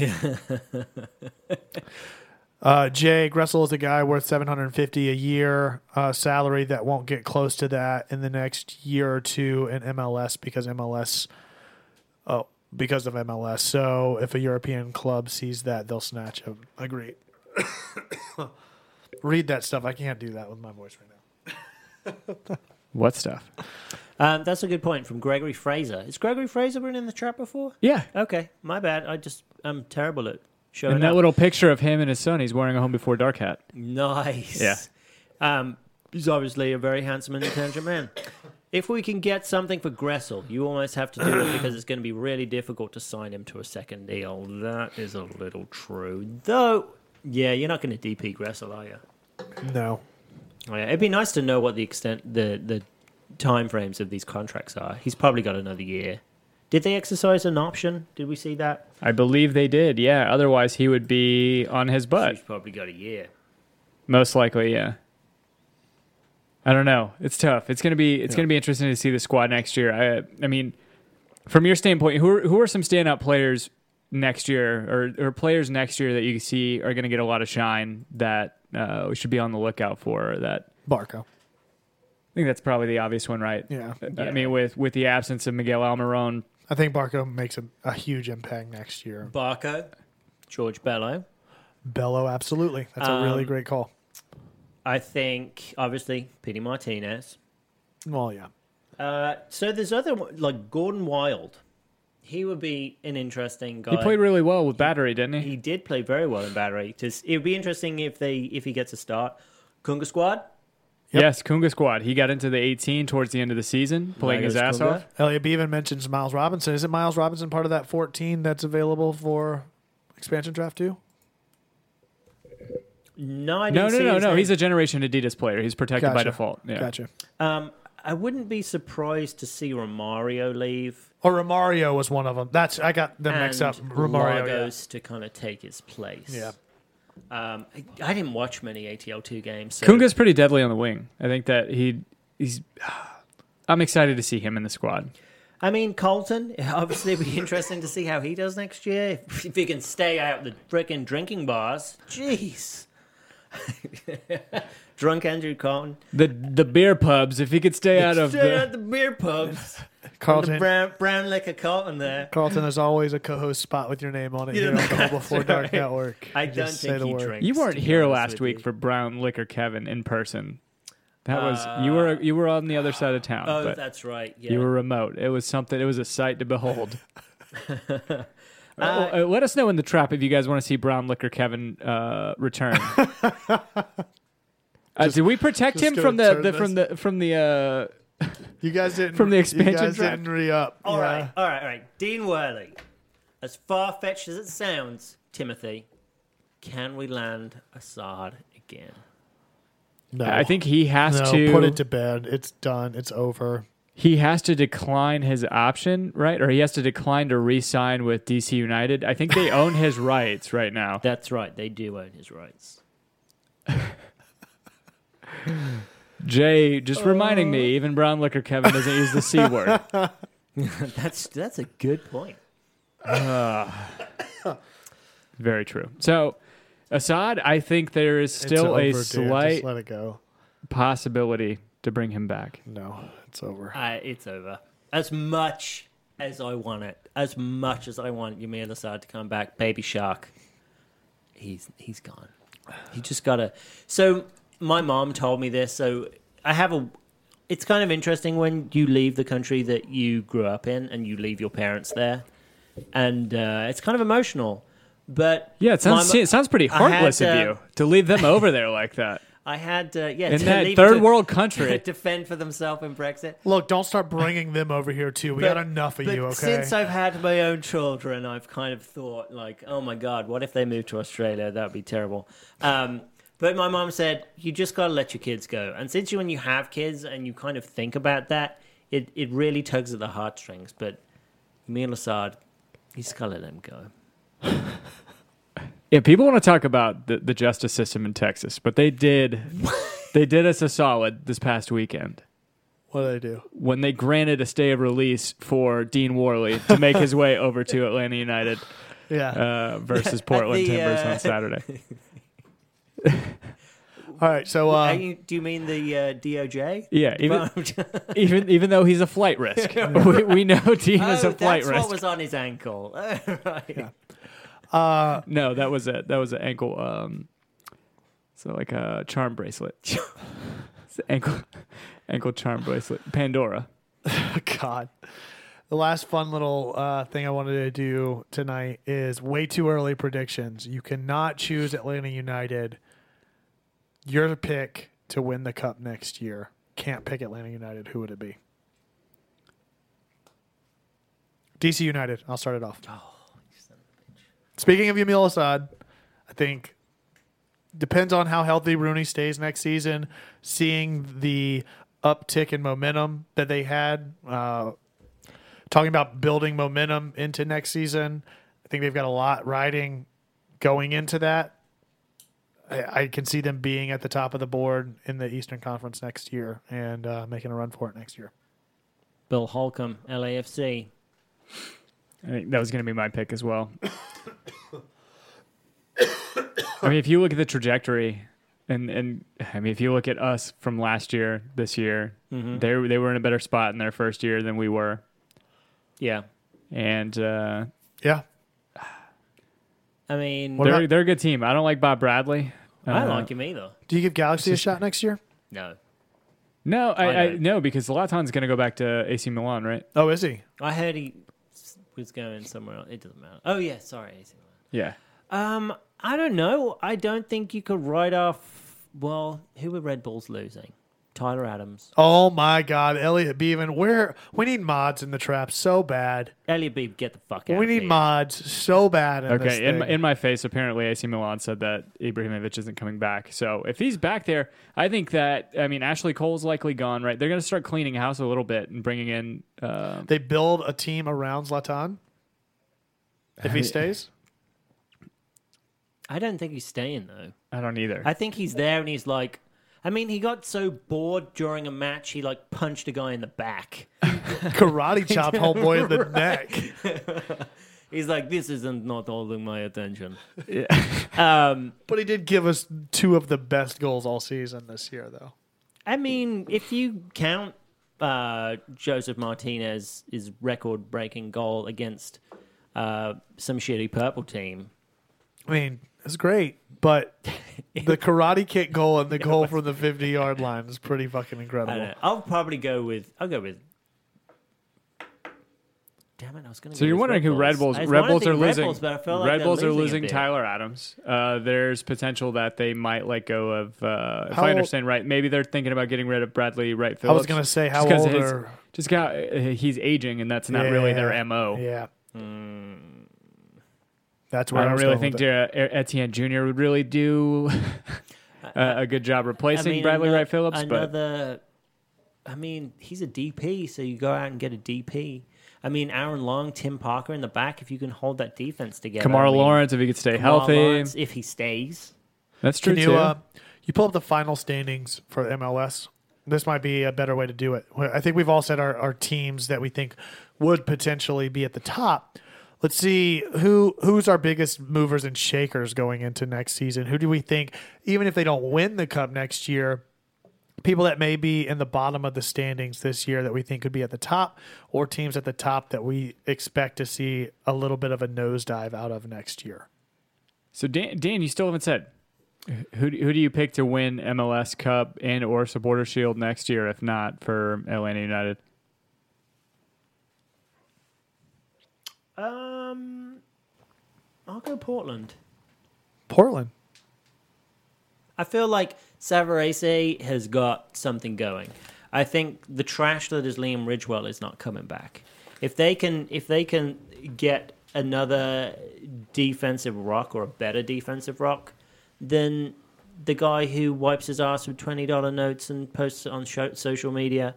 Speaker 2: Uh, Jay Gressel is a guy worth 750 a year uh, salary that won't get close to that in the next year or two in MLS because MLS, oh, because of MLS. So if a European club sees that, they'll snatch him. Agreed. (coughs) Read that stuff. I can't do that with my voice right now.
Speaker 1: What stuff?
Speaker 4: Um, that's a good point from Gregory Fraser. Is Gregory Fraser been in the trap before?
Speaker 1: Yeah.
Speaker 4: Okay, my bad. I just I'm terrible at showing
Speaker 1: And that
Speaker 4: up.
Speaker 1: little picture of him and his son, he's wearing a Home Before Dark hat.
Speaker 4: nice.
Speaker 1: Yeah.
Speaker 4: Um, he's obviously a very handsome and intelligent man. If we can get something for Gressel, you almost have to do it because it's going to be really difficult to sign him to a second deal. That is a little true, though. Yeah, you're not going to DP Gressel, are you?
Speaker 2: No.
Speaker 4: Oh, yeah. It'd be nice to know what the extent the the time frames of these contracts are. He's probably got another year. Did they exercise an option? Did we see that?
Speaker 1: I believe they did, yeah. Otherwise, he would be on his butt,
Speaker 4: He's probably got a year.
Speaker 1: most likely, yeah. I don't know. It's tough. It's gonna be it's gonna be interesting to see the squad next year. I I mean, from your standpoint, who are, who are some standout players next year, or or players next year that you see are gonna get a lot of shine that uh, we should be on the lookout for? That
Speaker 2: Barco.
Speaker 1: I think that's probably the obvious one, right?
Speaker 2: Yeah.
Speaker 1: I mean, with with the absence of Miguel Almiron,
Speaker 2: I think Barco makes a, a huge impact next year.
Speaker 4: Barco. George Bellow.
Speaker 2: Bello, absolutely. That's a really great call.
Speaker 4: I think obviously Pete Martinez.
Speaker 2: Well, yeah.
Speaker 4: Uh, so there's other one- like Gordon Wild. He would be an interesting guy.
Speaker 1: He played really well with battery, didn't he?
Speaker 4: He did play very well in Battery. Just it would be interesting if they if he gets a start. Kunga Squad.
Speaker 1: Yes, Kunga squad. He got into the 18 towards the end of the season, playing his
Speaker 4: goes
Speaker 1: ass
Speaker 4: Kunga.
Speaker 1: off.
Speaker 2: Elliot Beevan mentions Miles Robinson. Isn't Miles Robinson part of that 14 that's available for expansion draft too?
Speaker 4: No, I
Speaker 1: No, no,
Speaker 4: didn't see
Speaker 1: no,
Speaker 4: his
Speaker 1: no.
Speaker 4: name.
Speaker 1: He's a generation Adidas player. He's protected by default. Yeah.
Speaker 2: Gotcha.
Speaker 4: Um, I wouldn't be surprised to see Romario leave
Speaker 2: Or Romario was one of them. That's I got them
Speaker 4: and
Speaker 2: mixed up. Romario. yeah.
Speaker 4: Lagos to kind of take his place.
Speaker 2: Yeah.
Speaker 4: Um, I, I didn't watch many ATL two games. So
Speaker 1: Kunga's pretty deadly on the wing. I think that he he's. (sighs) I'm excited to see him in the squad.
Speaker 4: I mean, Colton, (laughs) obviously, it'd be interesting to see how he does next year. If he can stay out the frickin' drinking bars. Jeez. (laughs) Drunk Andrew Colton.
Speaker 1: The the beer pubs. If he could stay out of
Speaker 4: Stay
Speaker 1: the,
Speaker 4: out the
Speaker 1: (laughs)
Speaker 4: beer pubs. The
Speaker 2: Carlton.
Speaker 4: brown, brown liquor Colton there.
Speaker 2: Carlton is always a co-host spot with your name on it
Speaker 4: You
Speaker 2: here on
Speaker 4: know,
Speaker 2: the Home Before
Speaker 4: that's
Speaker 2: Dark
Speaker 4: right.
Speaker 2: Network.
Speaker 4: I don't
Speaker 2: Just say
Speaker 4: think
Speaker 2: the
Speaker 4: he
Speaker 2: word.
Speaker 4: drinks.
Speaker 1: You
Speaker 4: to
Speaker 1: weren't
Speaker 4: be
Speaker 1: here
Speaker 4: honest
Speaker 1: last
Speaker 4: with
Speaker 1: week
Speaker 4: you.
Speaker 1: for Brown Liquor Kevin in person. That was you were you were on the other side of town,
Speaker 4: Uh, Oh,
Speaker 1: but
Speaker 4: that's right. Yeah.
Speaker 1: you were remote. It was something. It was a sight to
Speaker 2: (laughs)
Speaker 1: behold. Uh, let us know in the trap if you guys want to see Brown Liquor Kevin uh,
Speaker 2: (laughs)
Speaker 1: return. uh, did we protect
Speaker 2: just
Speaker 1: him
Speaker 2: go
Speaker 1: from the,
Speaker 2: turn
Speaker 1: the from the from the? Uh,
Speaker 2: You guys didn't
Speaker 1: From the expansion
Speaker 2: You guys
Speaker 1: draft.
Speaker 2: didn't re up.
Speaker 4: All right, all right, all right. Dean Worley, as far fetched as it sounds, Timothy, can we land Assad again?
Speaker 2: No,
Speaker 1: I think he has
Speaker 2: no.
Speaker 1: to
Speaker 2: Put it to bed. It's done. It's over.
Speaker 1: he has to decline his option, right? Or he has to decline to re-sign with DC United. I think they own
Speaker 2: (laughs)
Speaker 1: his rights right now.
Speaker 4: That's right. They do own his rights.
Speaker 1: Jay, just reminding me,
Speaker 2: Uh.
Speaker 1: even Brown Liquor Kevin doesn't use the c word.
Speaker 4: That's that's a good point.
Speaker 1: Very true. So, Assad, I think there is
Speaker 2: It's
Speaker 1: still
Speaker 2: over,
Speaker 1: a
Speaker 2: dude.
Speaker 1: slight
Speaker 2: Just let it go.
Speaker 1: possibility to bring him back.
Speaker 2: No, it's over.
Speaker 4: Uh, it's over. As much as I want it, as much as I want Yamil Assad to come back, Baby Shark, he's he's gone. He just gotta. So my mom told me this. So I have a. It's kind of interesting when you leave the country that you grew up in and you leave your parents there, and uh, it's kind of emotional. But
Speaker 1: Yeah, it sounds
Speaker 4: my mo-
Speaker 1: it sounds pretty
Speaker 4: I had,
Speaker 1: heartless of
Speaker 4: uh,
Speaker 1: you to leave them over there like that
Speaker 4: I had uh, yeah
Speaker 1: in
Speaker 4: to
Speaker 1: that
Speaker 4: leave
Speaker 1: third
Speaker 4: to-
Speaker 1: world
Speaker 4: to
Speaker 1: country.
Speaker 4: (laughs) defend for themselves in Brexit.
Speaker 2: Look, don't start bringing them over here too. We got enough of
Speaker 4: but
Speaker 2: you. Okay.
Speaker 4: Since I've had my own children, I've kind of thought like, oh my god, what if they move to Australia? That would be terrible. Um, but my mom said you just gotta let your kids go. And since you when you have kids and you kind of think about that, it it really tugs at the heartstrings. But Emil Assad, you just gotta let him go.
Speaker 1: (laughs) yeah, people want to talk about the, the justice system in Texas, but they
Speaker 4: (laughs)
Speaker 1: did they did us a solid this past weekend
Speaker 2: what do they do?
Speaker 1: when they granted a stay of release for Dean Worley to make his way over to Atlanta United
Speaker 2: Yeah.
Speaker 1: uh,
Speaker 4: (laughs)
Speaker 1: versus Portland
Speaker 4: the,
Speaker 1: Timbers
Speaker 4: uh,
Speaker 1: on Saturday.
Speaker 4: (laughs)
Speaker 2: All right. So
Speaker 4: Are
Speaker 1: um,
Speaker 2: uh,
Speaker 4: you, do you mean the uh, DOJ?
Speaker 1: Yeah, even
Speaker 4: (laughs) oh,
Speaker 1: even even though he's a flight
Speaker 4: (laughs)
Speaker 1: risk, (laughs) we, we know Dean is a flight
Speaker 4: Oh, that's
Speaker 1: risk.
Speaker 4: what was on his ankle. (laughs) Oh, right.
Speaker 2: uh,
Speaker 1: No, that was it. That was an ankle. Um, so like a charm bracelet. (laughs) It's an ankle, ankle charm bracelet. Pandora.
Speaker 2: (laughs) God. The last fun little uh, thing I wanted to do tonight is way too early predictions. You cannot choose Atlanta United. Your pick to win the cup next year. Can't pick Atlanta United. Who would it be? DC United. I'll start it off. Speaking of Yamil Assad, I think depends on how healthy Rooney stays next season. Seeing the uptick in momentum that they had, uh, talking about building momentum into next season, I think they've got a lot riding going into that. I, I can see them being at the top of the board in the Eastern Conference next year and uh, making a run for it next year.
Speaker 4: Bill Holcomb, LAFC.
Speaker 1: I think that was going to be my pick as well. I mean, if you look at the trajectory, and and I mean, if you look at us from last year, this year, they they were in a better spot in their first year than we were,
Speaker 4: Yeah.
Speaker 1: and uh,
Speaker 2: Yeah.
Speaker 4: I mean,
Speaker 2: What
Speaker 1: They're
Speaker 2: about-
Speaker 1: they're a good team. I don't like Bob Bradley.
Speaker 4: I don't
Speaker 1: Uh,
Speaker 4: like him either.
Speaker 2: Do you give Galaxy a shot next year?
Speaker 4: No,
Speaker 1: No, I,
Speaker 4: I
Speaker 1: I,
Speaker 4: know.
Speaker 1: no because Laton's going to go back to AC Milan, right?
Speaker 2: Oh, is he?
Speaker 4: I heard he s- was going somewhere else. It doesn't matter. Oh yeah, sorry. AC Milan.
Speaker 1: Yeah.
Speaker 4: Um, I don't know. I don't think you could write off. Well, who were Red Bulls losing? Tyler Adams,
Speaker 2: Oh my God, Elliot Beevan. Where we need mods in the trap so bad.
Speaker 4: Elliot Beebe, get the fuck out.
Speaker 2: we
Speaker 4: of
Speaker 2: need
Speaker 4: here.
Speaker 2: mods so bad. In this
Speaker 1: Okay. In my,
Speaker 2: thing.
Speaker 1: in my face, apparently AC Milan said that Ibrahimovic isn't coming back. So if he's back there, I think that I mean Ashley Cole's likely gone, right? They're going to start cleaning house a little bit and bringing in. Uh,
Speaker 2: they build a team around Zlatan. If he stays,
Speaker 4: I don't think he's staying though.
Speaker 1: I don't either.
Speaker 4: I think he's there and he's like, I mean, he got so bored during a match, he like punched a guy in the back.
Speaker 2: karate chop homeboy in the neck.
Speaker 4: He's like, this isn't not holding my attention.
Speaker 1: Yeah.
Speaker 4: Um,
Speaker 2: But he did give us two of the best goals all season this year, though.
Speaker 4: I mean, if you count uh, Joseph Martinez's record breaking goal against uh, some shitty purple team,
Speaker 2: I mean, it's great, but the karate kick goal and the goal from the 50 yard line is pretty fucking
Speaker 4: I
Speaker 2: incredible.
Speaker 4: don't know. I'll probably go with. I'll go with. Damn it! I was going to.
Speaker 1: So you're wondering who Red Bulls?
Speaker 4: I
Speaker 1: Red
Speaker 4: wanna
Speaker 1: Bulls
Speaker 4: think
Speaker 1: are losing.
Speaker 4: Red Bulls, but I feel like
Speaker 1: Red
Speaker 4: they're
Speaker 1: Bulls are
Speaker 4: losing a
Speaker 1: losing
Speaker 4: bit.
Speaker 1: Tyler Adams. Uh, there's potential that they might let go of. Uh, if
Speaker 2: How
Speaker 1: I
Speaker 2: old-
Speaker 1: understand right, maybe they're thinking about getting rid of Bradley Wright
Speaker 2: I
Speaker 1: Phillips.
Speaker 2: was going to say, how
Speaker 1: just 'cause
Speaker 2: old
Speaker 1: of his-
Speaker 2: are.
Speaker 1: Just got uh, he's aging, and that's not really
Speaker 2: Yeah,
Speaker 1: their mo.
Speaker 2: Yeah. That's where
Speaker 1: I
Speaker 2: I
Speaker 1: don't
Speaker 2: was
Speaker 1: really
Speaker 2: going
Speaker 1: think
Speaker 2: with it.
Speaker 1: Jer- Etienne Jr. would really
Speaker 4: (laughs)
Speaker 1: do a, a good job
Speaker 4: I
Speaker 1: replacing
Speaker 4: mean,
Speaker 1: Bradley
Speaker 4: ano-
Speaker 1: Wright Phillips, but
Speaker 4: Another. I mean, he's a DP, so you go out and get a DP. I mean, Aaron Long, Tim Parker in the back. If you can hold that defense together, I
Speaker 1: Kamara
Speaker 4: mean,
Speaker 1: Lawrence, if he could stay
Speaker 4: Kamara
Speaker 1: healthy,
Speaker 4: Lawrence, if he stays.
Speaker 1: that's true
Speaker 2: Can you,
Speaker 1: too.
Speaker 2: uh, you pull up the final standings for MLS? This might be a better way to do it. Well, I think we've all said our, our teams that we think would potentially be at the top. Let's see who who's our biggest movers and shakers going into next season. Who do we think, even if they don't win the cup next year, people that may be in the bottom of the standings this year that we think could be at the top, or teams at the top that we expect to see a little bit of a nosedive out of next year?
Speaker 1: So Dan, Dan, you still haven't said who do, who do you pick to win MLS Cup and or Supporter Shield next year, if not for Atlanta United?
Speaker 4: Um, I'll go Portland.
Speaker 2: Portland.
Speaker 4: I feel like Savarese has got something going. I think the trash that is Liam Ridgewell is not coming back. If they can, if they can get another defensive rock or a better defensive rock, then the guy who wipes his ass with twenty dollar notes and posts it on sho- social media,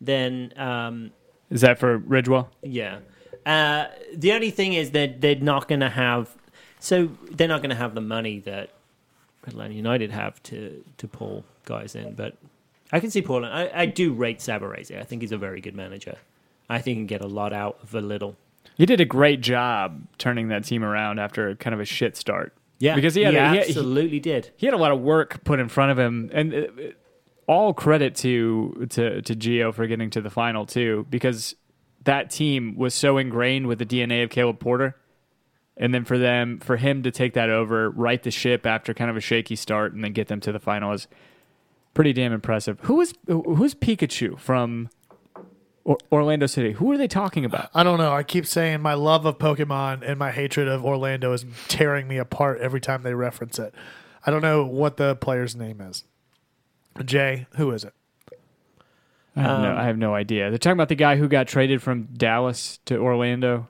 Speaker 4: then um,
Speaker 1: Is that for Ridgewell?
Speaker 4: yeah. Uh, the only thing is that they're not going to have, so they're not going to have the money that Atlanta United have to to pull guys in. But I can see Portland. I, I do rate Sabarese. I think he's a very good manager. I think he can get a lot out of a little.
Speaker 1: He did a great job turning that team around after kind of a shit start. because he had a, he, had- he,
Speaker 4: absolutely did.
Speaker 1: he had a lot of work put in front of him, and uh, all credit to to to Gio for getting to the final too, because that team was so ingrained with the DNA of Caleb Porter, and then for them for him to take that over, right the ship after kind of a shaky start, and then get them to the final is pretty damn impressive. Who is who- who's Pikachu from? Or- Orlando City. Who are they talking about?
Speaker 2: I don't know. I keep saying my love of Pokemon and my hatred of Orlando is tearing me apart every time they reference it. I don't know what the player's name is. Jay, who is it?
Speaker 1: I have, no, I have no idea. They're talking about the guy who got traded from Dallas to Orlando.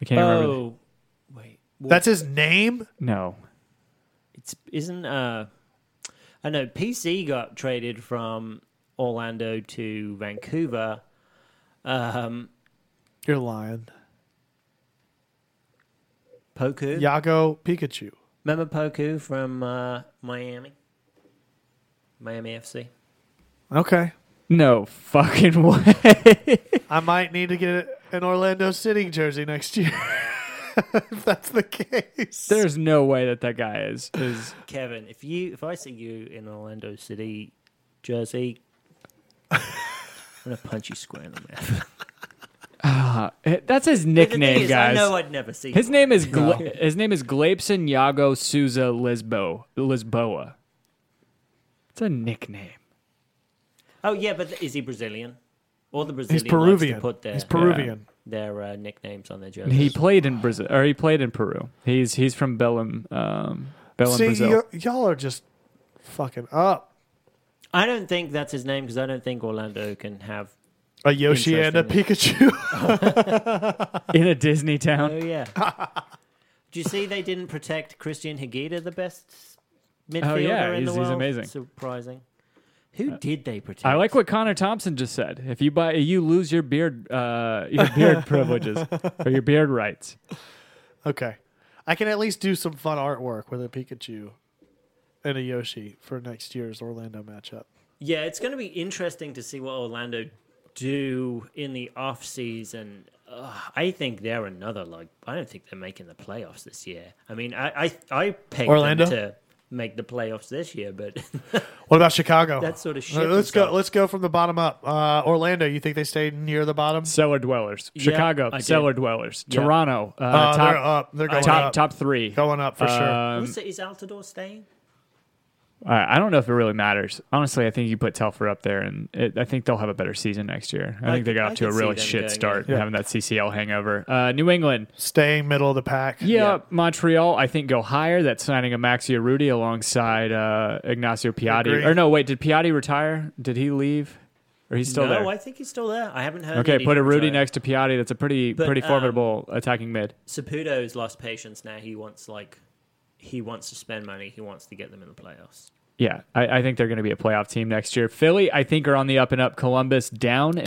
Speaker 1: I can't remember. the-
Speaker 4: Oh, wait.
Speaker 2: That's his name?
Speaker 1: no,
Speaker 4: It's isn't. Uh, I know PC got traded from Orlando to Vancouver. Um,
Speaker 2: You're lying.
Speaker 4: Poku.
Speaker 2: Yago Pikachu.
Speaker 4: Remember Poku from uh, Miami? Miami FC.
Speaker 2: Okay.
Speaker 1: No fucking (laughs) way.
Speaker 2: I might need to get an Orlando City jersey next year. (laughs) if that's the case.
Speaker 1: There's no way that that guy is is
Speaker 4: Kevin, if you if I see you in Orlando City jersey, I'm gonna punch you square in the mouth.
Speaker 1: It- That's his
Speaker 4: The
Speaker 1: nickname,
Speaker 4: thing is,
Speaker 1: guys.
Speaker 4: I know I'd never see
Speaker 1: his name is Gla- his name is Glabson Yago Souza Lisbo Lisboa. It's a nickname.
Speaker 4: Oh yeah, but is he Brazilian? All the Brazilians
Speaker 2: He's
Speaker 4: like
Speaker 2: Peruvian.
Speaker 4: to put their
Speaker 2: He's Peruvian.
Speaker 4: their uh, nicknames on their jerseys.
Speaker 1: He played in Brazil, or he played in Peru. He's he's from Belém, um, Belém,
Speaker 2: See,
Speaker 1: Brazil.
Speaker 2: y- y'all are just fucking up.
Speaker 4: I don't think that's his name because I don't think Orlando can have.
Speaker 2: A Yoshi and a Pikachu.
Speaker 1: (laughs) in a Disney
Speaker 4: Oh
Speaker 1: town.
Speaker 4: yeah. (laughs) Do you see they didn't protect Christian Higuita, the best midfielder
Speaker 1: Oh, yeah,
Speaker 4: in
Speaker 1: he's-
Speaker 4: the
Speaker 1: he's
Speaker 4: world?
Speaker 1: amazing. Uh,
Speaker 4: Surprising. Who did they protect?
Speaker 1: I like what Connor Thompson just said. If you buy, you lose your beard, uh, your (laughs) beard privileges or your beard rights.
Speaker 2: okay. I can at least do some fun artwork with a Pikachu and a Yoshi for next year's Orlando matchup.
Speaker 4: Yeah, it's going to be interesting to see what Orlando do in the off season. Ugh, I think they're another like. I don't think they're making the playoffs this year. I mean, I I, I pegged
Speaker 2: Orlando?
Speaker 4: them to make the playoffs this year, but
Speaker 2: What about Chicago?
Speaker 4: That sort of shit
Speaker 2: Uh, Let's
Speaker 4: and
Speaker 2: go.
Speaker 4: stuff.
Speaker 2: Let's go from the bottom up. Uh, Orlando, you think they stay near the bottom?
Speaker 1: Cellar dwellers,
Speaker 4: Yeah,
Speaker 1: Chicago,
Speaker 4: I did.
Speaker 1: cellar dwellers,
Speaker 4: Yeah.
Speaker 1: Toronto, uh,
Speaker 2: Uh,
Speaker 1: top,
Speaker 2: they're up. They're going
Speaker 1: top,
Speaker 2: up.
Speaker 1: top three.
Speaker 2: Going up for sure.
Speaker 1: Um,
Speaker 4: Also, (laughs) is Altador staying?
Speaker 1: I I don't know if it really matters. Honestly, I think you put Telfer up there, and it, I think they'll have a better season next year. I,
Speaker 4: I
Speaker 1: think they
Speaker 4: could-
Speaker 1: got
Speaker 4: I
Speaker 1: off to a
Speaker 4: could see
Speaker 1: really
Speaker 4: them
Speaker 1: shit
Speaker 4: going,
Speaker 1: start,
Speaker 2: yeah.
Speaker 1: having that CCL hangover. Uh, New England,
Speaker 2: Staying middle of the pack.
Speaker 1: yeah,
Speaker 4: Yeah.
Speaker 1: Montreal. I think go higher. That's signing a Maxi Rudy alongside uh, Ignacio Piatti.
Speaker 2: Agree.
Speaker 1: Or no, wait, did Piatti retire? Did he leave? Or he's still
Speaker 4: no,
Speaker 1: there?
Speaker 4: I think he's still there. I haven't heard. that
Speaker 1: okay,
Speaker 4: he
Speaker 1: put a
Speaker 4: didn't
Speaker 1: Rudy
Speaker 4: retire.
Speaker 1: next to Piatti. That's a pretty
Speaker 4: But,
Speaker 1: pretty
Speaker 4: um,
Speaker 1: formidable attacking mid.
Speaker 4: Saputo's lost patience now. He wants like he wants to spend money. He wants to get them in the playoffs.
Speaker 1: Yeah, I, I think they're going to be a playoff team next year. Philly, I think, are on the up and up. Columbus down and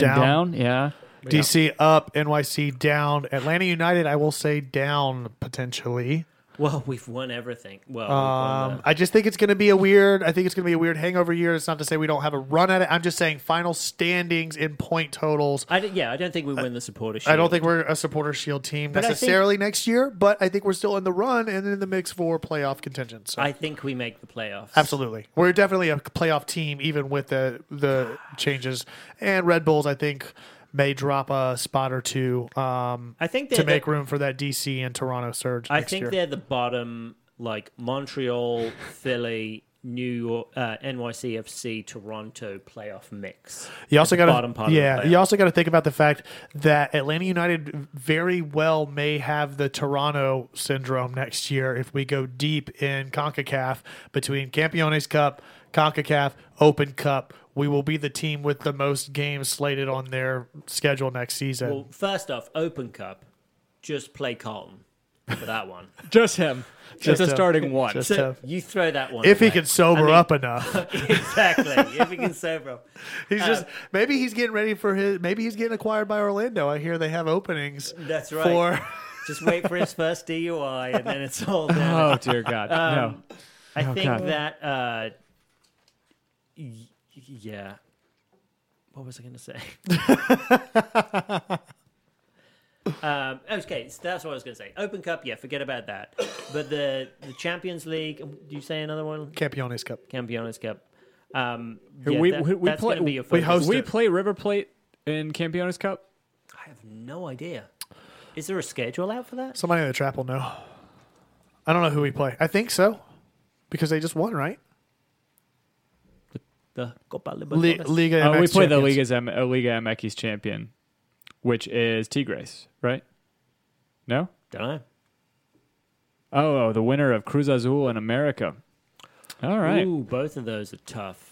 Speaker 1: down.
Speaker 2: Down.
Speaker 1: Yeah.
Speaker 2: DC up. NYC down. Atlanta United. I will say down potentially.
Speaker 4: Well, we've won everything. Well, we've won
Speaker 2: Um,
Speaker 4: the-
Speaker 2: I just think it's going to be a weird. I think it's going to be a weird hangover year. It's not to say we don't have a run at it. I'm just saying final standings in point totals.
Speaker 4: I don't- yeah, I don't think we win the supporter.
Speaker 2: I don't
Speaker 4: Shield.
Speaker 2: think we're a supporter shield team
Speaker 4: I think-
Speaker 2: necessarily next year, but I think we're still in the run and in the mix for playoff contention. So
Speaker 4: I think we make the playoffs.
Speaker 2: absolutely, we're definitely a playoff team even with the the changes. And Red Bulls, I think, may drop a spot or two um,
Speaker 4: I think
Speaker 2: to
Speaker 4: they're the-
Speaker 2: make room for that DC and Toronto surge.
Speaker 4: I
Speaker 2: next
Speaker 4: think
Speaker 2: year.
Speaker 4: they're the bottom, like Montreal, Philly, New York, uh, NYCFC, Toronto playoff mix.
Speaker 2: You also
Speaker 4: At the
Speaker 2: got to
Speaker 4: bottom part.
Speaker 2: Yeah,
Speaker 4: of the
Speaker 2: you
Speaker 4: playoff.
Speaker 2: also got to think about the fact that Atlanta United very well may have the Toronto syndrome next year if we go deep in CONCACAF between Campeones Cup, CONCACAF Open Cup. We will be the team with the most games slated on their schedule next season.
Speaker 4: Well, first off, Open Cup, just play Carlton for that
Speaker 2: (laughs)
Speaker 4: one.
Speaker 1: Just him. Just, a
Speaker 2: him.
Speaker 1: starting one.
Speaker 2: Just-
Speaker 4: so
Speaker 2: tough.
Speaker 4: you throw that one.
Speaker 2: if he
Speaker 4: away.
Speaker 2: can sober
Speaker 4: I mean-
Speaker 2: up
Speaker 4: (laughs)
Speaker 2: enough,
Speaker 4: exactly. If he can sober up.
Speaker 2: he's just maybe he's getting ready for his. Maybe he's getting acquired by Orlando. I hear they have openings.
Speaker 4: That's right.
Speaker 2: For (laughs)
Speaker 4: Just wait for his first DUI, and then it's all done.
Speaker 1: (laughs) oh dear God. no.
Speaker 4: I think
Speaker 1: God.
Speaker 4: that. Uh, y- yeah. What was I going to
Speaker 1: (laughs)
Speaker 4: say? um, okay, so that's what I was going to say. Open Cup, yeah, forget about that. But the the Champions League, do you say another one?
Speaker 2: Campeones Cup.
Speaker 4: Campeones Cup. Um, yeah,
Speaker 1: we-
Speaker 4: that-
Speaker 1: we- we
Speaker 4: that's
Speaker 1: play-
Speaker 4: going to be your
Speaker 2: we
Speaker 4: focus.
Speaker 2: host-
Speaker 1: We
Speaker 2: it.
Speaker 1: play River Plate in Campione's Cup.
Speaker 4: I have no idea. Is there a schedule out for that?
Speaker 2: Somebody in the trap will know. I don't know who we play. I think so, because they just won, right?
Speaker 4: The Copa
Speaker 2: Li-
Speaker 4: Libertadores?
Speaker 2: Liga.
Speaker 1: Uh,
Speaker 2: MX
Speaker 1: we play the
Speaker 2: champions.
Speaker 1: Liga's M- uh, Liga MX champion, which is Tigres, right? No.
Speaker 4: Don't know.
Speaker 1: Oh, oh, the winner of Cruz Azul in America. All right.
Speaker 4: Ooh, both of those are tough.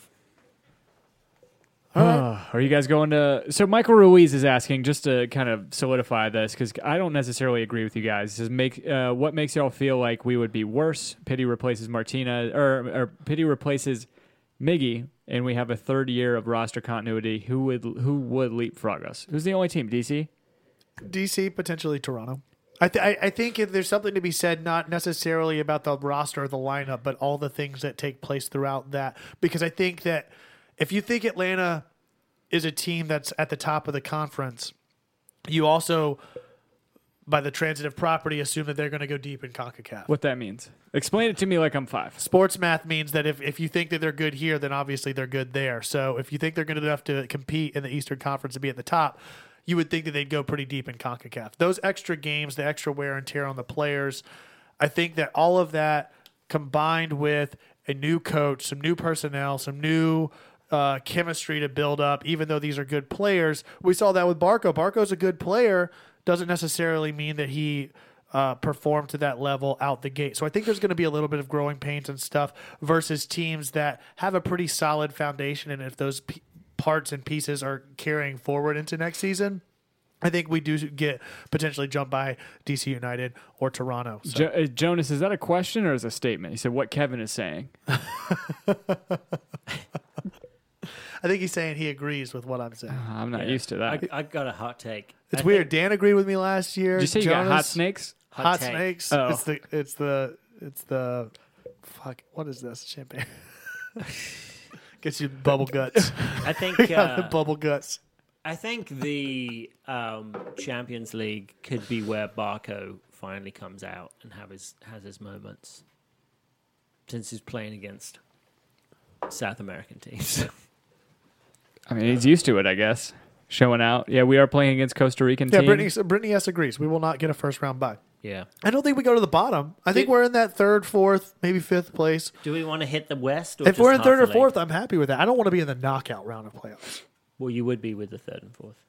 Speaker 1: Are you guys going to? So Michael Ruiz is asking just to kind of solidify this because I don't necessarily agree with you guys. He says make uh, what makes y'all feel like we would be worse? Pity replaces Martinez or, or Pity replaces Miggy, and we have a third year of roster continuity. Who would who would leapfrog us? Who's the only team? DC.
Speaker 2: DC potentially Toronto. I, th- I I think if there's something to be said, not necessarily about the roster or the lineup, but all the things that take place throughout that. Because I think that if you think Atlanta is a team that's at the top of the conference, you also, by the transitive property, assume that they're going to go deep in CONCACAF.
Speaker 1: What that means? Explain it to me like I'm five.
Speaker 2: sports math means that if, if you think that they're good here, then obviously they're good there. So if you think they're good enough to compete in the Eastern Conference and be at the top, you would think that they'd go pretty deep in CONCACAF. Those extra games, the extra wear and tear on the players, I think that all of that combined with a new coach, some new personnel, some new uh, chemistry to build up, even though these are good players. We saw that with Barco. Barco's a good player, doesn't necessarily mean that he uh, perform to that level out the gate. So I think there's going to be a little bit of growing pains and stuff versus teams that have a pretty solid foundation. And if those p- parts and pieces are carrying forward into next season, I think we do get potentially jumped by DC United or Toronto. So
Speaker 5: Jo- uh, Jonas, is that a question or is it a statement? He said what Kevin is saying.
Speaker 2: I think he's saying he agrees with what I'm saying.
Speaker 5: Uh, I'm not used to that.
Speaker 4: I, I got a hot take.
Speaker 2: It's
Speaker 4: I
Speaker 2: weird.
Speaker 4: think-
Speaker 2: Dan agreed with me last year.
Speaker 5: Did you say you got hot
Speaker 2: Jonas-
Speaker 5: snakes?
Speaker 4: Hot
Speaker 2: Hot
Speaker 4: take.
Speaker 2: snakes.
Speaker 5: Oh.
Speaker 2: It's the it's the it's the fuck. What is this champagne? (laughs) Gets you bubble guts.
Speaker 5: (laughs)
Speaker 2: (laughs)
Speaker 4: I (laughs) think
Speaker 2: Got the
Speaker 4: uh,
Speaker 2: bubble guts.
Speaker 4: I think the um, Champions League could be where Barco finally comes out and have his has his moments, since he's playing against South American teams. (laughs)
Speaker 5: I mean, he's used to it, I guess. Showing out. Yeah, we are playing against Costa Rican
Speaker 2: Yeah,
Speaker 5: team.
Speaker 2: Brittany, so Brittany S agrees. We will not get a first round bye.
Speaker 4: yeah.
Speaker 2: I don't think we go to the bottom. I think
Speaker 4: Did-
Speaker 2: we're in that third, fourth, maybe fifth place.
Speaker 4: Do we want to hit the West? Or
Speaker 2: If
Speaker 4: just
Speaker 2: we're in third or
Speaker 4: half the league?
Speaker 2: fourth, I'm happy with that. I don't want to be in the knockout round of playoffs.
Speaker 4: well, you would be with the third and fourth.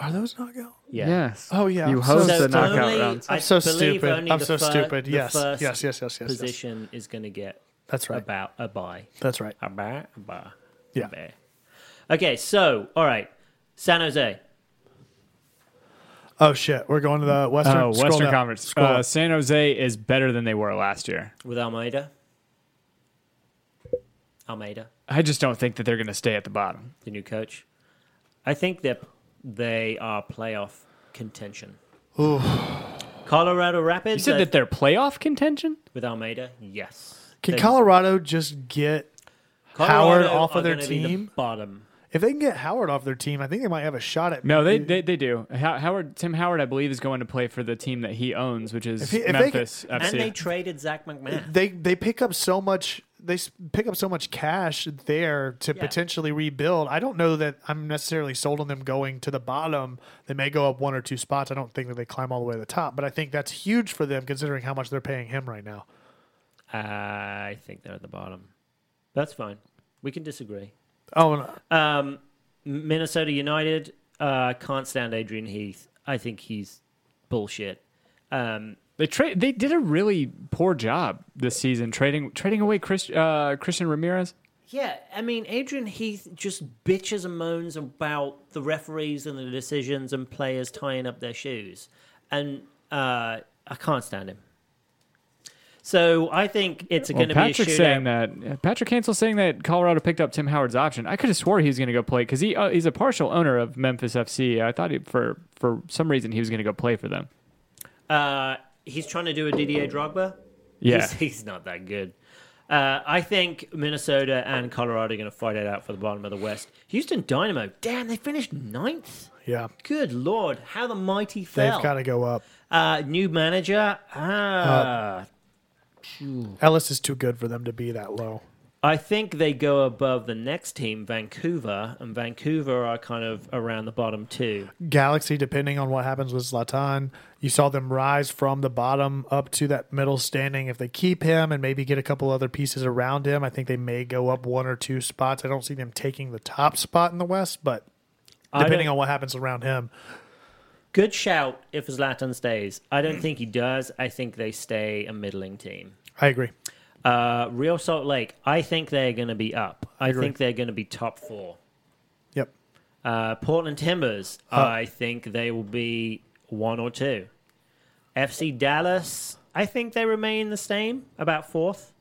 Speaker 2: Are those knockout?
Speaker 4: Yeah.
Speaker 5: Yes.
Speaker 2: Oh, yeah.
Speaker 5: You
Speaker 2: So-
Speaker 5: host
Speaker 2: So
Speaker 5: the
Speaker 2: it's
Speaker 5: knockout
Speaker 4: only-
Speaker 5: rounds.
Speaker 4: I
Speaker 2: I'm so
Speaker 4: believe
Speaker 2: stupid.
Speaker 4: only
Speaker 2: I'm
Speaker 4: the
Speaker 2: so
Speaker 4: fir-
Speaker 2: stupid.
Speaker 4: the
Speaker 2: Yes.
Speaker 4: first
Speaker 2: yes. Yes. Yes. Yes. Yes.
Speaker 4: Position is going to get
Speaker 2: That's right.
Speaker 4: about a buy.
Speaker 2: That's right.
Speaker 4: A buy, a buy,
Speaker 2: Yeah.
Speaker 4: a buy. Okay, so all right, San Jose.
Speaker 2: Oh shit. We're going to the Western.
Speaker 5: Oh,
Speaker 2: Scroll
Speaker 5: Western
Speaker 2: down.
Speaker 5: Conference.
Speaker 2: Scroll
Speaker 5: Uh,
Speaker 2: up.
Speaker 5: San Jose is better than they were last year.
Speaker 4: with Almeida. Almeida,
Speaker 5: I just don't think that they're going to stay at the bottom.
Speaker 4: the new coach. I think that they are playoff contention. Colorado
Speaker 5: You
Speaker 4: Rapids
Speaker 5: said
Speaker 4: uh,
Speaker 5: that they're playoff contention?
Speaker 4: with Almeida, yes.
Speaker 2: Can
Speaker 4: They-
Speaker 2: Colorado just get Howard off of
Speaker 4: are
Speaker 2: their
Speaker 4: gonna be the
Speaker 2: team?
Speaker 4: bottom.
Speaker 2: if they can get Howard off their team? I think they might have a shot at.
Speaker 5: No, they they, they do. How- Howard Tim Howard, I believe, is going to play for the team that he owns, which is
Speaker 2: If he- if they
Speaker 5: Memphis
Speaker 2: can-
Speaker 5: FC.
Speaker 4: And they traded
Speaker 2: (laughs)
Speaker 4: Zach McMahon.
Speaker 2: they they pick up so much they s- pick up so much cash there to
Speaker 4: Yeah.
Speaker 2: potentially rebuild. I don't know that I'm necessarily sold on them going to the bottom. They may go up one or two spots. I don't think that they climb all the way to the top, but I think that's huge for them considering how much they're paying him right now.
Speaker 4: I think they're at the bottom. That's fine. We can disagree.
Speaker 2: Oh, and, uh,
Speaker 4: Um, Minnesota United uh, can't stand Adrian Heath. I think he's bullshit. Um,
Speaker 5: They trade. They did a really poor job this season trading trading away Chris, uh, Christian Ramirez.
Speaker 4: Yeah, I mean, Adrian Heath just bitches and moans about the referees and the decisions and players tying up their shoes. And uh, I can't stand him. So I think it's
Speaker 5: Well,
Speaker 4: going to be a
Speaker 5: Patrick saying
Speaker 4: shootout.
Speaker 5: that Patrick Cancel saying that Colorado picked up Tim Howard's option. I could have swore he was going to go play because he uh, he's a partial owner of Memphis FC. I thought he, for for some reason he was going to go play for them.
Speaker 4: Uh, he's trying to do a Didier Drogba.
Speaker 5: Yeah,
Speaker 4: He's, he's not that good. Uh, I think Minnesota and Colorado are going to fight it out for the bottom of the West. Houston Dynamo, damn, they finished ninth.
Speaker 2: yeah.
Speaker 4: Good lord, how the mighty
Speaker 2: They've
Speaker 4: fell.
Speaker 2: got to go up.
Speaker 4: uh, new manager.
Speaker 2: Uh,
Speaker 4: Ah,
Speaker 2: Ellis is too good for them to be that low.
Speaker 4: I think they go above the next team, Vancouver, and Vancouver are kind of around the bottom too.
Speaker 2: Galaxy, depending on what happens with Zlatan, you saw them rise from the bottom up to that middle standing. If they keep him and maybe get a couple other pieces around him, I think they may go up one or two spots. I don't see them taking the top spot in the West, but
Speaker 4: I
Speaker 2: depending
Speaker 4: don't-
Speaker 2: on what happens around him,
Speaker 4: Good shout if Zlatan stays. I don't think he does. I think they stay a middling team.
Speaker 2: I agree.
Speaker 4: Uh, Real Salt Lake, I think they're going to be up. I,
Speaker 2: agree.
Speaker 4: think they're going to be top four.
Speaker 2: Yep.
Speaker 4: Uh, Portland Timbers, I think they will be one or two. FC Dallas, I think they remain the same, about fourth.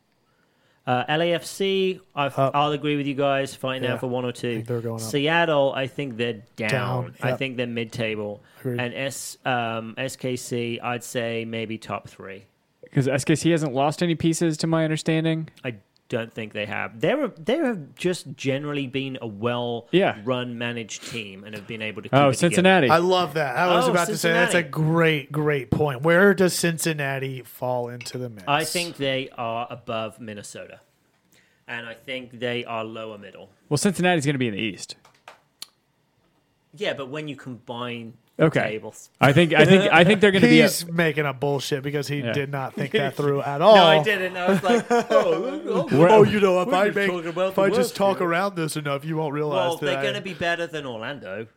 Speaker 4: Uh, LAFC, i I'll agree with you guys, fighting
Speaker 2: Yeah,
Speaker 4: out for one or two.
Speaker 2: think they're going up.
Speaker 4: Seattle, I think they're down.
Speaker 2: Down,
Speaker 4: I
Speaker 2: yep.
Speaker 4: think they're mid-table.
Speaker 2: Agreed.
Speaker 4: And S, um, SKC, I'd say maybe top three.
Speaker 5: because SKC hasn't lost any pieces to my understanding.
Speaker 4: I don't think they have. They're they have just generally been a well
Speaker 5: Yeah.
Speaker 4: run managed team and have been able to. Keep
Speaker 5: Oh,
Speaker 4: it together.
Speaker 5: Cincinnati.
Speaker 2: I love that. I was
Speaker 4: Oh,
Speaker 2: about to say that's a
Speaker 4: Cincinnati.
Speaker 2: great, great point. Where does Cincinnati fall into the mix?
Speaker 4: I think they are above Minnesota, and I think they are lower middle.
Speaker 5: well, Cincinnati's going to be in the East.
Speaker 4: Yeah, but when you combine the
Speaker 1: Okay.
Speaker 4: tables,
Speaker 1: I think I think I think they're going to be. A,
Speaker 2: He's making up bullshit because he
Speaker 1: Yeah.
Speaker 2: did not
Speaker 4: (laughs)
Speaker 2: think that through at all.
Speaker 4: no, I didn't. I was like, oh, oh, oh.
Speaker 1: we're-
Speaker 2: Oh, you know, if
Speaker 4: We're
Speaker 2: I
Speaker 4: just
Speaker 2: make,
Speaker 4: talking about
Speaker 2: if
Speaker 4: the
Speaker 2: I just
Speaker 4: West
Speaker 2: talk
Speaker 4: here.
Speaker 2: around this enough, you won't realize
Speaker 4: well,
Speaker 2: that.
Speaker 4: they're
Speaker 2: I-
Speaker 4: going to be better than Orlando.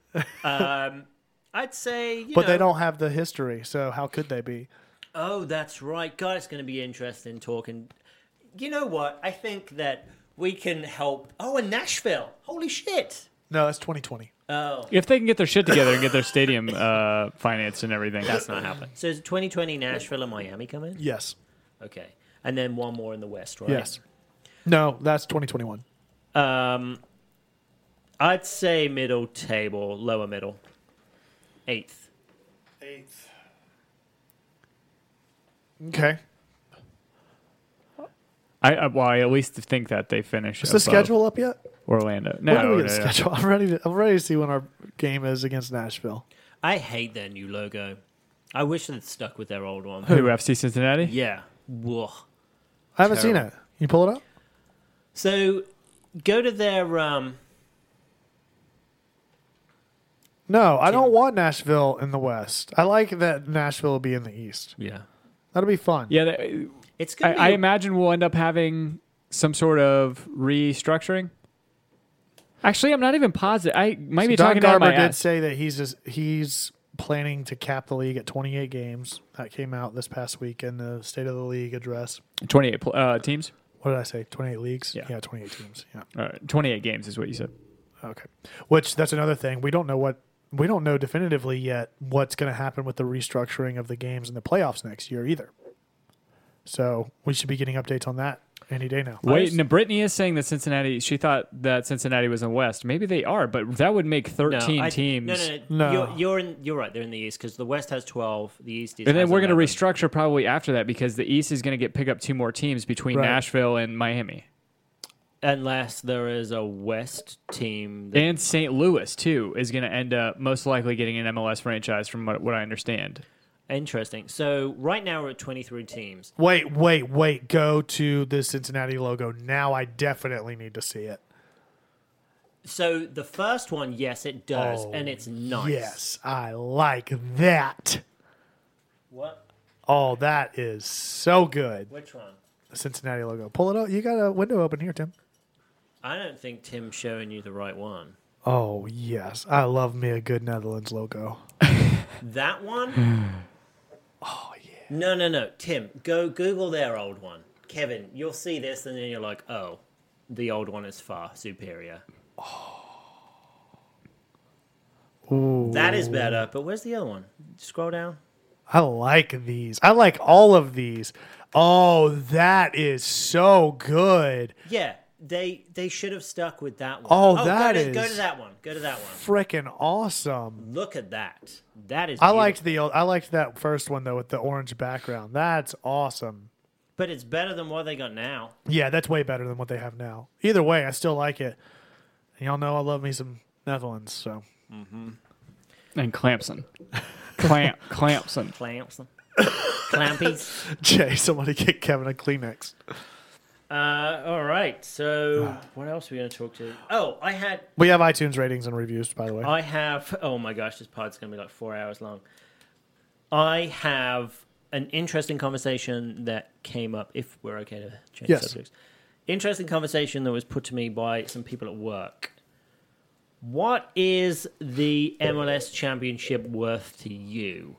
Speaker 4: Um, I'd say, you
Speaker 2: but
Speaker 4: know,
Speaker 2: they don't have the history, so how could they be?
Speaker 4: Oh, that's right. God, it's going to be interesting talking. You know what? I think that we can help. Oh, and Nashville. Holy shit.
Speaker 2: No, that's 2020.
Speaker 4: Oh,
Speaker 1: if they can get their shit together and get their stadium uh, financed and everything, that's not happening.
Speaker 4: so is 2020 Nashville and Miami coming?
Speaker 2: Yes.
Speaker 4: Okay. And then one more in the West, right?
Speaker 2: Yes. No, that's 2021.
Speaker 4: Um, I'd say middle table, lower middle, eighth.
Speaker 2: Eighth. Okay.
Speaker 1: I,
Speaker 5: uh,
Speaker 1: I well, I at least think that they finish.
Speaker 2: Is the schedule up yet?
Speaker 1: Orlando.
Speaker 2: When do
Speaker 1: No,
Speaker 2: we
Speaker 1: no,
Speaker 2: get the
Speaker 1: no.
Speaker 2: schedule? (laughs) I'm ready. To, I'm ready to see when our game is against Nashville.
Speaker 4: I hate their new logo. I wish they'd stuck with their old one.
Speaker 1: Who FC Cincinnati?
Speaker 4: Yeah. Whoa.
Speaker 2: I haven't seen it. Can you pull it up?
Speaker 4: So go to their um,
Speaker 2: No, I don't want Nashville in the West. I like that Nashville will be in the East.
Speaker 4: yeah.
Speaker 2: That'll be fun.
Speaker 1: Yeah, they,
Speaker 4: It's
Speaker 1: I,
Speaker 4: gonna
Speaker 1: I
Speaker 4: be-
Speaker 1: imagine we'll end up having some sort of restructuring. Actually, I'm not even positive. I might be
Speaker 2: Don
Speaker 1: talking out of my
Speaker 2: Garber did
Speaker 1: ass.
Speaker 2: say that he's just, he's planning to cap the league at 28 games. That came out this past week in the State of the League address.
Speaker 1: 28 pl- uh, teams.
Speaker 2: What did I say? 28 leagues.
Speaker 1: Yeah.
Speaker 2: yeah 28 teams. Yeah.
Speaker 1: All right, 28 games is what you said.
Speaker 2: Okay. Which that's another thing. We don't know what we don't know definitively yet what's going to happen with the restructuring of the games in the playoffs next year either. So we should be getting updates on that any day now.
Speaker 1: Wait, now Brittany is saying that Cincinnati. She thought that Cincinnati was in West. Maybe they are, but that would make 13
Speaker 4: I-
Speaker 1: teams.
Speaker 4: No, no, no.
Speaker 2: No.
Speaker 4: You're, you're in. You're right. They're in the East because the West has twelve. The East is.
Speaker 1: And then
Speaker 4: has
Speaker 1: we're going to
Speaker 4: 11.
Speaker 1: restructure probably after that because the East is going to get pick up two more teams between
Speaker 2: Right.
Speaker 1: Nashville and Miami
Speaker 4: unless there is a West team. That,
Speaker 1: and St. Louis too is going to end up most likely getting an MLS franchise from what, what I understand.
Speaker 4: Interesting. So right now we're at twenty-three teams.
Speaker 2: Wait, wait, wait. Go to the Cincinnati logo now. I definitely need to see it.
Speaker 4: So the first one, yes, it does,
Speaker 2: Oh,
Speaker 4: and it's nice.
Speaker 2: Yes, I like that.
Speaker 4: What?
Speaker 2: Oh, that is so good.
Speaker 4: Which one?
Speaker 2: The Cincinnati logo. Pull it up. You got a window open here, Tim.
Speaker 4: I don't think Tim's showing you the right one.
Speaker 2: Oh, yes. I love me a good Netherlands logo.
Speaker 4: That one? oh
Speaker 2: Oh,
Speaker 4: yeah. No, no, no. Tim, go Google their old one. Kevin, you'll see this, and then you're like, oh, the old one is far superior.
Speaker 2: Oh. Ooh.
Speaker 4: That is better. But where's the other one? Scroll down.
Speaker 2: I like these. I like all of these. Oh, that is so good.
Speaker 4: Yeah, they they should have stuck with that one.
Speaker 2: Oh,
Speaker 4: go
Speaker 2: that
Speaker 4: to, go to
Speaker 2: is-
Speaker 4: that one. Go to that one.
Speaker 2: Freaking awesome.
Speaker 4: Look at that. That is.
Speaker 2: I liked
Speaker 4: beautiful.
Speaker 2: the old, I liked that first one though with the orange background. That's awesome.
Speaker 4: but it's better than what they got now.
Speaker 2: Yeah, that's way better than what they have now. Either way, I still like it. And y'all know I love me some Netherlands, so
Speaker 1: And Clamson.
Speaker 4: (laughs)
Speaker 1: Clamp, Clamson.
Speaker 2: (laughs)
Speaker 4: Clamps, clampies.
Speaker 2: Jay, (laughs) somebody get Kevin a Kleenex.
Speaker 4: Uh, all right. So what else are we going to talk to? Oh, I had.
Speaker 2: We have iTunes ratings and reviews, by the way.
Speaker 4: I have. Oh my gosh, this pod's going to be like four hours long. I have an interesting conversation that came up. If we're okay to change
Speaker 2: Yes.
Speaker 4: subjects, interesting conversation that was put to me by some people at work. What is the MLS championship worth to you?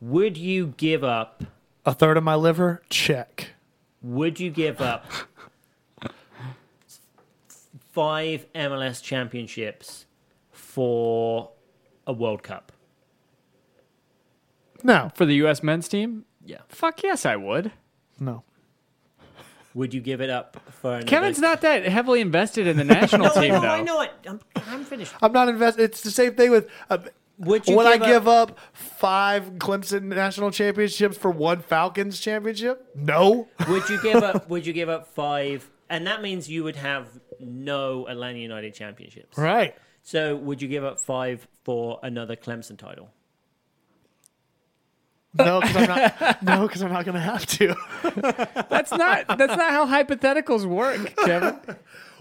Speaker 4: Would you give up?
Speaker 2: a third of my liver, check.
Speaker 4: Would you give up five MLS championships for a World Cup?
Speaker 2: No,
Speaker 1: For the U.S. men's team?
Speaker 4: Yeah.
Speaker 1: Fuck yes, I would.
Speaker 2: no.
Speaker 4: Would you give it up for another?
Speaker 1: Kevin's not that heavily invested
Speaker 4: (laughs)
Speaker 1: in the national
Speaker 4: No, I
Speaker 1: team,
Speaker 4: know,
Speaker 1: though.
Speaker 4: I know it. I'm, I'm finished.
Speaker 2: I'm not invested. It's the same thing with. Uh,
Speaker 4: Would you
Speaker 2: Would Uh, I
Speaker 4: give
Speaker 2: give
Speaker 4: up?
Speaker 2: up five Clemson national championships for one Falcons championship? No. (laughs)
Speaker 4: Would you give up? Would you give up five? And that means you would have no Atlanta United championships.
Speaker 2: Right.
Speaker 4: So would you give up five for another Clemson title?
Speaker 2: No, because I'm not. no, 'cause I'm not going to have to. (laughs)
Speaker 1: That's not. That's not how hypotheticals
Speaker 4: (laughs)
Speaker 1: work, Kevin.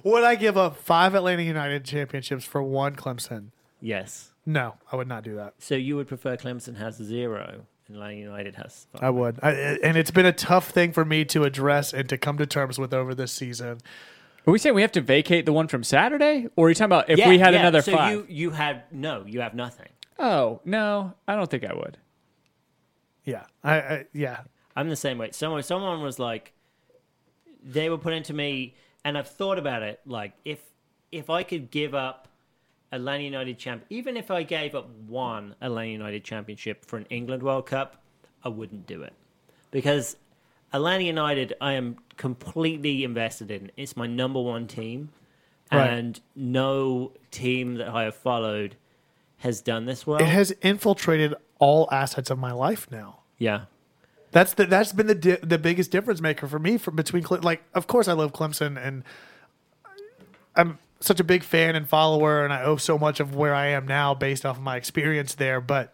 Speaker 2: Would I give up five Atlanta United championships for one Clemson?
Speaker 4: Yes.
Speaker 2: No, I would not do that.
Speaker 4: So you would prefer Clemson has zero and Atlanta United has five.
Speaker 2: I would. I, and it's been a tough thing for me to address and to come to terms with over this season.
Speaker 5: Are we saying we have to vacate the one from Saturday? Or are you talking about if
Speaker 4: Yeah,
Speaker 5: we had
Speaker 4: yeah.
Speaker 5: another
Speaker 4: so
Speaker 5: five?
Speaker 4: you you had no, you have nothing.
Speaker 5: Oh, no, I don't think I would.
Speaker 2: Yeah. I, I yeah.
Speaker 4: I'm the same way. Someone someone was like they were putting to me and I've thought about it, like if if I could give up Atlanta United champ even if I gave up one Atlanta United championship for an England World Cup, I wouldn't do it. Because Atlanta United I am completely invested in. It's my number one team.
Speaker 2: Right.
Speaker 4: And no team that I have followed has done this well.
Speaker 2: It has infiltrated all assets of my life now.
Speaker 4: yeah.
Speaker 2: That's the that's been the di- the biggest difference maker for me from between Cle- like of course I love Clemson and I'm such a big fan and follower and I owe so much of where I am now based off of my experience there but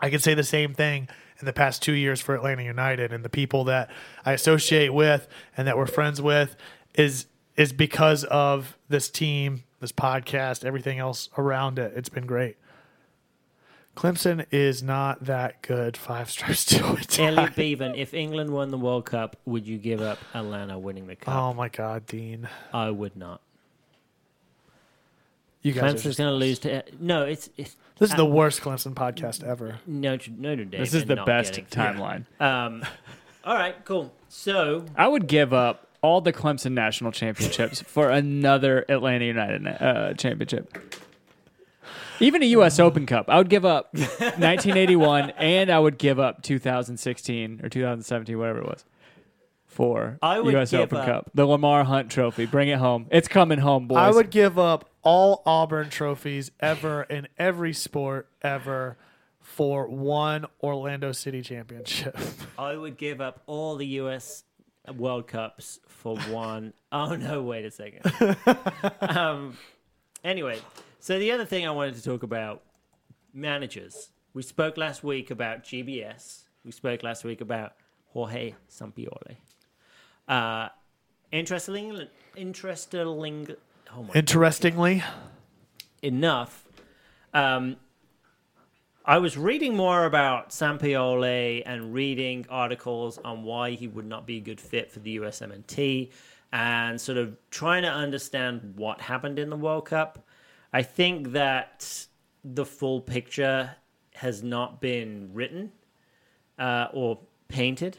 Speaker 2: I can say the same thing in the past 2 years for Atlanta United and the people that I associate with and that we're friends with is is because of this team, this podcast, everything else around it. It's been great. Clemson is not that good. Five stars to it.
Speaker 4: Elliot Bevan, if England won the World Cup, would you give up Atlanta winning the cup?
Speaker 2: Oh my God, Dean!
Speaker 4: I would not.
Speaker 2: You guys, are
Speaker 4: Clemson's
Speaker 2: just-
Speaker 4: going to lose Uh, to no. It's, it's
Speaker 2: this is the worst Clemson podcast ever.
Speaker 4: Notre Notre Dame.
Speaker 5: This is
Speaker 4: are
Speaker 5: the
Speaker 4: not
Speaker 5: best
Speaker 4: getting through.
Speaker 5: timeline.
Speaker 4: Um, all right, cool. So
Speaker 5: I would give up all the Clemson national championships (laughs) for another Atlanta United uh, championship. Even a U.S. Open Cup, I would give
Speaker 4: (laughs)
Speaker 5: up 1981, and I would give up 2016 or 2017, whatever it was, for
Speaker 4: I would
Speaker 5: U.S.
Speaker 4: give
Speaker 5: Open
Speaker 4: up-
Speaker 5: Cup, the Lamar Hunt Trophy. Bring it home. It's coming home, boys.
Speaker 2: I would give up all Auburn trophies ever in every sport ever for one Orlando City championship.
Speaker 4: I would give up all the U.S. World Cups for one oh no! Wait a second. um, anyway, so the other thing I wanted to talk about managers. We spoke last week about GBS. We spoke last week about Jorge Sampioli. Uh, interestingly, interestingly, oh
Speaker 2: (laughs)
Speaker 4: my
Speaker 2: Interestingly,
Speaker 4: enough. Um, I was reading more about Sampioli and reading articles on why he would not be a good fit for the USMNT and sort of trying to understand what happened in the World Cup. I think that the full picture has not been written uh, or painted.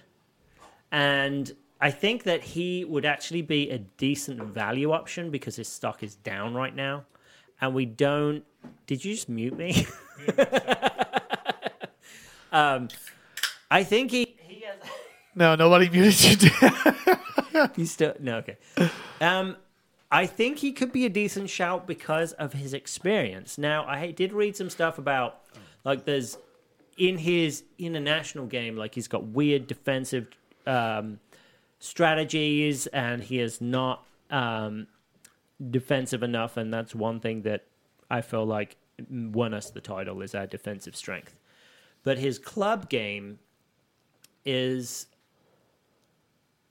Speaker 4: And I think that he would actually be a decent value option because his stock is down right now. And we don't. Did you just mute me? (laughs) um, I think he. he has,
Speaker 2: no, nobody muted you. Dean.
Speaker 4: you still. No, okay. Um, I think he could be a decent shout because of his experience. Now, I did read some stuff about. Like, there's. In his international game, like, he's got weird defensive. Um, strategies and he is not um, defensive enough and that's one thing that i feel like won us the title is our defensive strength but his club game is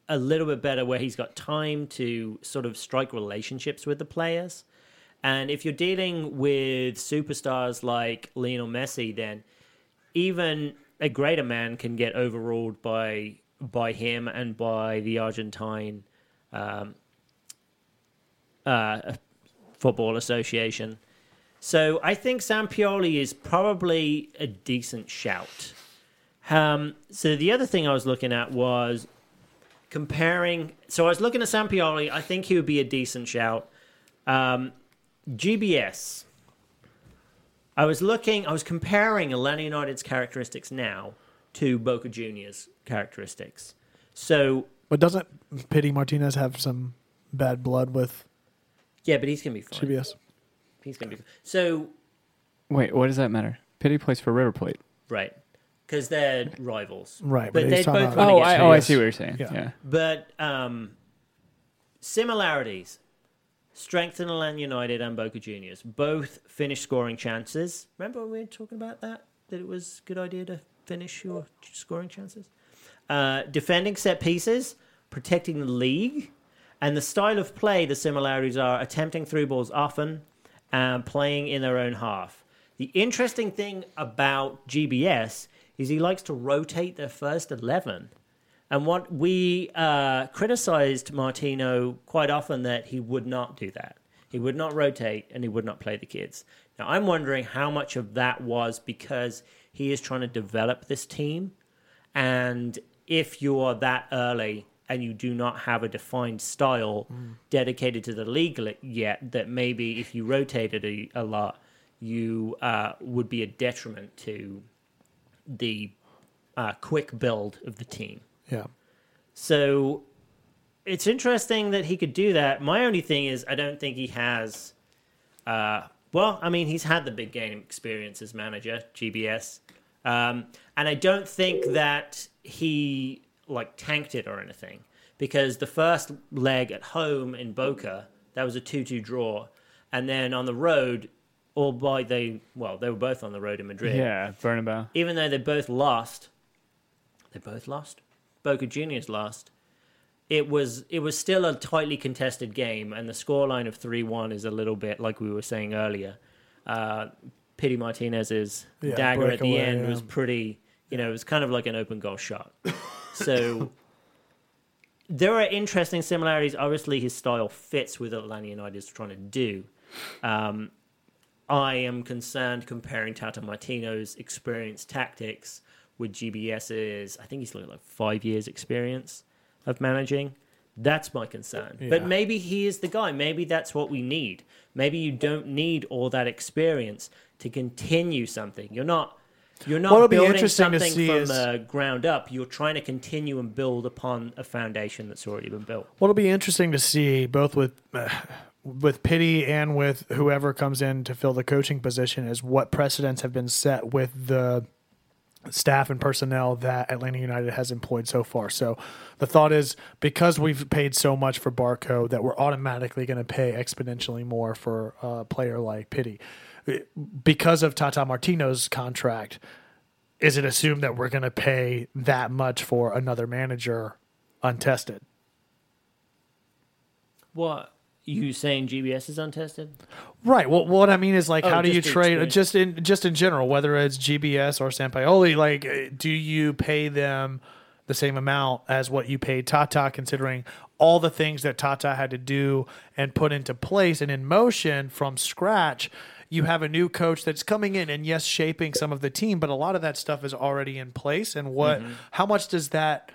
Speaker 4: a little bit better where he's got time to sort of strike relationships with the players and if you're dealing with superstars like lionel messi then even a greater man can get overruled by by him and by the Argentine um, uh, Football Association. So I think Sampioli is probably a decent shout. Um, so the other thing I was looking at was comparing. So I was looking at Sampioli. I think he would be a decent shout. Um, GBS. I was looking, I was comparing Atlanta United's characteristics now to Boca Juniors' characteristics. So,
Speaker 2: but doesn't Pity Martinez have some bad blood with
Speaker 4: yeah, but he's going to be fine.
Speaker 2: TBS?
Speaker 4: He's going to be fine. So,
Speaker 5: Wait, what does that matter? Pity plays for River Plate.
Speaker 4: right. Because they're rivals.
Speaker 2: Right, but
Speaker 4: But,
Speaker 2: he's
Speaker 4: they
Speaker 2: talking
Speaker 4: both
Speaker 2: about-
Speaker 4: won
Speaker 5: Oh,
Speaker 4: against
Speaker 5: I, oh, I
Speaker 2: yes.
Speaker 5: see what you're saying.
Speaker 2: Yeah.
Speaker 5: Yeah.
Speaker 4: But um, similarities. Strength in Atlanta United and Boca Juniors. Both finished scoring chances. Remember when we were talking about that? That it was a good idea to finish your scoring chances? Uh, defending set pieces, protecting the league, and the style of play, the similarities are attempting through balls often and playing in their own half. The interesting thing about GBS is he likes to rotate their first 11. And what we uh, criticized Martino quite often that he would not do that. He would not rotate and he would not play the kids. Now, I'm wondering how much of that was because he is trying to develop this team. And if you are that early and you do not have a defined style dedicated to the league li- yet, that maybe if you rotated a, a lot, you uh, would be a detriment to the uh, quick build of the team.
Speaker 2: Yeah.
Speaker 4: So it's interesting that he could do that. My only thing is, I don't think he has. Uh, well, I mean, he's had the big game experience as manager, GBS, um, and I don't think that he like tanked it or anything because the first leg at home in Boca that was a two-two draw, and then on the road, all by they well they were both on the road in Madrid
Speaker 5: Yeah, Bernabeu.
Speaker 4: even though they both lost, they both lost. Boca Juniors lost. It was it was still a tightly contested game, and the scoreline of three one is a little bit like we were saying earlier. Uh, Pity Martinez's
Speaker 2: Yeah,
Speaker 4: dagger at the
Speaker 2: breakaway,
Speaker 4: end
Speaker 2: yeah.
Speaker 4: was pretty. You know, it was kind of like an open goal shot. So (laughs) there are interesting similarities. Obviously, his style fits with what Atlanta United is trying to do. Um, I am concerned comparing Tata Martino's experience tactics with GBS's. I think he's got like five years experience of managing. That's my concern. But
Speaker 2: Yeah.
Speaker 4: maybe he is the guy. Maybe that's what we need. Maybe you don't need all that experience to continue something. You're not. You're not
Speaker 2: What'll be
Speaker 4: building
Speaker 2: interesting to
Speaker 4: something
Speaker 2: see
Speaker 4: from
Speaker 2: is-
Speaker 4: the ground up. You're trying to continue and build upon a foundation that's already been built.
Speaker 2: What'll be interesting to see, both with (sighs) with pity and with whoever comes in to fill the coaching position, is what precedents have been set with the staff and personnel that Atlanta United has employed so far. So the thought is because we've paid so much for Barco that we're automatically going to pay exponentially more for a player like Pity. Because of Tata Martino's contract, is it assumed that we're going to pay that much for another manager untested?
Speaker 4: What you saying? GBS is untested.
Speaker 2: Right. Well, what I mean is like,
Speaker 4: Oh,
Speaker 2: how do
Speaker 4: just
Speaker 2: you
Speaker 4: the
Speaker 2: trade
Speaker 4: experience.
Speaker 2: just in just in general, whether it's GBS or Sampaoli, like, uh, do you pay them the same amount as what you paid Tata, considering all the things that Tata had to do and put into place and in motion from scratch? You have a new coach that's coming in and yes, shaping some of the team, but a lot of that stuff is already in place. And what,
Speaker 4: Mm-hmm.
Speaker 2: how much does that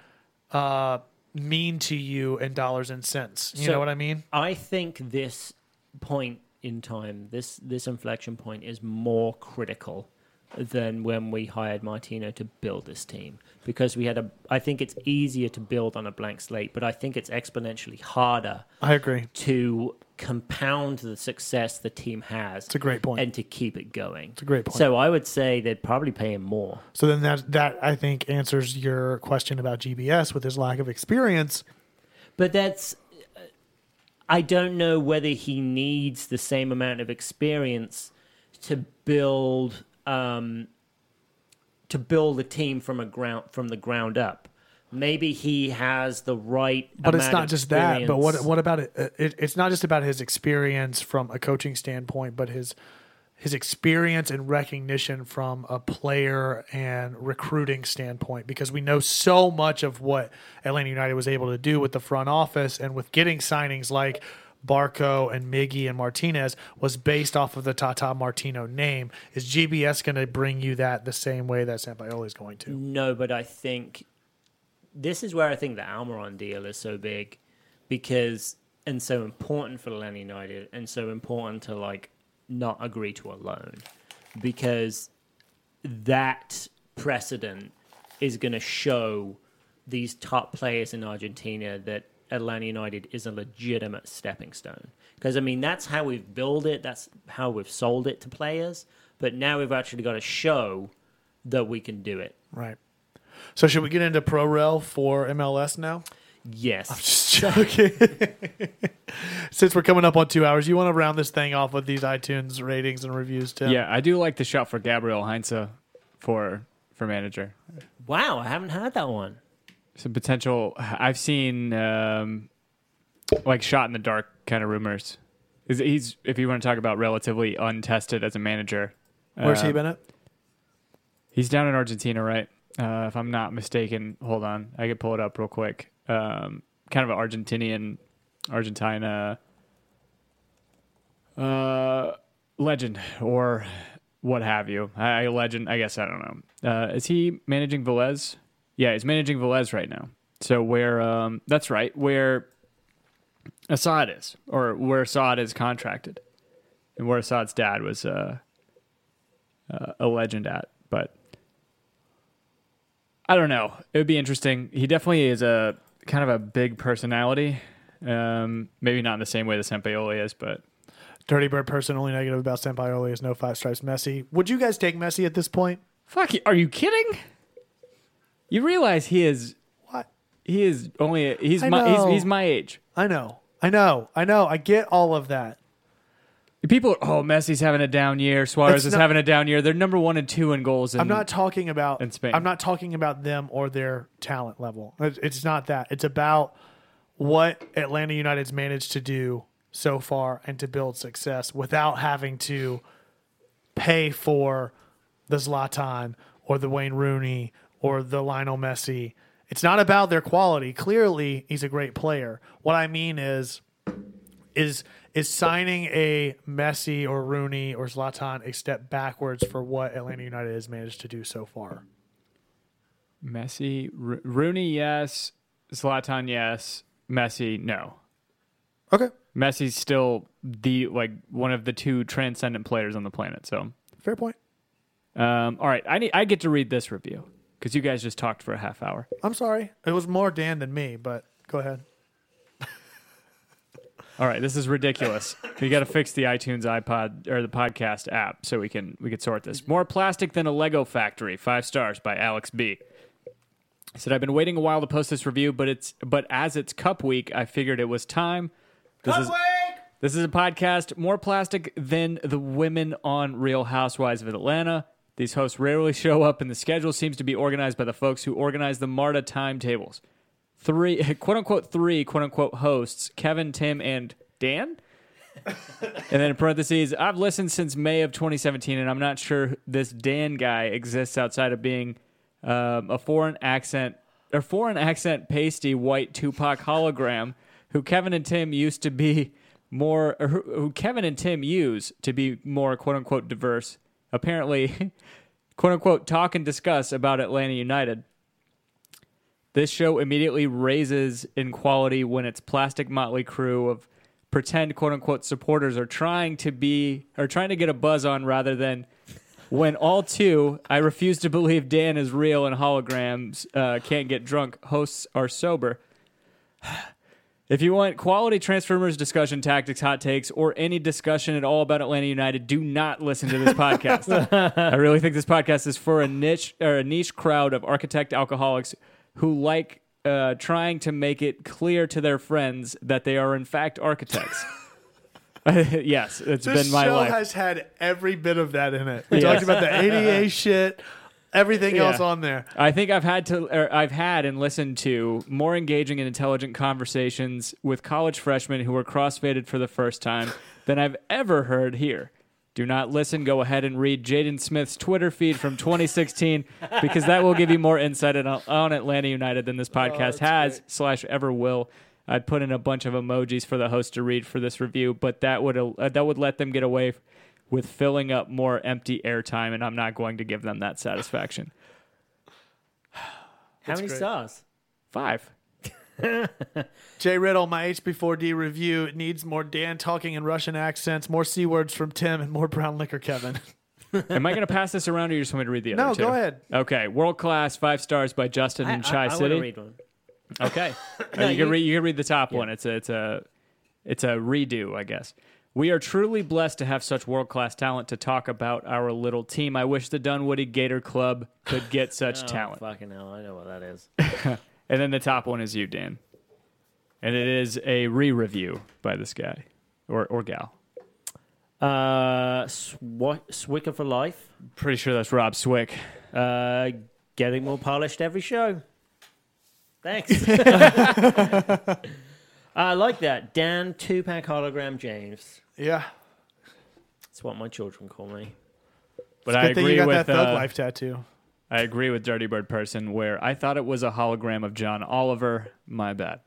Speaker 2: uh, mean to you in dollars and cents? You
Speaker 4: So-
Speaker 2: know what I mean?
Speaker 4: I think this point in time, this this inflection point, is more critical than when we hired Martino to build this team because we had a. I think it's easier to build on a blank slate, but I think it's exponentially harder
Speaker 2: I agree.
Speaker 4: to compound the success the team has. It's
Speaker 2: a great point.
Speaker 4: and to keep it going. It's
Speaker 2: a great point.
Speaker 4: So I would say they'd probably pay him more.
Speaker 2: So then that that I think answers your question about GBS with his lack of experience.
Speaker 4: But that's. I don't know whether he needs the same amount of experience to build um, to build a team from a ground from the ground up. Maybe he has the right.
Speaker 2: But it's
Speaker 4: amount
Speaker 2: not
Speaker 4: of
Speaker 2: just that. But what
Speaker 4: experience.
Speaker 2: what about it? Uh, it? It's not just about his experience from a coaching standpoint, but his his experience and recognition from a player and recruiting standpoint because we know so much of what Atlanta United was able to do with the front office and with getting signings like Barco and Miggy and Martinez was based off of the Tata Martino name. Is GBS going to bring you that the same way that Sampaoli is going to?
Speaker 4: No, but I think this is where I think the Almiron deal is so big because and so important for Atlanta United and so important to like not agree to a loan because that precedent is going to show these top players in Argentina that Atlanta United is a legitimate stepping stone. Because I mean, that's how we've built it. That's how we've sold it to players. But now we've actually got to show that we can do it.
Speaker 2: Right. So should we get into pro rel for MLS now?
Speaker 4: Yes.
Speaker 2: Just joking. (laughs) Since we're coming up on two hours, you want to round this thing off with these iTunes ratings and reviews, Tim?
Speaker 5: Yeah, I do like the shout for Gabriel Heinze for for manager.
Speaker 4: Wow, I haven't heard that one.
Speaker 5: Some potential. I've seen um, like shot in the dark kind of rumors
Speaker 1: Is he's if you want to talk about relatively untested as a manager,
Speaker 2: Where's he
Speaker 1: um,
Speaker 2: been at?
Speaker 1: He's down in Argentina, right? Uh, if I'm not mistaken, hold on, I could pull it up real quick. Um, kind of an Argentinian, Argentina uh, legend or what have you. I, I- legend, I guess I don't know. Uh, is he managing Velez? Yeah, he's managing Velez right now. So where? Um, that's right, where Assad is, or where Assad is contracted, and where Assad's dad was uh, uh, a legend at, but. I don't know. It would be interesting. He definitely is a kind of a big personality. Um, maybe not in the same way that Sampaoli is, but
Speaker 2: Dirty Bird person, only negative about Sampaioli is no five stripes Messi. Would you guys take Messi at this point?
Speaker 1: fuck, you- are you kidding? You realize he is
Speaker 2: What?
Speaker 1: he is only he's
Speaker 2: I
Speaker 1: my he's,
Speaker 2: know.
Speaker 1: he's my age.
Speaker 2: I know. I know. I know. I get all of that.
Speaker 1: People, oh, Messi's having a down year. Suarez
Speaker 2: It's
Speaker 1: is
Speaker 2: not-
Speaker 1: having a down year. They're number one and two in goals. And
Speaker 2: I'm not talking about
Speaker 1: in Spain.
Speaker 2: I'm not talking about them or their talent level. It- It's not that. It's about what Atlanta United's managed to do so far and to build success without having to pay for the Zlatan or the Wayne Rooney or the Lionel Messi. It's not about their quality. Clearly, he's a great player. What I mean is is is signing a Messi or Rooney or Zlatan a step backwards for what Atlanta United has managed to do so far?
Speaker 1: Messi, Ro- Rooney, yes, Zlatan, yes, Messi, no.
Speaker 2: Okay,
Speaker 1: Messi's still the like one of the two transcendent players on the planet. So
Speaker 2: fair point.
Speaker 1: Um, all right, I need, I get to read this review because you guys just talked for a half hour.
Speaker 2: I'm sorry, it was more Dan than me, but go ahead.
Speaker 1: All right, this is ridiculous. we got to fix the iTunes iPod or the podcast app so we can we can sort this. More plastic than a Lego factory. Five stars by Alex B. Said I've been waiting a while to post this review, but it's but as it's Cup Week, I figured it was time. This is, This is a podcast more plastic than the women on Real Housewives of Atlanta. These hosts rarely show up, and the schedule seems to be organized by the folks who organize the MARTA timetables. Three, (laughs) quote unquote, three, quote unquote, hosts Kevin, Tim, and Dan. and then in parentheses, I've listened since May of 2017, and I'm not sure this Dan guy exists outside of being um, a foreign accent or foreign accent pasty white Tupac hologram who Kevin and Tim used to be more or who, who Kevin and Tim use to be more quote unquote diverse. Apparently, (laughs) quote unquote, talk and discuss about Atlanta United. This show immediately raises in quality when its plastic motley crew of pretend quote unquote supporters are trying to be or trying to get a buzz on rather than when all two, I refuse to believe Dan is real and holograms uh, can't get drunk, hosts are sober. (sighs) If you want quality Transformers discussion, tactics, hot takes, or any discussion at all about Atlanta United, do not listen
Speaker 2: (laughs)
Speaker 1: to this podcast. I really think this podcast is for a niche or a niche crowd of architect alcoholics who like uh, trying to make it clear to their friends that they are in fact
Speaker 2: (laughs)
Speaker 1: architects. (laughs) yes, it's
Speaker 2: This
Speaker 1: been my
Speaker 2: show
Speaker 1: life.
Speaker 2: has had every bit of that in it. We
Speaker 1: Yes.
Speaker 2: talked about the
Speaker 1: (laughs)
Speaker 2: ADA shit, everything else on there.
Speaker 1: I think I've had to, or I've had and listened to more engaging and intelligent conversations with college freshmen who were crossfaded for the first time than I've ever heard here. Do not listen. Go ahead and read Jaden Smith's Twitter feed from 2016 because that will give you more insight on, on Atlanta United than this podcast has slash ever will. I'd put in a bunch of emojis for the host to read for this review, but that would uh, that would let them get away with filling up more empty airtime, and I'm not going to give them that satisfaction.
Speaker 4: How many
Speaker 2: great.
Speaker 4: stars?
Speaker 1: Five.
Speaker 2: Jay Riddle, my HB4D review it needs more Dan talking in Russian accents, more c words from Tim, and more brown liquor, Kevin. (laughs)
Speaker 1: Am I going to pass this around, or you just want me to read the other
Speaker 2: No,
Speaker 1: two?
Speaker 2: go ahead.
Speaker 1: Okay, world class five stars by Justin
Speaker 4: I,
Speaker 1: in Chi
Speaker 4: I, I
Speaker 1: City.
Speaker 4: to read one. (laughs)
Speaker 1: Okay, Uh, you can read. You can read the top one. It's a it's a it's a redo, I guess. We are truly blessed to have such world class talent to talk about our little team. I wish the Dunwoody Gator Club could get
Speaker 4: (laughs) Oh,
Speaker 1: such talent.
Speaker 4: Fucking hell, I know what that is.
Speaker 1: And then the top one is you, Dan. And it is a re review by this guy or or gal.
Speaker 4: Uh, Sw- Swicker for life.
Speaker 1: Pretty sure that's Rob Swick.
Speaker 4: Uh, getting more polished every show.
Speaker 2: (laughs)
Speaker 4: Thanks. (laughs) I like that. Dan Tupac hologram James.
Speaker 2: Yeah.
Speaker 4: It's what my children call me.
Speaker 1: But I
Speaker 2: Good thing you
Speaker 1: agree
Speaker 2: got
Speaker 1: with
Speaker 2: that Thug
Speaker 1: uh,
Speaker 2: Life tattoo.
Speaker 1: I agree with Dirty Bird person where I thought it was a hologram of John Oliver. My bad.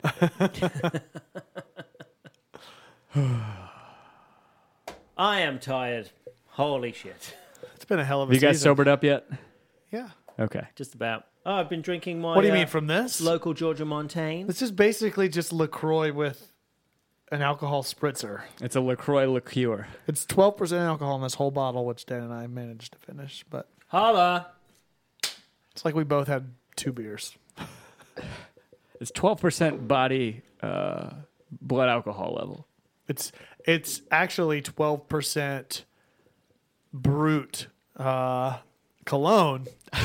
Speaker 4: I am tired. Holy shit.
Speaker 2: It's been a hell of a
Speaker 1: You guys
Speaker 2: season.
Speaker 1: sobered up yet?
Speaker 2: Yeah.
Speaker 1: Okay.
Speaker 4: Just about. Oh, I've been drinking my.
Speaker 2: What do you
Speaker 4: uh,
Speaker 2: mean from this?
Speaker 4: local Georgia Montaigne?
Speaker 2: This is basically just LaCroix with an alcohol spritzer.
Speaker 1: It's a LaCroix liqueur.
Speaker 2: It's 12% alcohol in this whole bottle, which Dan and I managed to finish, but
Speaker 4: Holla.
Speaker 2: it's like we both had two beers.
Speaker 1: It's 12% body uh, blood alcohol level.
Speaker 2: It's it's actually 12% brute uh, cologne
Speaker 1: (laughs)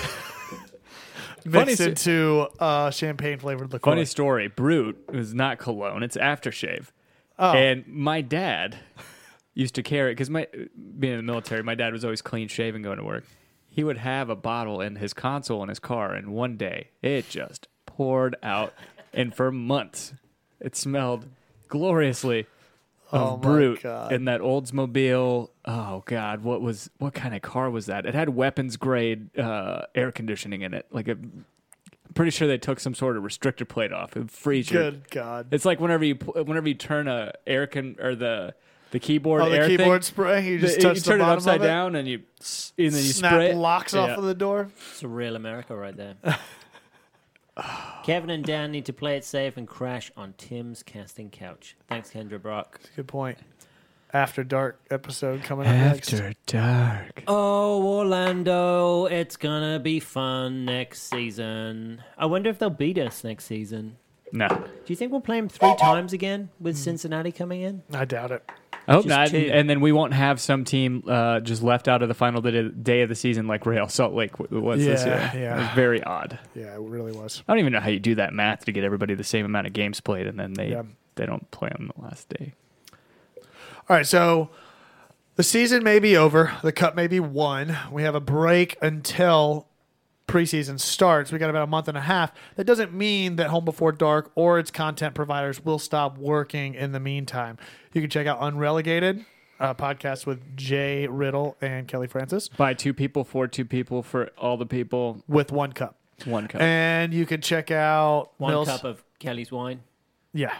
Speaker 2: mixed
Speaker 1: sto-
Speaker 2: into uh, champagne flavored liqueur.
Speaker 1: Funny story Brute is not cologne, it's aftershave.
Speaker 2: Oh.
Speaker 1: And my dad used to carry, because my being in the military, my dad was always clean shaven going to work. He would have a bottle in his console in his car, and one day it just poured out. and for months, it smelled gloriously
Speaker 2: oh
Speaker 1: of
Speaker 2: my
Speaker 1: brute
Speaker 2: God.
Speaker 1: in that Oldsmobile. Oh God, what was what kind of car was that? It had weapons grade uh, air conditioning in it. Like a, I'm pretty sure they took some sort of restrictor plate off. It frees you.
Speaker 2: Good God.
Speaker 1: It's like whenever you pl- whenever you turn a air con or the the keyboard
Speaker 2: oh, the
Speaker 1: air thing,
Speaker 2: keyboard spray? You
Speaker 1: the-
Speaker 2: just
Speaker 1: you
Speaker 2: touch the
Speaker 1: turn it
Speaker 2: bottom
Speaker 1: upside
Speaker 2: of it?
Speaker 1: down and you s- and then you
Speaker 2: Snap
Speaker 1: spray it.
Speaker 2: locks off
Speaker 1: Yeah.
Speaker 2: of the door.
Speaker 4: It's a real America right there. (laughs) Kevin and Dan need to play it safe and crash on Tim's casting couch. Thanks, Kendra Brock.
Speaker 2: Good point. After dark episode coming up next.
Speaker 1: After dark.
Speaker 4: Oh, Orlando, it's gonna be fun next season. I wonder if they'll beat us next season.
Speaker 1: No,
Speaker 4: Do you think we'll play them three times again with Cincinnati coming in?
Speaker 2: I doubt it.
Speaker 1: I hope
Speaker 4: Just
Speaker 1: not.
Speaker 4: two.
Speaker 1: And then we won't have some team uh, just left out of the final day- day of the season like Real Salt Lake w- was this year.
Speaker 2: Yeah, yeah.
Speaker 1: It was very odd.
Speaker 2: Yeah, it really was.
Speaker 1: I don't even know how you do that math to get everybody the same amount of games played, and then they
Speaker 2: Yeah.
Speaker 1: they don't play on the last day.
Speaker 2: All right, so the season may be over. The cup may be won. We have a break until preseason starts. We got about a month and a half. That doesn't mean that Home Before Dark or its content providers will stop working in the meantime. You can check out Unrelegated, a podcast with Jay Riddle and Kelly Francis,
Speaker 1: By two people, for two people, for all the people,
Speaker 2: with One Cup.
Speaker 1: one cup.
Speaker 2: And you can check out
Speaker 4: One
Speaker 2: Mills-
Speaker 4: cup of Kelly's wine.
Speaker 2: Yeah.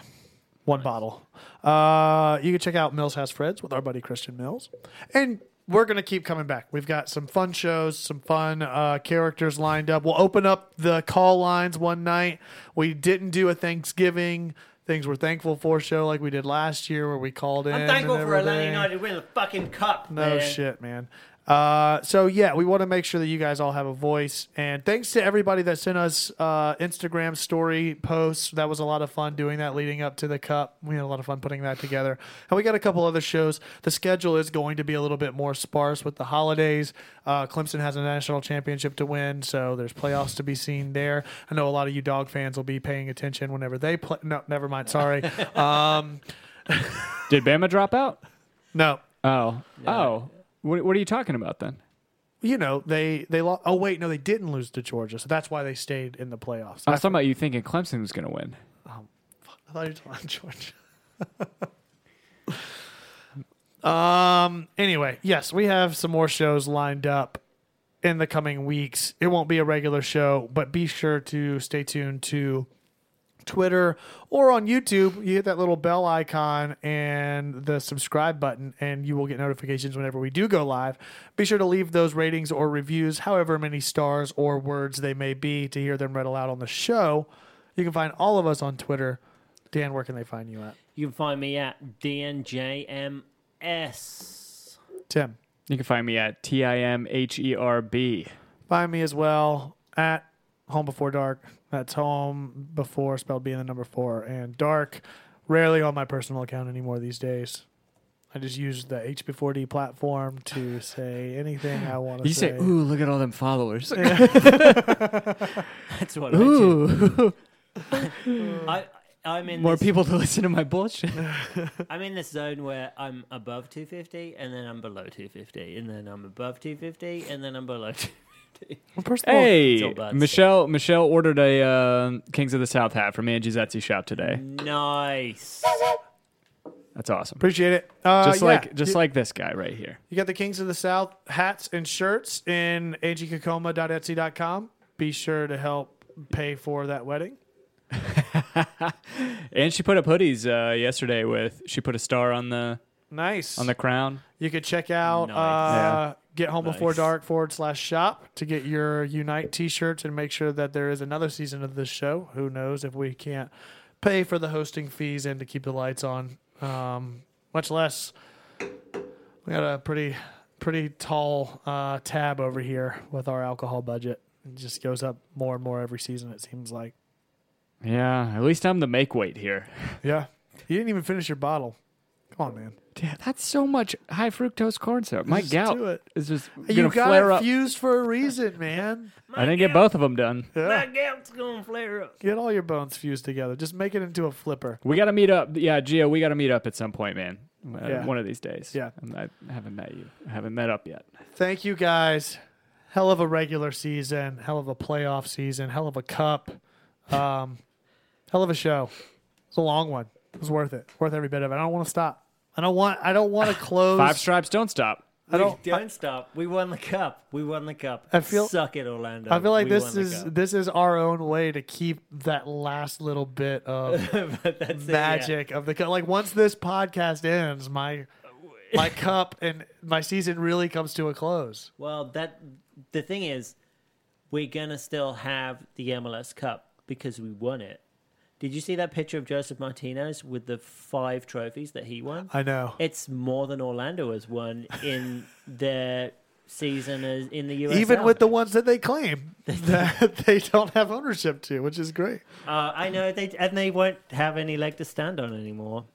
Speaker 2: One bottle. Uh, you can check out Mills Has Friends with our buddy Christian Mills. And we're going to keep coming back. We've got some fun shows, some fun uh, characters lined up. We'll open up the call lines one night. We didn't do a Thanksgiving things we're thankful for show like we did last year where we called in.
Speaker 4: I'm thankful
Speaker 2: and
Speaker 4: for Atlanta
Speaker 2: everything.
Speaker 4: United winning the fucking cup.
Speaker 2: No
Speaker 4: man.
Speaker 2: shit, man. Uh, so yeah, we want to make sure that you guys all have a voice. And thanks to everybody that sent us uh, Instagram story posts. That was a lot of fun doing that leading up to the cup. We had a lot of fun putting that together. And we got a couple other shows. The schedule is going to be a little bit more sparse with the holidays. Uh, Clemson has a national championship to win, so there's playoffs to be seen there. I know a lot of you dog fans will be paying attention whenever they play. No, never mind. Sorry. um,
Speaker 1: Did Bama drop out?
Speaker 2: no,
Speaker 1: Oh, oh. What, what are you talking about then?
Speaker 2: you know they they lost. Oh wait, no, they didn't lose to Georgia, so that's why they stayed in the playoffs.
Speaker 1: I was talking about you thinking Clemson was going to win.
Speaker 2: I thought you were talking (laughs) about Georgia. um. Anyway, yes, we have some more shows lined up in the coming weeks. It won't be a regular show, but be sure to stay tuned to Twitter or on YouTube. You hit that little bell icon and the subscribe button, and you will get notifications whenever we do go live. Be sure to leave those ratings or reviews, however many stars or words they may be, to hear them read aloud on the show. You can find all of us on Twitter. Dan, where can they find you at?
Speaker 4: You can find me at DNJMS.
Speaker 2: Tim,
Speaker 1: You can find me at T I M H E R B.
Speaker 2: find me as well at Home Before Dark. That's home before spelled being the number four and dark. Rarely on my personal account anymore these days. I just use the HB4D platform to say anything I want to
Speaker 1: You
Speaker 2: say.
Speaker 1: say, ooh, look at all them followers.
Speaker 4: That's what I
Speaker 1: ooh,
Speaker 4: do. (laughs) I, I'm in
Speaker 1: more
Speaker 4: this,
Speaker 1: people to (laughs) listen to
Speaker 5: (laughs)
Speaker 1: my bullshit.
Speaker 4: I'm in this zone where I'm above 250 and then I'm below 250 and then I'm above 250 and then I'm below. 250.
Speaker 2: My personal-
Speaker 4: It's all
Speaker 1: Hey,
Speaker 4: bad.
Speaker 1: Michelle. Michelle ordered a uh, Kings of the South hat from Angie's Etsy shop today.
Speaker 4: nice.
Speaker 5: That's awesome.
Speaker 2: Appreciate it. Uh,
Speaker 5: Just
Speaker 1: Oh,
Speaker 2: yeah.
Speaker 5: like just
Speaker 2: you,
Speaker 5: like this guy right here.
Speaker 2: you got the Kings of the South hats and shirts in agkakoma.etsy.com. Be sure to help pay for that wedding.
Speaker 5: And she put up hoodies uh, yesterday with she put a star on the
Speaker 2: Nice.
Speaker 5: on the crown.
Speaker 2: you could check out
Speaker 4: Nice.
Speaker 2: uh, get home before
Speaker 4: Nice.
Speaker 2: dark forward slash shop to get your Unite t shirts and make sure that there is another season of this show. Who knows if we can't pay for the hosting fees and to keep the lights on, um, much less we got a pretty pretty tall uh, tab over here with our alcohol budget. It just goes up more and more every season. It seems like.
Speaker 5: Yeah, at least I'm the make weight here.
Speaker 2: Yeah, you didn't even finish your bottle. Come on, man.
Speaker 5: Damn, that's so much high fructose corn syrup. My
Speaker 2: Just
Speaker 5: gout
Speaker 2: do it.
Speaker 5: is just gonna
Speaker 2: You got
Speaker 5: flare
Speaker 2: it
Speaker 5: up.
Speaker 2: fused for a reason, man.
Speaker 5: I didn't get both of them done.
Speaker 4: My gout's gonna flare up.
Speaker 2: Get all your bones fused together. Just make it into a flipper.
Speaker 5: We got to meet up. Yeah, Gio, we got to meet up at some point, man. Uh,
Speaker 2: Yeah.
Speaker 5: One of these days.
Speaker 2: Yeah.
Speaker 5: I'm, I haven't met you. I haven't met up yet.
Speaker 2: Thank you guys. Hell of a regular season. Hell of a playoff season. Hell of a cup. Um, (laughs) hell of a show. It's a long one. It was worth it. Worth every bit of it. I don't want to stop. I don't want. I don't want to close.
Speaker 5: Five stripes don't stop.
Speaker 2: I don't.
Speaker 4: Don't stop. We won the cup. We won the cup.
Speaker 2: I feel-
Speaker 4: suck it, Orlando.
Speaker 2: I feel like
Speaker 4: We won
Speaker 2: this
Speaker 4: the
Speaker 2: is
Speaker 4: cup.
Speaker 2: this is our own way to keep that last little bit of
Speaker 4: But that's it, yeah.
Speaker 2: magic of the cup. Like once this podcast ends, my my cup and my season really comes to a close.
Speaker 4: Well, that the thing is, we're gonna still have the MLS Cup because we won it. Did you see that picture of Joseph Martinez with the five trophies that he won?
Speaker 2: I know.
Speaker 4: It's more than Orlando has won
Speaker 2: (laughs)
Speaker 4: in their season as in the US.
Speaker 2: even with the ones that they (laughs) claim that they don't have ownership to, which is great.
Speaker 4: Uh, I know they and they won't have any leg to stand on anymore.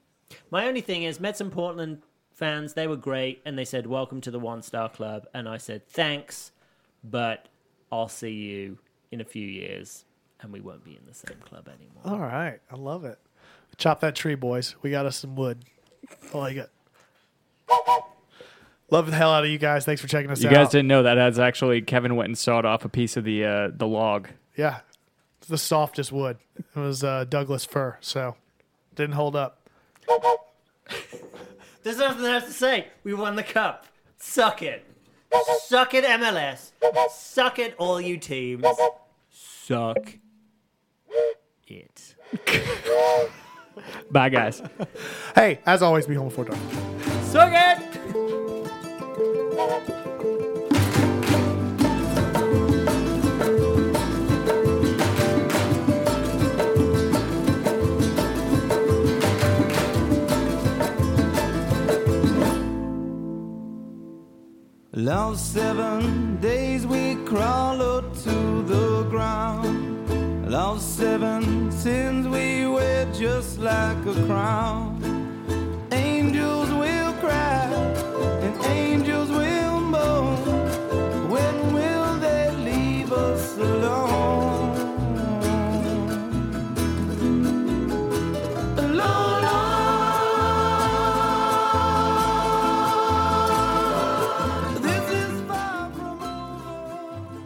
Speaker 4: My only thing is Mets and Portland fans, they were great and they said welcome to the one star club and I said thanks, but I'll see you in a few years and we won't be in the same club anymore.
Speaker 2: All right, I love it. Chop that tree, boys. We got us some wood. I like it. Love the hell out of you guys. Thanks for checking us
Speaker 5: You
Speaker 2: out.
Speaker 5: guys didn't know that. That's actually Kevin went and sawed off a piece of the uh, the log.
Speaker 2: Yeah, it's the softest wood. It was uh, Douglas fir, so didn't hold up.
Speaker 4: There's nothing else to say. We won the cup. Suck it. Suck it MLS. Suck it all you teams. Suck it.
Speaker 5: Bye, guys.
Speaker 2: Hey, as always, be home before dark.
Speaker 4: Suck it!
Speaker 6: Long seven days we crawled to the ground. Long seven sins we wear just like a crown. Angels will cry and angels will moan. When will they leave us alone? Alone. This is far from over.